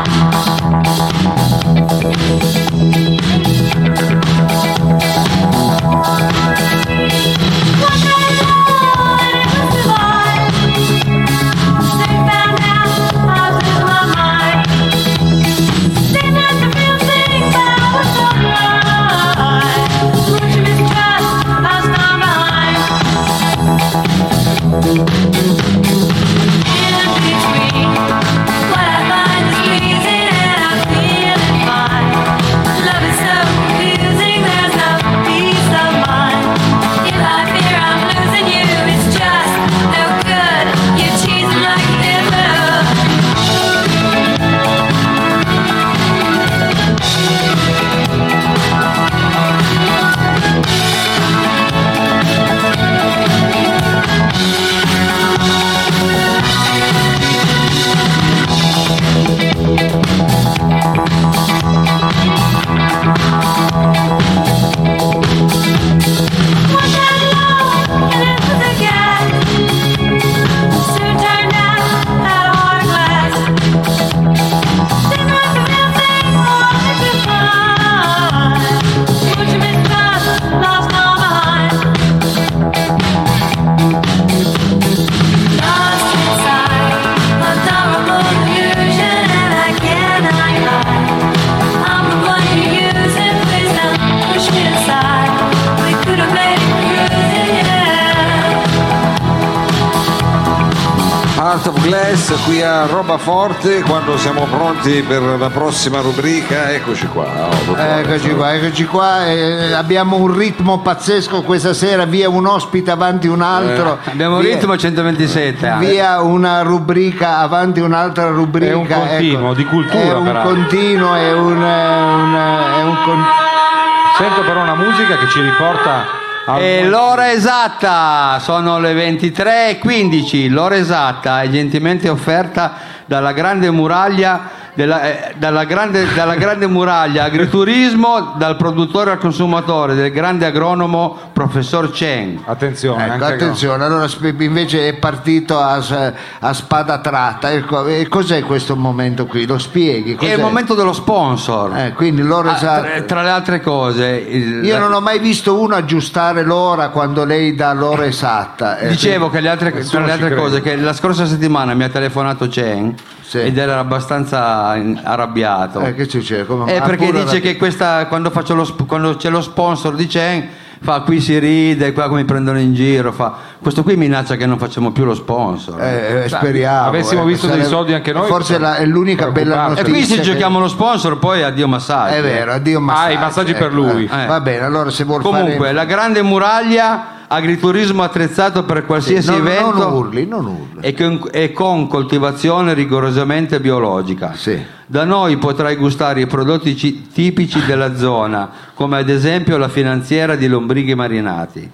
[SPEAKER 1] of Glass qui a Roba Forte quando siamo pronti per la prossima rubrica eccoci qua oh,
[SPEAKER 3] Eccoci qua, eccoci qua, eh, abbiamo un ritmo pazzesco questa sera, via un ospite avanti un altro,
[SPEAKER 4] Eh, Abbiamo un
[SPEAKER 3] via,
[SPEAKER 4] ritmo 127. Ale.
[SPEAKER 3] via una rubrica avanti un'altra rubrica. ecco.
[SPEAKER 2] È un continuo, di cultura,
[SPEAKER 3] È un
[SPEAKER 2] peraltro.
[SPEAKER 3] continuo, è un... È un, è un con-
[SPEAKER 2] Sento però una musica che ci riporta a
[SPEAKER 3] Eh,
[SPEAKER 4] E Eh, l'ora esatta sono le 23.15. L'ora esatta è gentilmente offerta dalla grande muraglia. della- eh, dalla, grande, dalla grande muraglia agriturismo dal produttore al consumatore del grande agronomo professor Chen
[SPEAKER 2] Attenzione,
[SPEAKER 3] Ecco,
[SPEAKER 2] anche
[SPEAKER 3] attenzione, allora sp- invece è partito a, s- a spada tratta. Ecco, e cos'è questo momento qui? Lo spieghi?
[SPEAKER 4] è
[SPEAKER 3] cos'è?
[SPEAKER 4] il momento dello sponsor
[SPEAKER 3] Eh, quindi l'ora
[SPEAKER 4] Ah,
[SPEAKER 3] esatta.
[SPEAKER 4] tra, tra le altre cose il-
[SPEAKER 3] Io non ho mai visto uno aggiustare l'ora quando lei dà l'ora esatta. Eh,
[SPEAKER 4] Dicevo che le altre,
[SPEAKER 2] Nessuno
[SPEAKER 4] tra le
[SPEAKER 2] ci
[SPEAKER 4] altre
[SPEAKER 2] crede.
[SPEAKER 4] cose, che la scorsa settimana mi ha telefonato Chen
[SPEAKER 3] Sì.
[SPEAKER 4] ed era abbastanza in- arrabbiato.
[SPEAKER 3] eh, che succede? Come-
[SPEAKER 4] Eh,
[SPEAKER 3] Ah,
[SPEAKER 4] perché
[SPEAKER 3] pure
[SPEAKER 4] dice
[SPEAKER 3] la-
[SPEAKER 4] che questa, quando, faccio lo sp- quando c'è lo sponsor di Chen, fa qui si ride, qua come prendono in giro, fa questo qui minaccia che non facciamo più lo sponsor.
[SPEAKER 3] Eh, eh, speriamo.
[SPEAKER 2] avessimo
[SPEAKER 3] eh,
[SPEAKER 2] visto dei
[SPEAKER 3] sarebbe-
[SPEAKER 2] soldi anche noi,
[SPEAKER 3] Forse la- è l'unica bella
[SPEAKER 4] e
[SPEAKER 3] notizia.
[SPEAKER 2] preoccupati.
[SPEAKER 4] qui se
[SPEAKER 3] che- Eh,
[SPEAKER 4] giochiamo lo sponsor, poi addio eh. massaggio.
[SPEAKER 3] È vero, addio massaggi.
[SPEAKER 2] Ah, i massaggi per lui.
[SPEAKER 3] eh.
[SPEAKER 4] Eh.
[SPEAKER 3] Va bene, allora se vuol
[SPEAKER 4] Comunque,
[SPEAKER 3] fare...
[SPEAKER 4] la grande muraglia, agriturismo attrezzato per qualsiasi
[SPEAKER 3] non,
[SPEAKER 4] evento. Eh,
[SPEAKER 3] non urli, non urli.
[SPEAKER 4] e con, e con coltivazione rigorosamente biologica.
[SPEAKER 3] Sì.
[SPEAKER 4] Da noi potrai gustare i prodotti ci- tipici della zona, come ad esempio la finanziera di lombrighi marinati.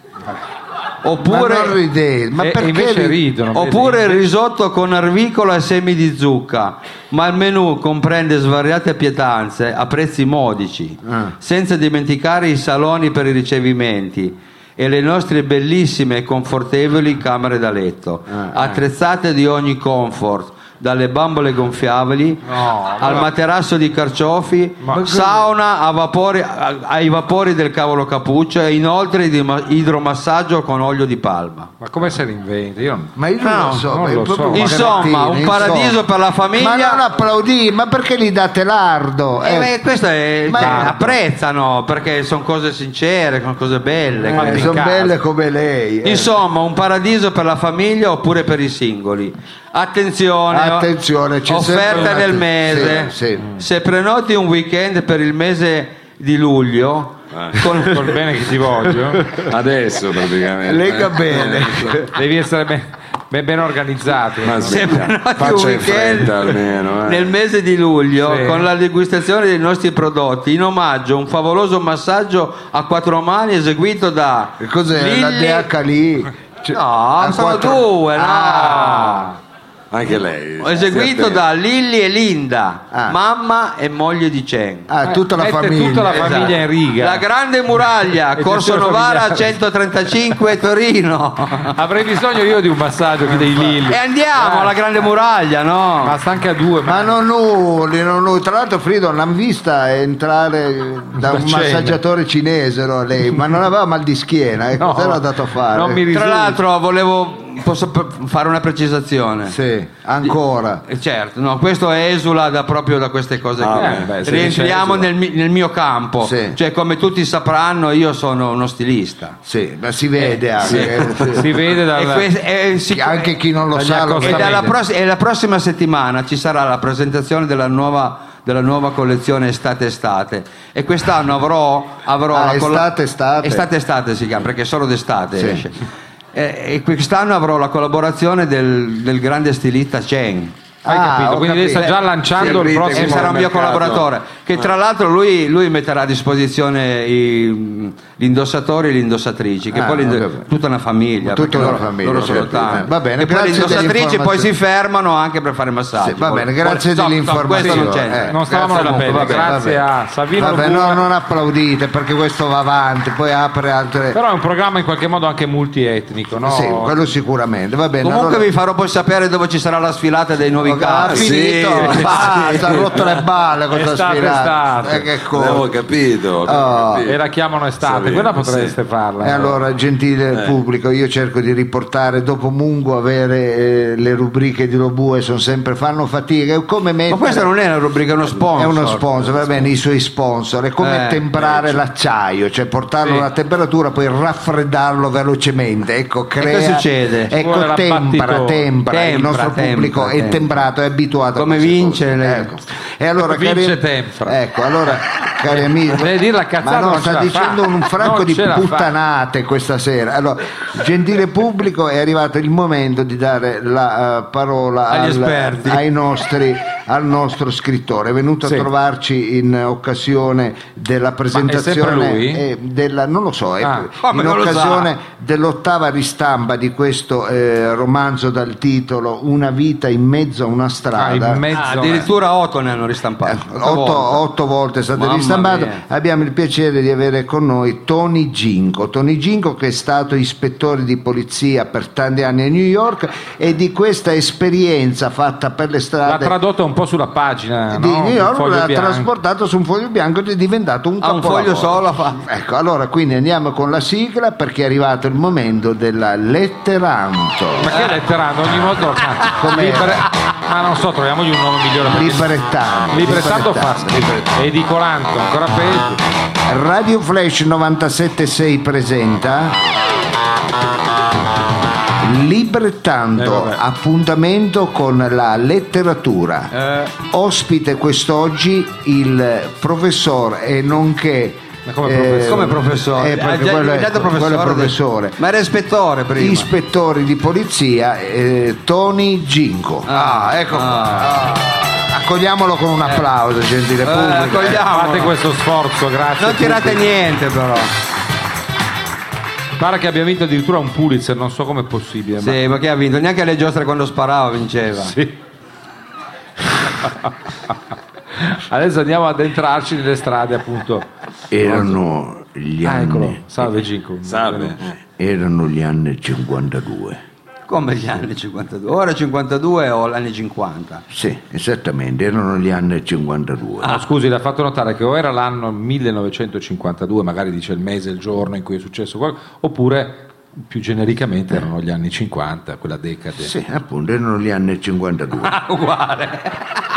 [SPEAKER 4] Oppure,
[SPEAKER 3] ma non ride, ma
[SPEAKER 2] E- e
[SPEAKER 3] perché
[SPEAKER 2] invece
[SPEAKER 3] ride?
[SPEAKER 2] ridono. vedi?
[SPEAKER 4] oppure il risotto con arvicola e semi di zucca, ma il menù comprende svariate pietanze a prezzi modici,
[SPEAKER 3] Ah.
[SPEAKER 4] senza dimenticare i saloni per i ricevimenti e le nostre bellissime e confortevoli camere da letto,
[SPEAKER 2] Ah, eh.
[SPEAKER 4] attrezzate di ogni comfort, dalle bambole gonfiabili
[SPEAKER 2] No,
[SPEAKER 4] al materasso di carciofi, sauna a vapori- a- ai vapori del cavolo cappuccio e inoltre idroma- idromassaggio con olio di palma.
[SPEAKER 2] Ma come se l'inventa? Io non...
[SPEAKER 3] Ma io non
[SPEAKER 4] No,
[SPEAKER 3] lo so,
[SPEAKER 2] non
[SPEAKER 3] ma è
[SPEAKER 2] lo
[SPEAKER 3] proprio
[SPEAKER 2] so.
[SPEAKER 3] un
[SPEAKER 4] Insomma,
[SPEAKER 3] cretino,
[SPEAKER 4] un
[SPEAKER 3] insomma.
[SPEAKER 4] paradiso per la famiglia.
[SPEAKER 3] Ma non applaudì, ma perché gli date lardo?
[SPEAKER 4] Eh,
[SPEAKER 3] Eh,
[SPEAKER 4] beh, questo è,
[SPEAKER 3] Ma-
[SPEAKER 4] cioè, apprezzano perché sono cose sincere, sono cose belle.
[SPEAKER 3] eh,
[SPEAKER 4] quindi-
[SPEAKER 2] in
[SPEAKER 3] sono
[SPEAKER 2] casa.
[SPEAKER 3] belle come lei. eh.
[SPEAKER 4] Insomma, un paradiso per la famiglia oppure per i singoli. Attenzione,
[SPEAKER 3] Attenzione, c'è sempre
[SPEAKER 4] offerte
[SPEAKER 3] una-
[SPEAKER 4] del mese.
[SPEAKER 3] Sì, sì.
[SPEAKER 4] Se prenoti un weekend per il mese di luglio, con-
[SPEAKER 2] Col bene che ti voglio,
[SPEAKER 1] adesso praticamente
[SPEAKER 3] Lega
[SPEAKER 1] Eh.
[SPEAKER 3] bene.
[SPEAKER 2] devi essere ben, ben- ben organizzato.
[SPEAKER 1] ma
[SPEAKER 4] se
[SPEAKER 1] sveglia,
[SPEAKER 4] prenoti un
[SPEAKER 1] faccia in
[SPEAKER 4] weekend
[SPEAKER 1] fretta almeno eh.
[SPEAKER 4] nel mese di luglio
[SPEAKER 2] Sì.
[SPEAKER 4] con la degustazione dei nostri prodotti in omaggio un favoloso massaggio a quattro mani eseguito da
[SPEAKER 3] Che Cos'è la
[SPEAKER 4] Lilli-
[SPEAKER 3] DH lì? Cioè,
[SPEAKER 4] no
[SPEAKER 3] a
[SPEAKER 4] sono
[SPEAKER 3] quattro-
[SPEAKER 4] due no
[SPEAKER 3] Ah,
[SPEAKER 1] anche lei
[SPEAKER 4] Ho eseguito da Lilli e Linda,
[SPEAKER 3] Ah.
[SPEAKER 4] mamma e moglie di Chen. Esatto.
[SPEAKER 3] ah, tutta la
[SPEAKER 2] Mette
[SPEAKER 3] famiglia.
[SPEAKER 2] tutta la famiglia in riga.
[SPEAKER 4] La grande muraglia,
[SPEAKER 2] E
[SPEAKER 4] Corso
[SPEAKER 2] gestione
[SPEAKER 4] Novara
[SPEAKER 2] familiare.
[SPEAKER 4] 135 Torino.
[SPEAKER 2] Avrei bisogno io di un massaggio che dei lilli.
[SPEAKER 4] E andiamo alla grande muraglia, no?
[SPEAKER 2] Basta anche a due,
[SPEAKER 3] Ma
[SPEAKER 2] ma,
[SPEAKER 3] non urli, non urli. Tra l'altro Frido l'hanno vista entrare da un
[SPEAKER 2] cena.
[SPEAKER 3] massaggiatore cinese, no, lei, ma non aveva mal di schiena, e
[SPEAKER 2] No,
[SPEAKER 3] cosa l'ha dato a fare?
[SPEAKER 2] non mi ri-
[SPEAKER 4] Tra
[SPEAKER 2] risulta.
[SPEAKER 4] l'altro volevo posso p- fare una precisazione.
[SPEAKER 3] Sì, ancora.
[SPEAKER 4] Eh, Certo, no, questo esula da- proprio da queste cose
[SPEAKER 1] Ah,
[SPEAKER 4] qui.
[SPEAKER 1] beh, beh, se
[SPEAKER 4] Rientriamo
[SPEAKER 1] dice
[SPEAKER 4] nel, mi- nel mio campo,
[SPEAKER 3] Sì.
[SPEAKER 4] cioè come tutti sapranno io sono uno stilista.
[SPEAKER 3] Sì, ma si vede anche. eh, sì.
[SPEAKER 2] si vede dal...
[SPEAKER 4] E que- e
[SPEAKER 3] Chi-
[SPEAKER 4] sic-
[SPEAKER 3] Anche chi non lo
[SPEAKER 2] Dagli
[SPEAKER 3] sa lo
[SPEAKER 4] E,
[SPEAKER 2] accostamenti.
[SPEAKER 3] sa.
[SPEAKER 4] dalla pross- e la prossima settimana ci sarà la presentazione della nuova, della nuova collezione estate-estate. E quest'anno avrò. avrò
[SPEAKER 3] Ah,
[SPEAKER 4] la collo-
[SPEAKER 3] estate-estate.
[SPEAKER 4] Estate-estate si chiama, perché solo d'estate
[SPEAKER 3] Sì.
[SPEAKER 4] esce. E, e quest'anno avrò la collaborazione del, del grande stilista Chen.
[SPEAKER 2] Hai
[SPEAKER 3] Ah,
[SPEAKER 2] capito?
[SPEAKER 3] ho
[SPEAKER 2] Quindi lei sta
[SPEAKER 3] capito.
[SPEAKER 2] già lanciando
[SPEAKER 1] Sì,
[SPEAKER 2] il
[SPEAKER 1] capite,
[SPEAKER 4] E
[SPEAKER 2] prossimo...
[SPEAKER 4] sarà un mio
[SPEAKER 1] mercato.
[SPEAKER 4] collaboratore che
[SPEAKER 3] Eh.
[SPEAKER 4] tra l'altro lui, lui metterà a disposizione i- gli indossatori e le indossatrici che
[SPEAKER 3] Ah,
[SPEAKER 4] poi
[SPEAKER 3] ho
[SPEAKER 4] l'indo-
[SPEAKER 3] capito.
[SPEAKER 4] tutta una famiglia
[SPEAKER 3] Tutta
[SPEAKER 4] perché
[SPEAKER 3] una
[SPEAKER 4] loro-
[SPEAKER 3] famiglia,
[SPEAKER 4] loro
[SPEAKER 3] ho
[SPEAKER 4] sono
[SPEAKER 3] capito.
[SPEAKER 4] tanti.
[SPEAKER 3] Va bene,
[SPEAKER 4] e poi le
[SPEAKER 3] grazie
[SPEAKER 4] indossatrici poi si
[SPEAKER 3] dell'informazione.
[SPEAKER 4] fermano anche per fare massaggi
[SPEAKER 3] Sì, va
[SPEAKER 4] Poi-
[SPEAKER 3] bene, grazie
[SPEAKER 4] stop, stop,
[SPEAKER 3] dell'informazione.
[SPEAKER 4] questo non c'è
[SPEAKER 3] Eh,
[SPEAKER 2] Non stavamo alla
[SPEAKER 4] Grazie
[SPEAKER 2] pelle,
[SPEAKER 4] comunque,
[SPEAKER 3] vabbè,
[SPEAKER 2] grazie
[SPEAKER 3] vabbè.
[SPEAKER 2] a Savino
[SPEAKER 3] Vabbè, no,
[SPEAKER 2] Lugura.
[SPEAKER 3] non applaudite perché questo va avanti, poi apre altre.
[SPEAKER 2] Però è un programma in qualche modo anche multietnico, no?
[SPEAKER 3] Sì, quello sicuramente. Va bene.
[SPEAKER 4] comunque
[SPEAKER 3] allora-
[SPEAKER 4] vi farò poi sapere dove ci sarà la sfilata dei nuovi
[SPEAKER 3] Ah,
[SPEAKER 4] capi
[SPEAKER 3] finito,
[SPEAKER 1] sì.
[SPEAKER 3] basta, ha rotto le balle con
[SPEAKER 2] È
[SPEAKER 3] sta
[SPEAKER 2] stato, è
[SPEAKER 3] sfilata.
[SPEAKER 2] stato.
[SPEAKER 3] Eh, che cosa.
[SPEAKER 1] avevo capito, avevo
[SPEAKER 3] Oh.
[SPEAKER 4] Ah.
[SPEAKER 1] capito.
[SPEAKER 2] E la chiamano estate quella
[SPEAKER 9] sì.
[SPEAKER 2] potreste farla.
[SPEAKER 3] E allora, gentile pubblico, io cerco di riportare dopo Mungo avere eh, le rubriche di Lobue, sono sempre fanno fatica. è Come mettere...
[SPEAKER 4] Ma questa non è una rubrica, è uno sponsor.
[SPEAKER 3] È uno sponsor, va bene, i suoi sponsor. È come
[SPEAKER 4] Eh,
[SPEAKER 3] temprare l'acciaio, cioè portarlo
[SPEAKER 10] Sì.
[SPEAKER 3] alla temperatura, poi raffreddarlo velocemente. Ecco, crea.
[SPEAKER 4] succede? Ci
[SPEAKER 2] vuole
[SPEAKER 3] Ecco, tempra,
[SPEAKER 2] l'abbattitore.
[SPEAKER 3] tempra. Il
[SPEAKER 4] Tempra,
[SPEAKER 3] nostro
[SPEAKER 4] tempra,
[SPEAKER 3] pubblico è
[SPEAKER 4] tempra.
[SPEAKER 3] temprato, è abituato. a
[SPEAKER 4] Come
[SPEAKER 3] queste
[SPEAKER 4] vince
[SPEAKER 3] cose.
[SPEAKER 4] le-
[SPEAKER 3] Ecco. E allora,
[SPEAKER 2] Vince
[SPEAKER 3] cari-
[SPEAKER 2] tempra.
[SPEAKER 3] Ecco, allora, cari amici.
[SPEAKER 2] Deve dire la cazzata,
[SPEAKER 3] Ma no,
[SPEAKER 2] non ce
[SPEAKER 3] sta
[SPEAKER 2] la fa.
[SPEAKER 3] dicendo un franco
[SPEAKER 2] Non
[SPEAKER 3] di
[SPEAKER 2] ce la fa.
[SPEAKER 3] puttanate questa sera. Allora, gentile pubblico, è arrivato il momento di dare la eh, parola
[SPEAKER 4] Agli
[SPEAKER 3] al-
[SPEAKER 4] esperti.
[SPEAKER 3] ai nostri, al nostro scrittore. È venuto
[SPEAKER 2] Sì.
[SPEAKER 3] a trovarci in occasione della presentazione.
[SPEAKER 2] lui?
[SPEAKER 3] eh, della, non lo so, è-
[SPEAKER 2] Ah,
[SPEAKER 4] come
[SPEAKER 3] in
[SPEAKER 4] non lo sa?
[SPEAKER 3] occasione dell'ottava ristampa di questo eh, romanzo dal titolo Una vita in mezzo a una
[SPEAKER 2] Ah,
[SPEAKER 3] strada.
[SPEAKER 2] in mezzo.
[SPEAKER 4] Ah, addirittura 8 ne hanno ristampato.
[SPEAKER 3] Eh, Otto otto volte. è stato
[SPEAKER 4] Ah, Mamma
[SPEAKER 3] ristampato.
[SPEAKER 4] mia.
[SPEAKER 3] Abbiamo il piacere di avere con noi Tony Ginco. Tony Ginco che è stato ispettore di polizia per tanti anni a New York e di questa esperienza fatta per le
[SPEAKER 2] L'ha
[SPEAKER 3] strade
[SPEAKER 2] tradotta un po' sulla pagina
[SPEAKER 3] di
[SPEAKER 2] Ah, no?
[SPEAKER 3] New
[SPEAKER 2] Un
[SPEAKER 3] York
[SPEAKER 2] foglio
[SPEAKER 3] l'ha
[SPEAKER 2] bianco.
[SPEAKER 3] trasportato su un foglio bianco ed è diventato un
[SPEAKER 4] Ha un foglio
[SPEAKER 3] capolavoro.
[SPEAKER 4] solo ha fatto.
[SPEAKER 3] Ecco, allora quindi andiamo con la sigla perché è arrivato il momento della letteranto.
[SPEAKER 2] Ma che letterando ogni volta lo fa?
[SPEAKER 3] Com'è?
[SPEAKER 2] Libre- Ma non so, troviamogli un nome migliore. perché-
[SPEAKER 3] Librettano.
[SPEAKER 2] Librettando fa
[SPEAKER 3] Librettano.
[SPEAKER 2] edicolante, ancora peggio.
[SPEAKER 3] Radio Flash 976 presenta Librettando,
[SPEAKER 2] Eh, vabbè.
[SPEAKER 3] appuntamento con la letteratura.
[SPEAKER 2] Eh,
[SPEAKER 3] Ospite quest'oggi il professor e nonché
[SPEAKER 2] Ma come professore?
[SPEAKER 4] Come professore?
[SPEAKER 3] eh,
[SPEAKER 4] Ha
[SPEAKER 3] perché
[SPEAKER 4] già
[SPEAKER 3] quello è-
[SPEAKER 4] diventato
[SPEAKER 3] quello è
[SPEAKER 4] del-
[SPEAKER 3] professore.
[SPEAKER 4] Ma era ispettore prima.
[SPEAKER 3] ispettore di polizia eh, Tony Ginco.
[SPEAKER 4] Ah,
[SPEAKER 3] ecco.
[SPEAKER 4] ah.
[SPEAKER 3] Ah. Accogliamolo con un applauso, gentile
[SPEAKER 4] Eh,
[SPEAKER 3] pubblico.
[SPEAKER 4] accogli- Vediamo.
[SPEAKER 2] Fate questo sforzo, grazie.
[SPEAKER 4] non tirate
[SPEAKER 2] tutti.
[SPEAKER 4] niente però.
[SPEAKER 2] Pare che abbia vinto addirittura un Pulitzer, non so com'è possibile. ma-
[SPEAKER 4] Sì, perché ha vinto. Neanche alle giostre quando sparava vinceva.
[SPEAKER 2] Sì. Adesso andiamo ad entrarci nelle strade, appunto.
[SPEAKER 11] Erano gli
[SPEAKER 2] Ah, eccolo.
[SPEAKER 11] anni,
[SPEAKER 2] Salve Ginko.
[SPEAKER 9] Salve.
[SPEAKER 11] erano gli anni 52.
[SPEAKER 4] Come gli anni 52. Ora 52 o gli anni 50.
[SPEAKER 11] Sì, esattamente, erano gli anni 52.
[SPEAKER 2] No, Ah, scusi, l'ha fatto notare che o era l'anno 1952, magari dice il mese, il giorno in cui è successo qualcosa, oppure più genericamente erano gli anni 50, quella decade.
[SPEAKER 11] Sì, appunto, erano gli anni 52.
[SPEAKER 4] Uguale.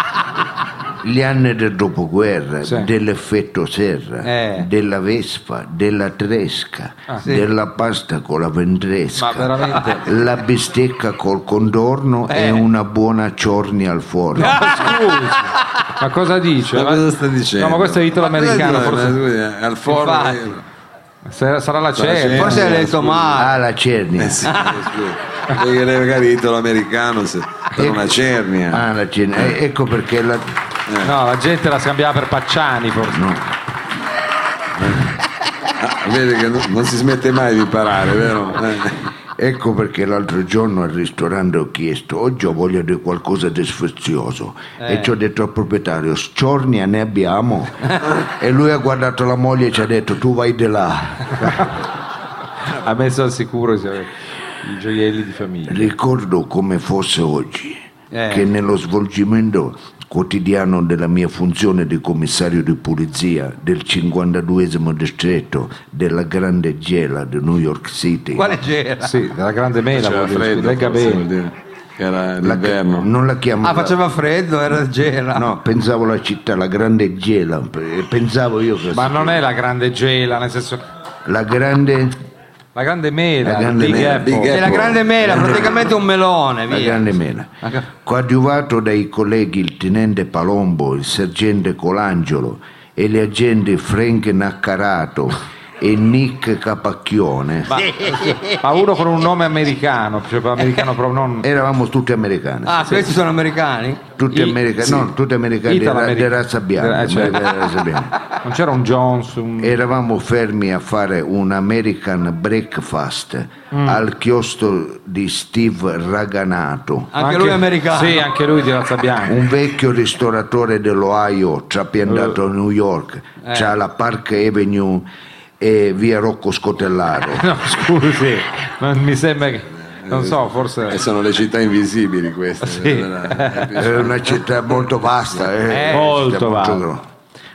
[SPEAKER 11] Gli anni del dopoguerra,
[SPEAKER 2] Sì.
[SPEAKER 11] dell'effetto serra,
[SPEAKER 4] Eh.
[SPEAKER 11] della vespa, della tresca,
[SPEAKER 4] sì.
[SPEAKER 11] della pasta con la ventresca.
[SPEAKER 2] Ma veramente.
[SPEAKER 11] La bistecca col condorno
[SPEAKER 4] Eh.
[SPEAKER 11] e una buona ciorni al forno.
[SPEAKER 2] Scusi, ma cosa dice?
[SPEAKER 9] Ma cosa sta dicendo?
[SPEAKER 2] No, ma questo è italo-americano,
[SPEAKER 9] Ma cosa
[SPEAKER 2] forse certo.
[SPEAKER 9] dice? Ma scusi, Al forno.
[SPEAKER 1] eh.
[SPEAKER 4] Infatti.
[SPEAKER 2] sarà sarà la
[SPEAKER 9] cerno.
[SPEAKER 2] cena.
[SPEAKER 4] Forse ha letto male.
[SPEAKER 11] Ah, la cernia.
[SPEAKER 9] Eh sì, scusi. Perché lei magari italo-americano se-
[SPEAKER 4] Eh.
[SPEAKER 9] per una cernia.
[SPEAKER 11] Ah, la cernia. Eh, ecco perché la...
[SPEAKER 2] No, la gente la scambiava per Pacciani, forse.
[SPEAKER 9] Ah, vede che non, non si smette mai di imparare, vero? Eh.
[SPEAKER 11] Ecco perché l'altro giorno al ristorante ho chiesto, oggi ho voglia di qualcosa di sfizioso
[SPEAKER 4] Eh.
[SPEAKER 11] e ci ho detto al proprietario, sciornia ne abbiamo? e lui ha guardato la moglie e ci ha detto, tu vai di là.
[SPEAKER 2] Ha messo al sicuro i i gioielli di famiglia.
[SPEAKER 11] Ricordo come fosse oggi,
[SPEAKER 4] Eh.
[SPEAKER 11] che nello svolgimento quotidiano della mia funzione di commissario di polizia del 52esimo distretto della grande gela di New York City,
[SPEAKER 4] Quale c'era?
[SPEAKER 2] Sì, della grande
[SPEAKER 1] Eh,
[SPEAKER 2] mela,
[SPEAKER 9] C'era
[SPEAKER 2] vuol dire,
[SPEAKER 9] freddo,
[SPEAKER 2] legga
[SPEAKER 9] forse,
[SPEAKER 2] bene.
[SPEAKER 9] vuol dire che era
[SPEAKER 11] la-
[SPEAKER 9] l'inverno.
[SPEAKER 11] non la chiamo...
[SPEAKER 4] Ah, faceva freddo, era gela.
[SPEAKER 11] No, pensavo la città, la grande gela, eh, pensavo io che
[SPEAKER 2] Ma non è la grande gela, nel senso
[SPEAKER 11] la grande,
[SPEAKER 2] la grande mela,
[SPEAKER 11] La grande
[SPEAKER 2] Big
[SPEAKER 11] mela,
[SPEAKER 2] Apple.
[SPEAKER 9] Big
[SPEAKER 4] C'è la
[SPEAKER 9] Apple.
[SPEAKER 4] grande mela, praticamente un melone,
[SPEAKER 11] la
[SPEAKER 4] via.
[SPEAKER 11] grande mela. Coadiuvato dai colleghi il tenente Palombo, il sergente Colangelo e gli agenti Frank Naccarato e Nick Capacchione,
[SPEAKER 2] Ma uno con un nome americano, cioè americano proprio non
[SPEAKER 11] eravamo tutti americani.
[SPEAKER 4] Ah, questi sono americani?
[SPEAKER 11] Tutti,
[SPEAKER 2] i-
[SPEAKER 11] america-
[SPEAKER 2] sì.
[SPEAKER 11] no, tutti americani di ra-
[SPEAKER 2] Italo-americ-
[SPEAKER 11] di razza bianca,
[SPEAKER 2] Eh, cioè-
[SPEAKER 11] di razza bianca.
[SPEAKER 2] non c'era un Jones, un
[SPEAKER 11] Eravamo fermi a fare un American breakfast
[SPEAKER 2] Mm.
[SPEAKER 11] al chiostro di Steve Raganato.
[SPEAKER 4] Anche, lui è americano.
[SPEAKER 2] Sì, anche lui di razza bianca.
[SPEAKER 11] Un vecchio ristoratore dell'Ohio trapiantato a New York, c'ha la Park Avenue e via Rocco Scotellaro.
[SPEAKER 2] No, scusi, non mi sembra che non so,
[SPEAKER 9] Eh,
[SPEAKER 2] forse
[SPEAKER 9] sono le città invisibili queste.
[SPEAKER 2] Sì.
[SPEAKER 1] Eh.
[SPEAKER 9] Era-
[SPEAKER 11] È una città molto vasta. eh, una
[SPEAKER 2] Eh,
[SPEAKER 11] città
[SPEAKER 2] molto vasta.
[SPEAKER 11] gro-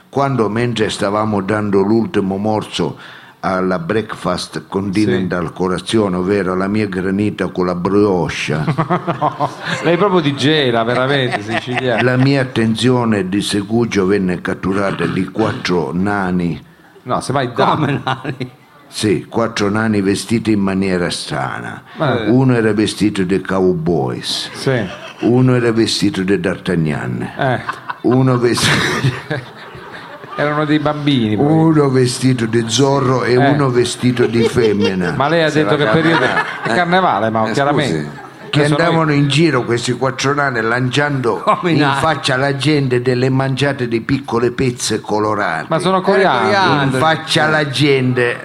[SPEAKER 11] Quando mentre stavamo dando l'ultimo morso
[SPEAKER 3] alla breakfast continental colazione, ovvero la mia granita con la brioche.
[SPEAKER 2] Lei proprio di gela, veramente, siciliano.
[SPEAKER 3] la mia attenzione di Segugio venne catturata di quattro nani.
[SPEAKER 2] No, semmai da...
[SPEAKER 3] Sì, quattro nani vestiti in maniera strana.
[SPEAKER 2] Ma- eh.
[SPEAKER 3] Uno era vestito di cowboys,
[SPEAKER 2] Sì.
[SPEAKER 3] uno era vestito di d'Artagnan,
[SPEAKER 2] Eh,
[SPEAKER 3] uno vestito...
[SPEAKER 2] erano dei bambini. poi.
[SPEAKER 3] Uno vestito di zorro e
[SPEAKER 2] Eh.
[SPEAKER 3] uno vestito di femmina.
[SPEAKER 2] Ma lei ha detto che periodo... È carnevale, ma
[SPEAKER 1] Eh,
[SPEAKER 2] chiaramente.
[SPEAKER 1] scusi.
[SPEAKER 3] che
[SPEAKER 2] Adesso noi-
[SPEAKER 3] andavano in giro questi quattro nani lanciando
[SPEAKER 4] Come i
[SPEAKER 3] in
[SPEAKER 4] nani.
[SPEAKER 3] faccia alla gente delle mangiate di piccole pezze colorate.
[SPEAKER 2] Ma sono
[SPEAKER 4] coreani.
[SPEAKER 2] coreani.
[SPEAKER 3] in faccia alla gente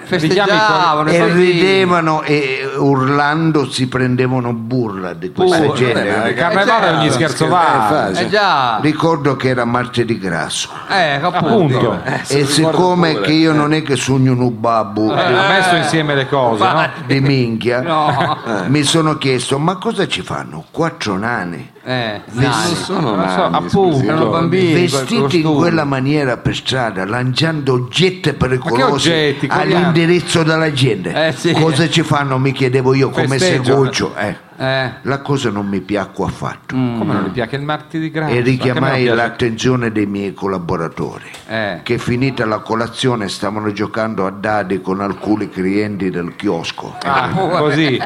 [SPEAKER 4] festeggiavano
[SPEAKER 3] e
[SPEAKER 4] così.
[SPEAKER 3] ridevano e urlando si prendevano burla di questa
[SPEAKER 2] Burla,
[SPEAKER 3] gente. eh,
[SPEAKER 2] Il Uh, carnevale è ogni scherzo va.
[SPEAKER 1] Eh,
[SPEAKER 4] eh già
[SPEAKER 3] Ricordo che era martedì grasso
[SPEAKER 4] eh appunto
[SPEAKER 2] Appunto.
[SPEAKER 3] e siccome che io
[SPEAKER 4] eh.
[SPEAKER 3] non è che sogno un babbo
[SPEAKER 2] Eh, ha messo insieme le cose, no?
[SPEAKER 3] di minchia, eh,
[SPEAKER 4] No.
[SPEAKER 3] mi sono chiesto ma cosa ci fanno quattro nani?
[SPEAKER 4] eh
[SPEAKER 1] Non
[SPEAKER 4] nani.
[SPEAKER 1] sono
[SPEAKER 2] Non so,
[SPEAKER 1] nani,
[SPEAKER 2] appunto,
[SPEAKER 1] scusi.
[SPEAKER 4] erano bambini
[SPEAKER 3] vestiti in
[SPEAKER 4] costumi.
[SPEAKER 3] quella maniera per strada, lanciando oggetti pericolosi
[SPEAKER 2] oggetti, cogliamo?
[SPEAKER 3] all'indirizzo della gente.
[SPEAKER 4] Eh, sì.
[SPEAKER 3] Cosa ci fanno? Mi chiedevo io come
[SPEAKER 2] Festeggiano.
[SPEAKER 3] seguccio. Eh,
[SPEAKER 4] eh Mm.
[SPEAKER 3] la cosa non mi piacque affatto
[SPEAKER 2] Come non le piace il martedì grasso?
[SPEAKER 3] e
[SPEAKER 2] Anche Ah, a me
[SPEAKER 3] richiamai
[SPEAKER 2] non piace.
[SPEAKER 3] l'attenzione dei miei collaboratori
[SPEAKER 4] eh
[SPEAKER 3] che finita la colazione stavano giocando a dadi con alcuni clienti del chiosco.
[SPEAKER 2] Ah, così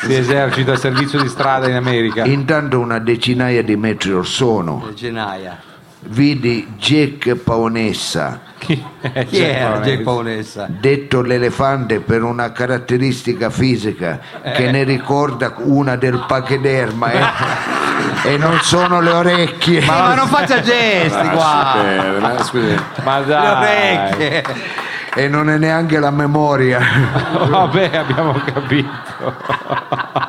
[SPEAKER 2] si esercita il servizio di strada in America.
[SPEAKER 3] Intanto una decinaia di metri or sono
[SPEAKER 4] Genaia
[SPEAKER 3] vidi Jack Paonessa
[SPEAKER 2] Chi è?
[SPEAKER 4] chi era Jack
[SPEAKER 2] Paolo?
[SPEAKER 4] Paolessa
[SPEAKER 3] detto l'elefante per una caratteristica fisica
[SPEAKER 2] Eh.
[SPEAKER 3] che ne ricorda una del pachederma eh. e non sono le orecchie
[SPEAKER 4] ma, Ah, ma non faccia gesti qua
[SPEAKER 1] Eh, ma scusi.
[SPEAKER 2] Ma
[SPEAKER 4] le
[SPEAKER 2] dai,
[SPEAKER 4] orecchie
[SPEAKER 3] e non è neanche la memoria
[SPEAKER 2] vabbè, abbiamo capito.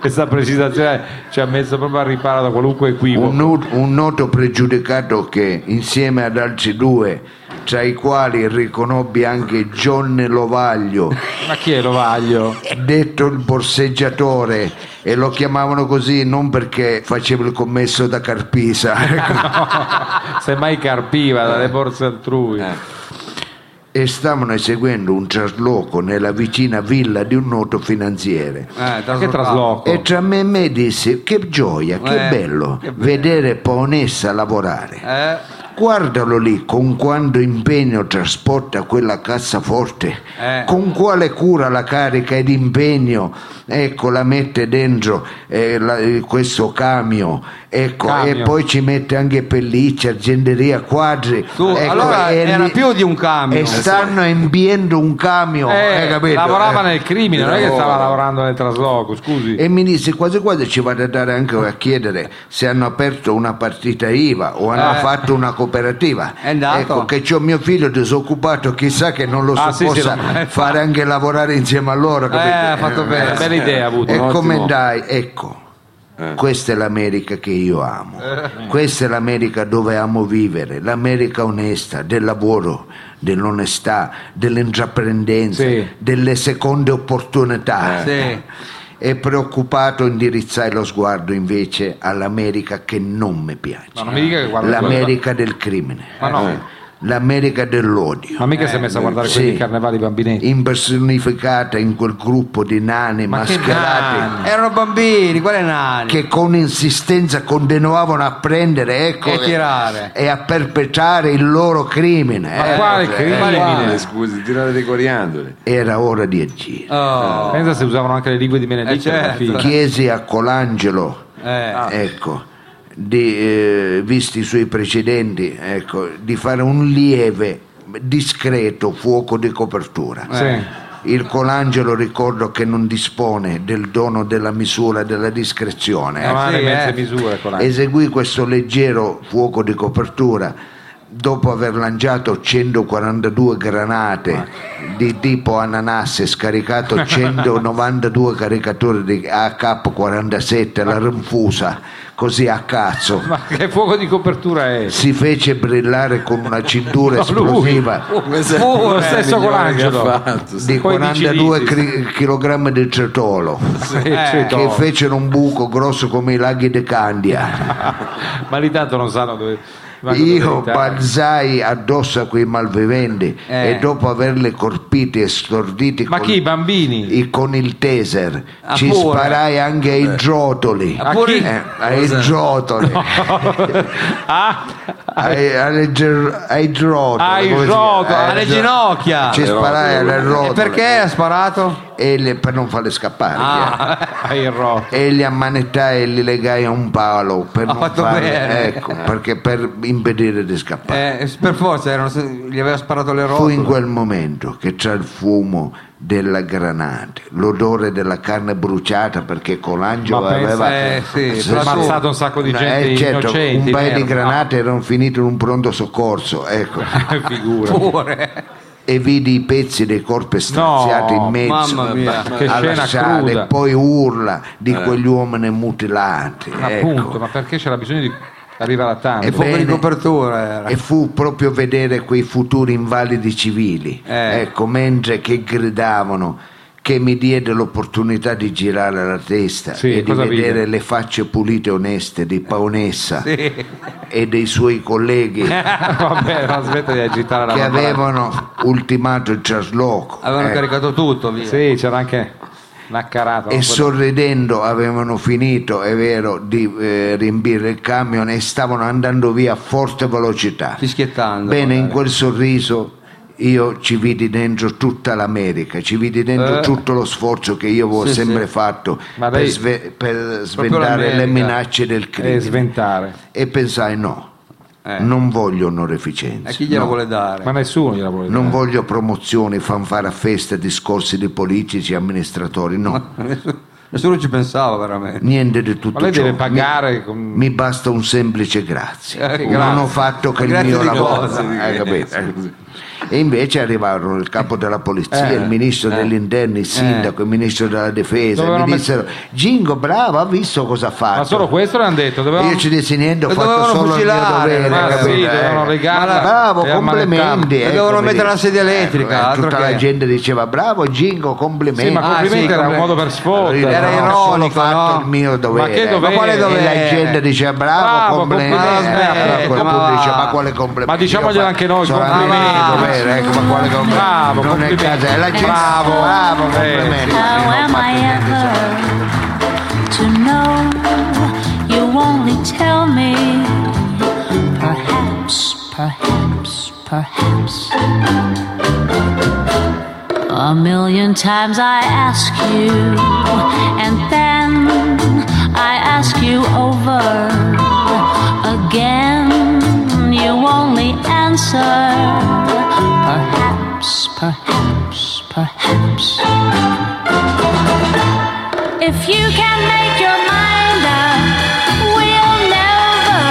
[SPEAKER 2] Questa precisazione ci ha messo proprio al riparo da qualunque equivoco.
[SPEAKER 3] un, nu- un noto pregiudicato che insieme ad altri due tra i quali riconobbi anche John Lovaglio
[SPEAKER 2] Ma chi è Lovaglio?
[SPEAKER 3] detto il borseggiatore e lo chiamavano così non perché faceva il commesso da Carpisa ecco.
[SPEAKER 2] Semmai carpiva dalle borse altrui.
[SPEAKER 3] e stavano eseguendo un trasloco nella vicina villa di un noto finanziere
[SPEAKER 4] eh,
[SPEAKER 2] Ma che trasloco?
[SPEAKER 3] e tra me e me disse che gioia, che
[SPEAKER 4] Eh,
[SPEAKER 3] bello
[SPEAKER 4] che bello.
[SPEAKER 3] vedere Paonessa lavorare
[SPEAKER 4] eh
[SPEAKER 3] guardalo lì con quanto impegno trasporta quella cassaforte
[SPEAKER 4] Eh.
[SPEAKER 3] con quale cura la carica ed impegno ecco la mette dentro eh, la- eh, questo camion ecco
[SPEAKER 2] Camion.
[SPEAKER 3] e poi ci mette anche pellicce argenteria quadri
[SPEAKER 4] Tu,
[SPEAKER 3] ecco,
[SPEAKER 4] allora
[SPEAKER 3] e Eh,
[SPEAKER 4] era
[SPEAKER 3] lì-
[SPEAKER 4] più di un camion
[SPEAKER 3] e stanno empiendo un camion
[SPEAKER 2] Eh,
[SPEAKER 3] hai capito?
[SPEAKER 2] lavorava
[SPEAKER 3] Eh.
[SPEAKER 2] nel crimine, non è che
[SPEAKER 3] Lavoro.
[SPEAKER 2] stava lavorando nel trasloco, scusi.
[SPEAKER 3] e mi disse quasi quasi ci vado a dare anche a chiedere se hanno aperto una partita IVA o hanno
[SPEAKER 4] Eh.
[SPEAKER 3] fatto una cooperativa
[SPEAKER 4] È andato.
[SPEAKER 3] ecco che c'ho mio figlio disoccupato chissà che non lo so
[SPEAKER 2] Ah, sì, sì,
[SPEAKER 3] possa
[SPEAKER 2] lo-
[SPEAKER 3] fare anche lavorare insieme a loro
[SPEAKER 4] eh
[SPEAKER 3] capito?
[SPEAKER 4] ha fatto
[SPEAKER 2] Eh,
[SPEAKER 4] bene
[SPEAKER 2] bella idea ha avuto.
[SPEAKER 3] e
[SPEAKER 1] ottimo.
[SPEAKER 3] come dai ecco Questa è l'America che io amo,
[SPEAKER 2] Eh.
[SPEAKER 3] questa è l'America dove amo vivere, l'America onesta, del lavoro, dell'onestà, dell'intraprendenza,
[SPEAKER 2] Sì. Eh.
[SPEAKER 3] delle seconde opportunità.
[SPEAKER 4] Sì.
[SPEAKER 3] E preoccupato indirizzai lo sguardo invece all'America che non mi piace,
[SPEAKER 2] Ma non mi dica che guarda
[SPEAKER 3] l'America del crimine, Eh.
[SPEAKER 2] Ma no.
[SPEAKER 3] l'America dell'odio, Eh,
[SPEAKER 2] Ma mica si è messo a guardare
[SPEAKER 3] sì.
[SPEAKER 2] quelli carnevali bambinetti.
[SPEAKER 3] impersonificata in quel gruppo di nani
[SPEAKER 2] Ma che
[SPEAKER 3] mascherati
[SPEAKER 2] nani!
[SPEAKER 4] erano bambini quali nani
[SPEAKER 3] che con insistenza continuavano a prendere ecco,
[SPEAKER 4] E tirare.
[SPEAKER 3] e a perpetrare il loro crimine.
[SPEAKER 2] Ma
[SPEAKER 3] eh.
[SPEAKER 2] quale
[SPEAKER 1] Eh,
[SPEAKER 2] crimine?
[SPEAKER 1] Scusi, tirare dei coriandoli.
[SPEAKER 3] Era ora di agire.
[SPEAKER 4] oh.
[SPEAKER 2] Pensa se usavano anche le lingue di Benedetto.
[SPEAKER 4] Eh, certo.
[SPEAKER 2] alla fine.
[SPEAKER 3] Chiesi a Colangelo,
[SPEAKER 4] eh.
[SPEAKER 3] ecco, di, eh, visti i suoi precedenti, ecco, di fare un lieve, discreto fuoco di copertura.
[SPEAKER 2] Sì.
[SPEAKER 3] Il Colangelo ricordo che non dispone del dono della misura della discrezione.
[SPEAKER 2] Eh,
[SPEAKER 3] ecco.
[SPEAKER 2] ma
[SPEAKER 4] sì,
[SPEAKER 2] le mezze
[SPEAKER 4] eh.
[SPEAKER 2] misure con la-
[SPEAKER 3] eseguì questo leggero fuoco di copertura dopo aver lanciato 142 granate di tipo ananas e scaricato 192 caricature di AK-47 la rinfusa così a cazzo
[SPEAKER 2] Ma che fuoco di copertura è?
[SPEAKER 3] si fece brillare con una cintura
[SPEAKER 2] No, lui.
[SPEAKER 3] esplosiva
[SPEAKER 1] Questo è
[SPEAKER 2] Oh,
[SPEAKER 1] il
[SPEAKER 2] lo stesso
[SPEAKER 1] migliore
[SPEAKER 2] Colangelo.
[SPEAKER 1] che ha fatto, sì.
[SPEAKER 3] di
[SPEAKER 2] Poi
[SPEAKER 3] 42
[SPEAKER 2] dici
[SPEAKER 3] kg di cetolo
[SPEAKER 2] Sì,
[SPEAKER 4] Eh,
[SPEAKER 3] che
[SPEAKER 2] certo.
[SPEAKER 3] fecero un buco grosso come i laghi di Candia
[SPEAKER 2] Ma lì tanto non sanno dove. Marco
[SPEAKER 3] Io
[SPEAKER 2] Dorita.
[SPEAKER 3] balzai addosso a quei malviventi
[SPEAKER 2] Eh.
[SPEAKER 3] e dopo averle colpite e storditi
[SPEAKER 2] Ma
[SPEAKER 3] col-
[SPEAKER 2] chi, i bambini?
[SPEAKER 3] i- con il taser
[SPEAKER 2] Ah,
[SPEAKER 3] ci
[SPEAKER 2] pure?
[SPEAKER 3] sparai anche ai giotoli.
[SPEAKER 2] Ah, pure-
[SPEAKER 3] Eh, ai giotoli.
[SPEAKER 2] Ah,
[SPEAKER 3] Ai, alle ger- ai giotoli.
[SPEAKER 2] Ai
[SPEAKER 3] come si chiama?
[SPEAKER 2] giotoli,
[SPEAKER 3] Ai
[SPEAKER 4] alle
[SPEAKER 3] gio-
[SPEAKER 4] ginocchia.
[SPEAKER 3] eh. Ci sparai alle
[SPEAKER 4] E
[SPEAKER 3] rotole.
[SPEAKER 4] perché ha sparato?
[SPEAKER 3] E le- per non farle scappare.
[SPEAKER 2] Ah.
[SPEAKER 3] chiaro.
[SPEAKER 2] hai il rotto.
[SPEAKER 3] e li ammanettai e li legai a un palo per
[SPEAKER 4] Ha
[SPEAKER 3] non
[SPEAKER 4] fatto
[SPEAKER 3] farle-
[SPEAKER 4] bene.
[SPEAKER 3] ecco, perché per impedire di scappare.
[SPEAKER 4] Eh, per forza, erano- gli aveva sparato le
[SPEAKER 3] Fu in
[SPEAKER 4] rotole.
[SPEAKER 3] quel momento che c'è il fumo della granata, l'odore della carne bruciata perché Colangio
[SPEAKER 2] Ma pensa,
[SPEAKER 3] aveva
[SPEAKER 4] eh, sì,
[SPEAKER 3] Sì,
[SPEAKER 4] però
[SPEAKER 3] sì.
[SPEAKER 2] ammazzato un sacco di gente
[SPEAKER 3] Eh, certo,
[SPEAKER 2] innocenti,
[SPEAKER 3] un paio
[SPEAKER 2] vero?
[SPEAKER 3] di granate erano finite in un pronto soccorso, ecco.
[SPEAKER 2] Figura.
[SPEAKER 4] Pure.
[SPEAKER 3] e vidi i pezzi dei corpi straziati
[SPEAKER 2] No,
[SPEAKER 3] in mezzo
[SPEAKER 4] mamma mia,
[SPEAKER 2] che
[SPEAKER 3] alla
[SPEAKER 2] scena
[SPEAKER 3] strada
[SPEAKER 2] cruda.
[SPEAKER 3] e poi urla di quegli uomini mutilati.
[SPEAKER 2] Ma
[SPEAKER 3] ecco.
[SPEAKER 2] appunto, ma perché c'era bisogno di arrivare a tanto?
[SPEAKER 3] E
[SPEAKER 4] Fuoco di
[SPEAKER 3] Ah, Bene.
[SPEAKER 4] copertura era.
[SPEAKER 3] E fu proprio vedere quei futuri invalidi civili,
[SPEAKER 4] Eh.
[SPEAKER 3] ecco, mentre che gridavano, che mi diede l'opportunità di girare la testa
[SPEAKER 2] Sì,
[SPEAKER 3] e di
[SPEAKER 2] cosa vide?
[SPEAKER 3] vedere le facce pulite e oneste di Paonessa
[SPEAKER 4] Sì.
[SPEAKER 3] e dei suoi colleghi che
[SPEAKER 2] Vabbè, ma smetta di agitare la mano.
[SPEAKER 3] avevano ultimato il trasloco.
[SPEAKER 4] Avevano
[SPEAKER 3] ecco.
[SPEAKER 4] caricato tutto, via.
[SPEAKER 2] Sì, c'era anche una carata.
[SPEAKER 3] e
[SPEAKER 2] ma quello-
[SPEAKER 3] sorridendo avevano finito, è vero, di eh, riempire il camion e stavano andando via a forte velocità.
[SPEAKER 4] Fischiettando.
[SPEAKER 3] Bene, in
[SPEAKER 4] magari.
[SPEAKER 3] quel sorriso io ci vidi dentro tutta l'America, ci vidi dentro
[SPEAKER 4] Eh.
[SPEAKER 3] tutto lo sforzo che io avevo
[SPEAKER 4] Sì,
[SPEAKER 3] sempre
[SPEAKER 4] sì.
[SPEAKER 3] fatto
[SPEAKER 2] Ma
[SPEAKER 3] per,
[SPEAKER 2] lei-
[SPEAKER 3] sve- per sventare
[SPEAKER 4] l'America.
[SPEAKER 3] le minacce del
[SPEAKER 2] e
[SPEAKER 3] crimine.
[SPEAKER 2] sventare.
[SPEAKER 3] E, pensai no,
[SPEAKER 4] Eh.
[SPEAKER 3] non voglio
[SPEAKER 4] E
[SPEAKER 3] onorificenze,
[SPEAKER 4] chi gliela
[SPEAKER 3] no.
[SPEAKER 4] vuole dare?
[SPEAKER 2] Ma nessuno gliela vuole
[SPEAKER 3] non
[SPEAKER 2] dare.
[SPEAKER 3] voglio promozioni, fanfare a festa, discorsi di politici e amministratori, no.
[SPEAKER 4] Nessuno ci pensava veramente.
[SPEAKER 3] Niente di tutto
[SPEAKER 2] Ma lei
[SPEAKER 3] ciò.
[SPEAKER 2] deve
[SPEAKER 3] Mi-
[SPEAKER 2] pagare. con-
[SPEAKER 3] Mi basta un semplice grazie.
[SPEAKER 4] Eh, grazie.
[SPEAKER 3] Non ho fatto che il
[SPEAKER 4] Grazie
[SPEAKER 3] mio
[SPEAKER 4] di
[SPEAKER 3] lavoro.
[SPEAKER 4] cosa, di
[SPEAKER 3] hai
[SPEAKER 4] questo.
[SPEAKER 2] Eh,
[SPEAKER 3] capito? E invece arrivarono il capo della polizia,
[SPEAKER 2] Eh,
[SPEAKER 3] il ministro degli interni, il sindaco, il ministro della difesa. e
[SPEAKER 2] Dovevano
[SPEAKER 3] mi dissero: Gingo, bravo, ha visto cosa ha fatto.
[SPEAKER 2] Ma solo questo l'hanno detto.
[SPEAKER 3] E
[SPEAKER 2] Dovevamo...
[SPEAKER 3] Io ci dissi niente, ho
[SPEAKER 4] Lo
[SPEAKER 3] fatto
[SPEAKER 4] dovevano
[SPEAKER 3] solo
[SPEAKER 4] fucilare,
[SPEAKER 3] il mio dovere.
[SPEAKER 2] ma
[SPEAKER 3] capito?
[SPEAKER 2] sì, dovevano
[SPEAKER 3] Eh.
[SPEAKER 2] legarla
[SPEAKER 3] Bravo,
[SPEAKER 2] e
[SPEAKER 3] complimenti.
[SPEAKER 2] ammanettarla.
[SPEAKER 3] ecco,
[SPEAKER 4] Dovevano
[SPEAKER 3] mi
[SPEAKER 4] mettere la
[SPEAKER 3] disse.
[SPEAKER 4] sedia elettrica,
[SPEAKER 3] Ecco, eh,
[SPEAKER 4] altro
[SPEAKER 3] tutta la
[SPEAKER 4] che-
[SPEAKER 3] gente diceva: bravo, Gingo, complimenti.
[SPEAKER 2] Sì, ma
[SPEAKER 4] Ah,
[SPEAKER 2] complimenti
[SPEAKER 4] sì,
[SPEAKER 2] era un
[SPEAKER 4] complimenti.
[SPEAKER 2] modo per sfottere.
[SPEAKER 3] Io
[SPEAKER 4] Era
[SPEAKER 3] no,
[SPEAKER 2] no?
[SPEAKER 3] ho solo
[SPEAKER 4] ironico,
[SPEAKER 3] fatto
[SPEAKER 4] no?
[SPEAKER 3] il mio dovere.
[SPEAKER 2] che dovere?
[SPEAKER 4] Ma quale dovere?
[SPEAKER 3] E la gente dice bravo,
[SPEAKER 2] Bravo,
[SPEAKER 3] complimenti.
[SPEAKER 2] complimenti.
[SPEAKER 3] Eh, allora a quel
[SPEAKER 4] Ma
[SPEAKER 3] punto
[SPEAKER 4] va.
[SPEAKER 3] dice, ma quale complimenti?
[SPEAKER 2] Ma diciamoglielo
[SPEAKER 3] Io
[SPEAKER 2] anche
[SPEAKER 3] faccio-
[SPEAKER 2] noi,
[SPEAKER 3] sono anche il
[SPEAKER 4] complimenti.
[SPEAKER 3] mio dovere, ecco, ma quale complimenti?
[SPEAKER 2] Bravo,
[SPEAKER 3] non è il
[SPEAKER 2] complimenti.
[SPEAKER 3] caso, è la gente.
[SPEAKER 2] Bravo.
[SPEAKER 3] bravo,
[SPEAKER 2] Eh,
[SPEAKER 3] complimenti.
[SPEAKER 6] How
[SPEAKER 3] Non ho
[SPEAKER 6] am
[SPEAKER 3] fatto
[SPEAKER 6] I
[SPEAKER 3] niente, sono-
[SPEAKER 6] ever to know? You only tell me. Perhaps, perhaps, perhaps. A million times I ask you, and then I ask you over again. You only answer. Perhaps, perhaps, perhaps. If you can make your mind up, we'll never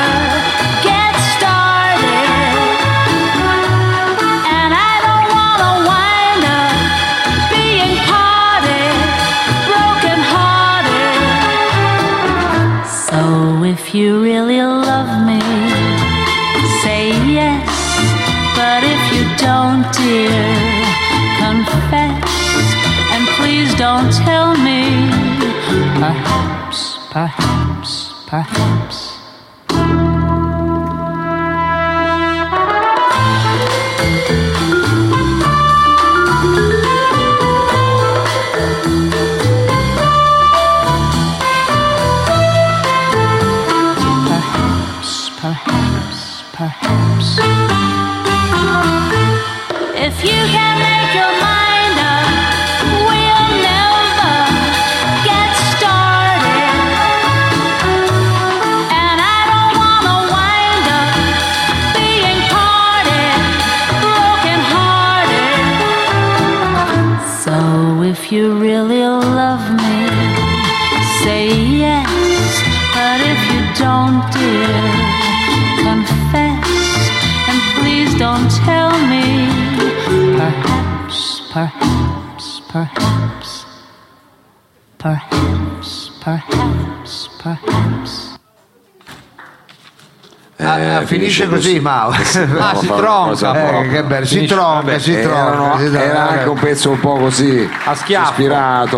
[SPEAKER 6] get started. And I don't wanna wind up being parted, broken hearted. So if you really love me, say yes. But if you don't, dear, confess. And please don't tell me. Perhaps, perhaps, perhaps. Perhaps, perhaps, perhaps. If you can make your mind up, we'll never get started. And I don't wanna wind up being parted, broken hearted. So if you really love me, say yes, but if you don't, dear, confess, and please don't tell me. Perhaps, perhaps, perhaps, perhaps, perhaps, perhaps.
[SPEAKER 3] Ah,
[SPEAKER 1] Eh,
[SPEAKER 3] ah, finisce così, Mao.
[SPEAKER 4] Ah, si tronca.
[SPEAKER 3] Eh, che bello, si
[SPEAKER 2] Finisce,
[SPEAKER 3] tronca, si tronca.
[SPEAKER 1] Erano-
[SPEAKER 3] si tronca.
[SPEAKER 1] era anche un pezzo un po' così
[SPEAKER 2] A schiaffo.
[SPEAKER 1] ispirato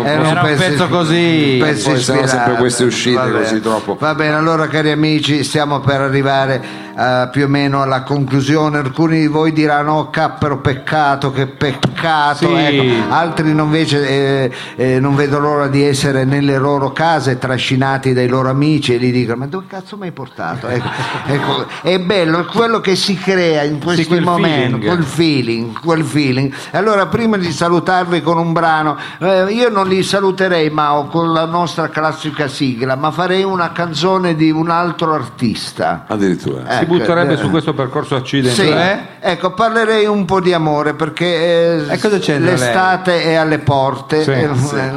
[SPEAKER 3] Certo,
[SPEAKER 1] un po'
[SPEAKER 4] Era un pezzo così.
[SPEAKER 1] pezzo Poi sono
[SPEAKER 3] ispirato.
[SPEAKER 1] sempre queste uscite
[SPEAKER 3] Va bene.
[SPEAKER 1] così troppo.
[SPEAKER 3] Va bene, allora cari amici, stiamo per arrivare eh, più o meno alla conclusione, alcuni di voi diranno oh, cappero peccato, che peccato,
[SPEAKER 2] Sì.
[SPEAKER 3] ecco. altri non invece eh, eh, non vedono l'ora di essere nelle loro case trascinati dai loro amici e gli dicono ma dove cazzo mi hai portato? Ecco, ecco, è bello è quello che si crea in questi
[SPEAKER 2] quel
[SPEAKER 3] momenti,
[SPEAKER 2] feeling.
[SPEAKER 3] quel feeling, quel feeling. Allora prima di salutarvi con un brano, eh, io non li saluterei Mao con la nostra classica sigla, ma farei una canzone di un altro artista.
[SPEAKER 1] Addirittura.
[SPEAKER 2] si
[SPEAKER 3] Ecco,
[SPEAKER 2] butterebbe
[SPEAKER 3] eh,
[SPEAKER 2] su questo percorso eh?
[SPEAKER 3] sì,
[SPEAKER 2] accidentale.
[SPEAKER 3] ecco, parlerei un po' di amore perché eh,
[SPEAKER 4] E cosa c'entra lei?
[SPEAKER 3] l'estate è alle porte.
[SPEAKER 2] Sì,
[SPEAKER 3] eh,
[SPEAKER 2] sì.
[SPEAKER 3] eh,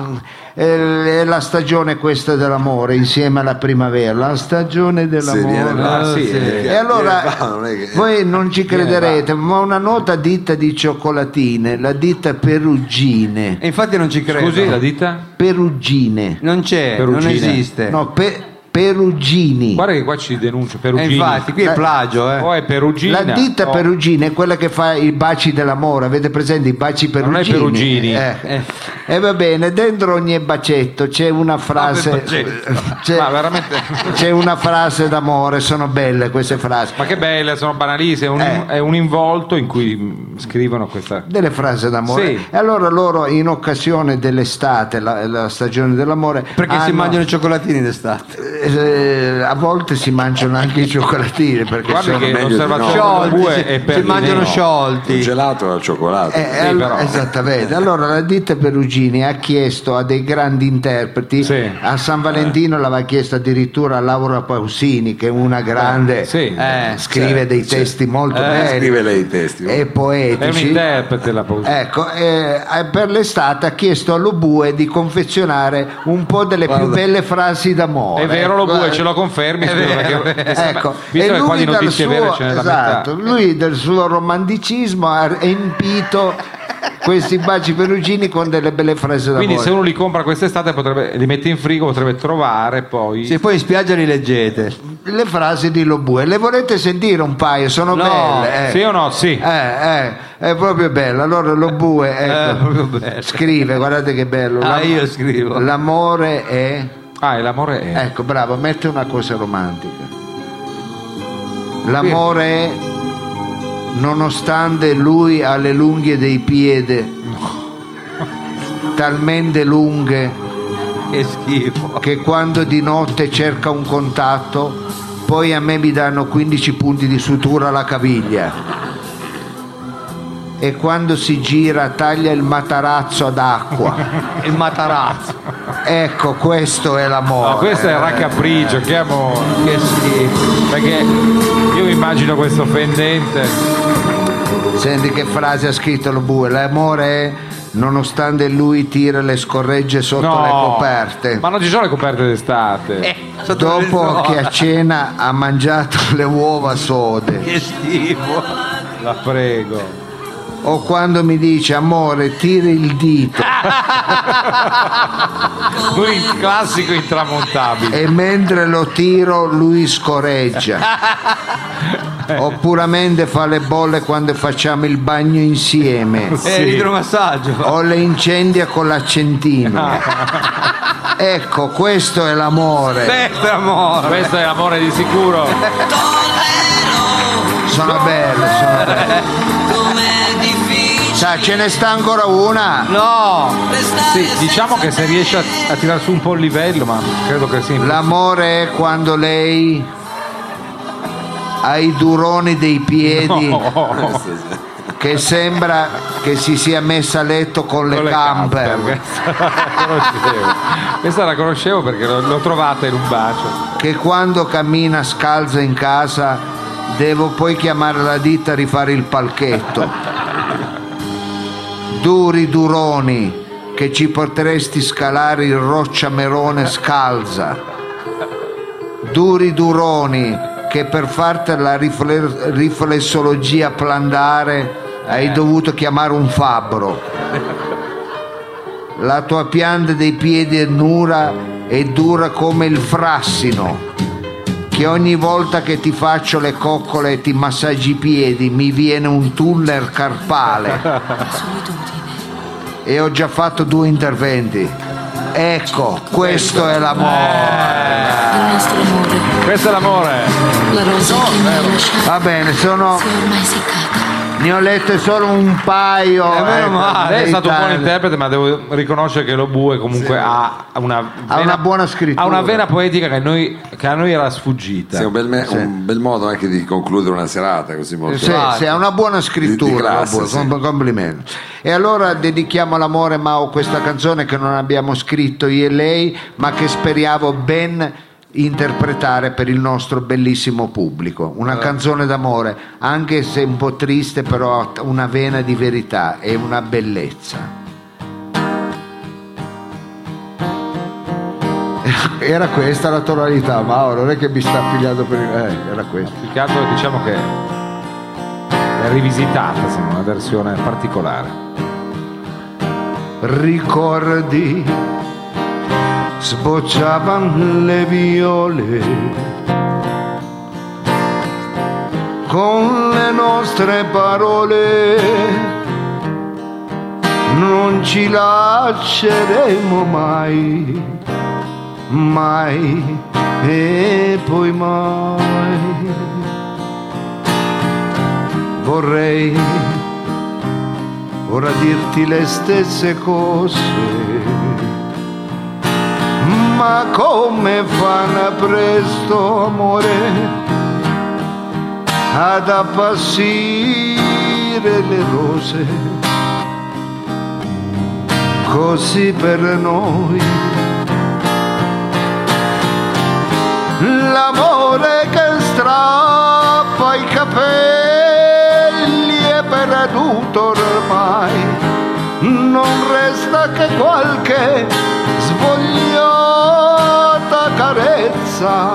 [SPEAKER 3] eh, È la stagione questa dell'amore insieme alla primavera, la stagione
[SPEAKER 1] Se
[SPEAKER 3] dell'amore.
[SPEAKER 1] viene va,
[SPEAKER 4] Ah,
[SPEAKER 1] sì,
[SPEAKER 4] sì.
[SPEAKER 1] viene-
[SPEAKER 3] Eh, E allora
[SPEAKER 1] viene va, Eh, non è che- Eh,
[SPEAKER 3] voi non ci crederete, ma una nota ditta di cioccolatine, la ditta Perugine,
[SPEAKER 4] E infatti non ci credo.
[SPEAKER 2] Scusi, la ditta?
[SPEAKER 3] Perugine,
[SPEAKER 4] Non c'è, non
[SPEAKER 2] Perugine.
[SPEAKER 4] esiste.
[SPEAKER 3] no, pe- Perugini.
[SPEAKER 2] Guarda che qua ci denuncia
[SPEAKER 4] E
[SPEAKER 2] Perugini.
[SPEAKER 4] infatti, qui è plagio, eh.
[SPEAKER 2] O è Perugina.
[SPEAKER 3] La ditta
[SPEAKER 2] o-
[SPEAKER 3] Perugine è quella che fa i baci dell'amore, avete presente i baci
[SPEAKER 2] non è
[SPEAKER 3] Perugini?
[SPEAKER 2] Perugini.
[SPEAKER 3] Eh. E va bene, dentro ogni bacetto c'è
[SPEAKER 1] Ah,
[SPEAKER 3] una frase. c'è,
[SPEAKER 2] Ma veramente-
[SPEAKER 3] c'è una frase d'amore, sono belle queste frasi.
[SPEAKER 2] Ma che belle, sono banalissime. È un,
[SPEAKER 3] Eh.
[SPEAKER 2] è un involto in cui mh, scrivono questa.
[SPEAKER 3] delle frasi d'amore
[SPEAKER 2] Sì.
[SPEAKER 3] e allora loro in occasione dell'estate la, la stagione dell'amore
[SPEAKER 4] Perché si
[SPEAKER 3] hanno-
[SPEAKER 4] mangiano i cioccolatini d'estate.
[SPEAKER 3] eh, a volte si mangiano anche i cioccolatini perché
[SPEAKER 2] Guarda
[SPEAKER 3] sono
[SPEAKER 2] che
[SPEAKER 1] meglio di
[SPEAKER 2] l'osservazione
[SPEAKER 1] no.
[SPEAKER 2] della
[SPEAKER 4] Sciolti,
[SPEAKER 2] bue
[SPEAKER 4] si-
[SPEAKER 2] è
[SPEAKER 4] si,
[SPEAKER 2] per lì,
[SPEAKER 4] mangiano
[SPEAKER 2] no.
[SPEAKER 1] il
[SPEAKER 4] sciolti.
[SPEAKER 1] gelato al cioccolato.
[SPEAKER 3] Eh,
[SPEAKER 1] Sì,
[SPEAKER 3] allora-
[SPEAKER 1] però.
[SPEAKER 3] esattamente. Allora la ditta Perugini ha chiesto a dei grandi interpreti,
[SPEAKER 2] Sì.
[SPEAKER 3] a San Valentino l'aveva chiesto addirittura a Laura Pausini, che è una grande,
[SPEAKER 2] Sì.
[SPEAKER 4] Eh,
[SPEAKER 3] scrive
[SPEAKER 1] sì,
[SPEAKER 3] dei
[SPEAKER 1] sì.
[SPEAKER 3] testi molto
[SPEAKER 1] Eh,
[SPEAKER 3] belli
[SPEAKER 1] scrive lei i testi.
[SPEAKER 3] e
[SPEAKER 2] È un
[SPEAKER 3] poetici.
[SPEAKER 2] interprete la Perugini.
[SPEAKER 3] Ecco, eh, per l'estate ha chiesto all'Obue di confezionare un po' delle più belle frasi d'amore.
[SPEAKER 2] È vero, lo
[SPEAKER 3] Ecco,
[SPEAKER 2] bue, ce lo confermi. scusa, perché-
[SPEAKER 3] Ecco,
[SPEAKER 2] visto
[SPEAKER 3] e
[SPEAKER 2] che qua
[SPEAKER 3] lui
[SPEAKER 2] di
[SPEAKER 3] dal,
[SPEAKER 2] notizie
[SPEAKER 3] suo,
[SPEAKER 2] vere ce n'è la
[SPEAKER 3] esatto,
[SPEAKER 2] metà.
[SPEAKER 3] lui del suo romanticismo ha empito questi baci perugini con delle belle frasi d'amore.
[SPEAKER 2] Quindi se uno li compra quest'estate potrebbe, li mette in frigo, potrebbe trovare poi.
[SPEAKER 4] Se poi in spiaggia li leggete.
[SPEAKER 3] Le frasi di Lobue, le volete sentire un paio? Sono
[SPEAKER 4] No,
[SPEAKER 3] belle. eh.
[SPEAKER 2] Sì o no? Sì.
[SPEAKER 3] Eh, eh, è proprio bello. Allora lo bue ecco,
[SPEAKER 4] Eh, proprio bello.
[SPEAKER 3] scrive, guardate che bello.
[SPEAKER 4] Ah,
[SPEAKER 3] L'am-
[SPEAKER 4] io scrivo.
[SPEAKER 3] L'amore è...
[SPEAKER 2] Ah, e l'amore è.
[SPEAKER 3] Ecco, bravo, mette una cosa romantica. L'amore è, nonostante lui ha le lunghe dei piedi, talmente lunghe
[SPEAKER 4] Che schifo.
[SPEAKER 3] che quando di notte cerca un contatto, poi a me mi danno 15 punti di sutura alla caviglia. E quando si gira taglia il matarazzo ad acqua.
[SPEAKER 4] Il matarazzo.
[SPEAKER 3] Ecco, questo è l'amore.
[SPEAKER 2] No, questo è raccapriccio, che amore. Che schifo. Perché io mi immagino questo fendente.
[SPEAKER 3] Senti che frase ha scritto lo bue. L'amore è nonostante lui tira le scorregge sotto
[SPEAKER 2] No.
[SPEAKER 3] le coperte. Eh.
[SPEAKER 2] Ma non ci sono le coperte d'estate.
[SPEAKER 4] Sotto le
[SPEAKER 3] Dopo
[SPEAKER 4] lenzuola.
[SPEAKER 3] che a cena ha mangiato le uova sode.
[SPEAKER 4] Che schifo.
[SPEAKER 2] La prego.
[SPEAKER 3] o quando mi dice amore tiri il dito
[SPEAKER 2] Lui il classico intramontabile.
[SPEAKER 3] e mentre lo tiro lui scoreggia o puramente fa le bolle quando facciamo il bagno
[SPEAKER 2] Eh,
[SPEAKER 3] insieme
[SPEAKER 4] E l'idromassaggio.
[SPEAKER 3] o le incendia con l'accentino ecco questo è l'amore
[SPEAKER 4] Questo è
[SPEAKER 3] Eh.
[SPEAKER 4] amore.
[SPEAKER 2] Questo è l'amore di sicuro.
[SPEAKER 3] sono bello sono bello Sa, ce ne sta ancora una
[SPEAKER 4] No.
[SPEAKER 2] Sì, diciamo che se riesce a, a tirar su un po' il livello, ma credo che sì.
[SPEAKER 3] l'amore è quando lei ha i duroni dei piedi
[SPEAKER 2] Oh,
[SPEAKER 3] che sembra che si sia messa a letto con le,
[SPEAKER 2] con le
[SPEAKER 3] camper.
[SPEAKER 2] camper, Questa la conoscevo. Questa la conoscevo perché l'ho, l'ho trovata in un bacio.
[SPEAKER 3] che quando cammina scalza in casa devo poi chiamare la ditta a rifare il palchetto. Duri duroni che ci potresti scalare il rocciamerone scalza. Duri duroni che per farti la rifle- riflessologia plandare hai dovuto chiamare un fabbro. La tua pianta dei piedi è nura e dura come il frassino, che ogni volta che ti faccio le coccole e ti massaggi i piedi mi viene un tunnel carpale. E ho già fatto due interventi.
[SPEAKER 11] Ecco, questo è l'amore.
[SPEAKER 3] Il nostro amore,
[SPEAKER 2] Questo è l'amore.
[SPEAKER 3] la rosa che mi hai lasciato
[SPEAKER 11] Va bene, sono,
[SPEAKER 3] si è ormai seccata.
[SPEAKER 11] ne ho lette solo un paio.
[SPEAKER 12] È vero,
[SPEAKER 11] ecco,
[SPEAKER 12] ma
[SPEAKER 2] Eh, Lei è
[SPEAKER 11] dei
[SPEAKER 2] stato un buon
[SPEAKER 11] tanti.
[SPEAKER 2] interprete, ma devo riconoscere che lo Bue comunque ha una, vena-
[SPEAKER 11] una buona scrittura.
[SPEAKER 2] Ha una vena poetica che, noi- che a noi era sfuggita.
[SPEAKER 1] Sì, un, bel me- un bel modo anche di concludere una serata così molto
[SPEAKER 11] Eh, Sì, sì, ha una buona scrittura,
[SPEAKER 1] Di- di classe,
[SPEAKER 11] Lobo,
[SPEAKER 1] sì.
[SPEAKER 11] com- complimenti. E allora dedichiamo all'amore Mao questa canzone che non abbiamo scritto io e lei, ma che speriamo ben interpretare per il nostro bellissimo pubblico. Una
[SPEAKER 1] Eh.
[SPEAKER 11] canzone d'amore, anche se un po' triste, però ha una vena di verità e una bellezza. Era questa la tonalità, Mauro, non è che mi sta pigliando per il... eh, era questa.
[SPEAKER 2] Più che altro diciamo che è rivisitata, insomma, una versione particolare.
[SPEAKER 11] ricordi sbocciavan le viole con le nostre parole non ci lasceremo mai mai e poi mai vorrei ora dirti le stesse cose. Ma come fanno presto, amore, ad appassire le rose? Così per noi. L'amore che strappa i capelli è perduto ormai non resta che qualche svogliata carezza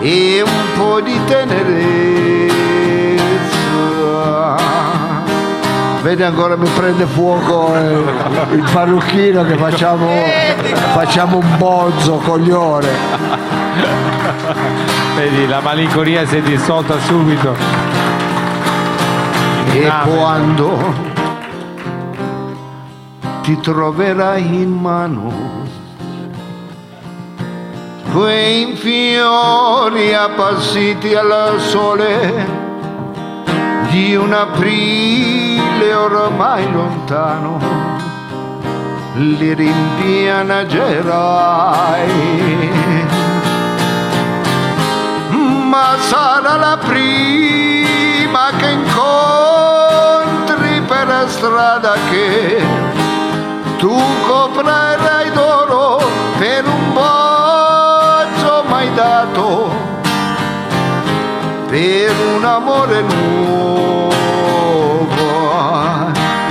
[SPEAKER 11] e un po' di tenerezza. Vedi ancora mi prende fuoco eh, il parrucchino che facciamo, facciamo un bozzo, coglione.
[SPEAKER 2] Vedi, la malinconia si è dissolta subito.
[SPEAKER 11] E
[SPEAKER 2] Ah,
[SPEAKER 11] quando ti troverai in mano quei fiori appassiti al sole di un aprile ormai lontano, li rimpiangerai ma sarà la prima che incontri per strada che tu coprirai d'oro per un bacio mai dato, per un amore nuovo.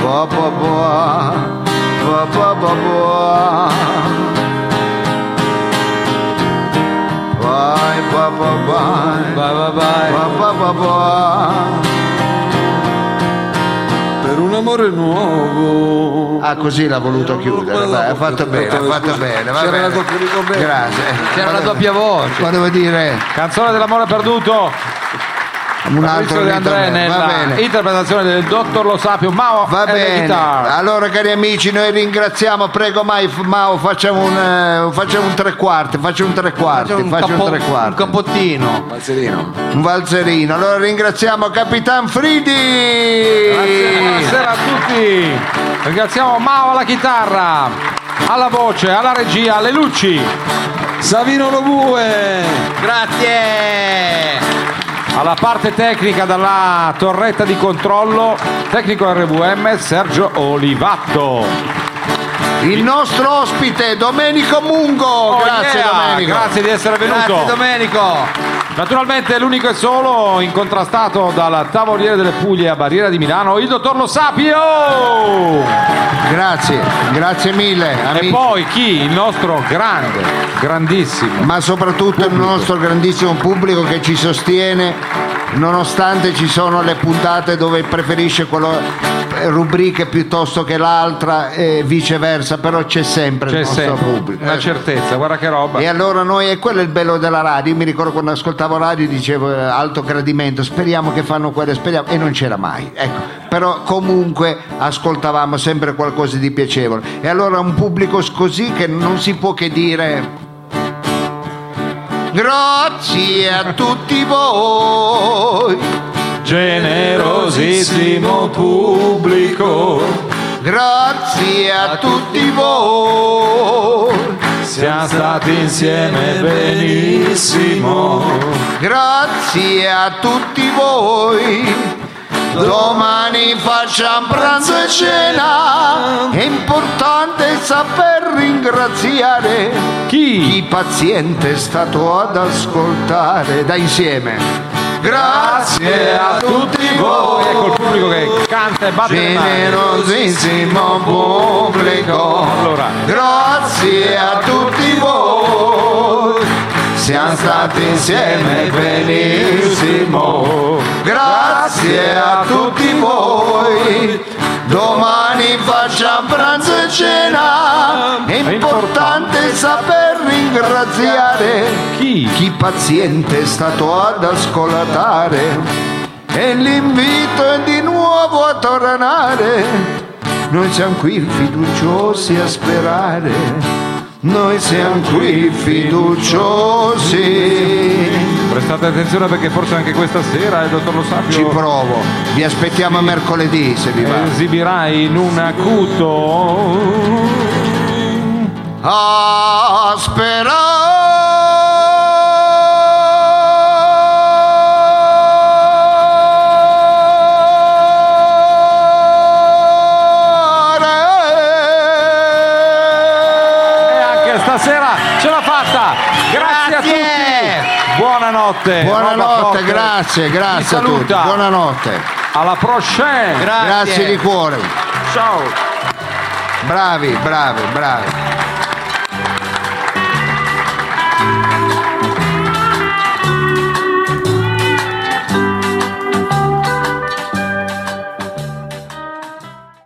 [SPEAKER 11] Pa, pa, pa, pa, pa, pa, pa. Vai, va, va, vai.
[SPEAKER 2] Vai, vai, vai.
[SPEAKER 11] Va, va, va, va.
[SPEAKER 1] per un amore nuovo
[SPEAKER 11] Ah, così l'ha voluto chiudere. Dai, ha fatto bene, ha fatto bene. Va
[SPEAKER 1] C'era
[SPEAKER 11] bene.
[SPEAKER 1] la doppia ricompensa.
[SPEAKER 11] Grazie.
[SPEAKER 12] C'era la
[SPEAKER 11] Volevo-
[SPEAKER 12] doppia voce.
[SPEAKER 11] Volevo dire
[SPEAKER 2] Canzone dell'amore perduto,
[SPEAKER 11] un altro
[SPEAKER 2] Maurizio De André
[SPEAKER 11] ritornello. Va
[SPEAKER 2] nella
[SPEAKER 11] bene.
[SPEAKER 2] interpretazione del Dottor Lo Sapio, Mao
[SPEAKER 11] Va
[SPEAKER 2] e le
[SPEAKER 11] bene,
[SPEAKER 2] chitarre.
[SPEAKER 11] allora cari amici noi ringraziamo, prego mai f- Mao facciamo un, eh, facciamo un tre quarti, facciamo un tre quarti,
[SPEAKER 12] un,
[SPEAKER 11] facciamo
[SPEAKER 12] capo-
[SPEAKER 11] un tre
[SPEAKER 12] un
[SPEAKER 11] quarti,
[SPEAKER 12] capottino.
[SPEAKER 1] Mazzerino
[SPEAKER 11] un valzerino. Allora ringraziamo Capitan Fridi.
[SPEAKER 2] Buonasera a tutti. Ringraziamo Mao alla chitarra, alla voce, alla regia, alle luci,
[SPEAKER 1] Savino Lobue
[SPEAKER 12] Grazie.
[SPEAKER 2] alla parte tecnica dalla torretta di controllo, tecnico RVM Sergio Olivatto.
[SPEAKER 11] Il nostro ospite Domenico Mungo.
[SPEAKER 2] Oh,
[SPEAKER 11] grazie
[SPEAKER 2] yeah,
[SPEAKER 11] Domenico.
[SPEAKER 2] grazie di essere
[SPEAKER 12] Grazie
[SPEAKER 2] venuto.
[SPEAKER 12] Domenico.
[SPEAKER 2] Naturalmente l'unico e solo incontrastato dal tavoliere delle Puglie a Barriera di Milano, il dottor Lo Sapio.
[SPEAKER 11] Grazie, grazie mille
[SPEAKER 2] E
[SPEAKER 11] amici.
[SPEAKER 2] poi chi? Il nostro grande, grandissimo.
[SPEAKER 11] Ma soprattutto il nostro grandissimo pubblico che ci sostiene nonostante ci sono le puntate dove preferisce quello eh, rubriche piuttosto che l'altra e viceversa, però c'è sempre
[SPEAKER 2] C'è
[SPEAKER 11] il nostro
[SPEAKER 2] sempre
[SPEAKER 11] pubblico.
[SPEAKER 2] una
[SPEAKER 11] Eh.
[SPEAKER 2] certezza, guarda che roba.
[SPEAKER 11] E allora noi, e quello è il bello della radio, io mi ricordo quando ascoltavo radio dicevo eh, alto gradimento, speriamo che fanno quello, speriamo, e non c'era mai, ecco, però comunque ascoltavamo sempre qualcosa di piacevole. E allora un pubblico così che non si può che dire... Grazie a tutti voi,
[SPEAKER 2] Generosissimo pubblico,
[SPEAKER 11] grazie a tutti voi.
[SPEAKER 2] siamo stati insieme benissimo.
[SPEAKER 11] Grazie a tutti voi. Domani facciamo pranzo e cena. È importante saper ringraziare
[SPEAKER 2] Chi?
[SPEAKER 11] chi paziente è stato ad ascoltare. Da insieme. Grazie a tutti
[SPEAKER 2] Oh,
[SPEAKER 11] voi.
[SPEAKER 2] ecco il pubblico che canta e batte le mani.
[SPEAKER 11] Generosissimo pubblico,
[SPEAKER 2] Allora.
[SPEAKER 11] grazie a tutti voi, siamo stati insieme benissimo, grazie a tutti voi, domani facciamo pranzo e cena, è importante saper ringraziare
[SPEAKER 2] Chi?
[SPEAKER 11] chi paziente è stato ad ascoltare e l'invito è di nuovo a tornare. Noi siamo qui fiduciosi a sperare, noi siamo qui fiduciosi.
[SPEAKER 2] Prestate attenzione perché forse anche questa sera il dottor Lo Sapio
[SPEAKER 11] Ci provo, vi aspettiamo mercoledì se vi va.
[SPEAKER 2] esibirà in un acuto.
[SPEAKER 11] A
[SPEAKER 2] E
[SPEAKER 11] sperare.
[SPEAKER 2] anche stasera ce l'ha fatta! Grazie, a tutti! Buonanotte! Roba
[SPEAKER 11] Buonanotte,
[SPEAKER 2] forte.
[SPEAKER 11] grazie,
[SPEAKER 2] Vi
[SPEAKER 11] grazie a tutti.
[SPEAKER 2] saluta.
[SPEAKER 11] Buonanotte.
[SPEAKER 2] Alla prochaine!
[SPEAKER 11] Grazie di cuore.
[SPEAKER 2] Ciao!
[SPEAKER 11] Bravi, bravi, bravi.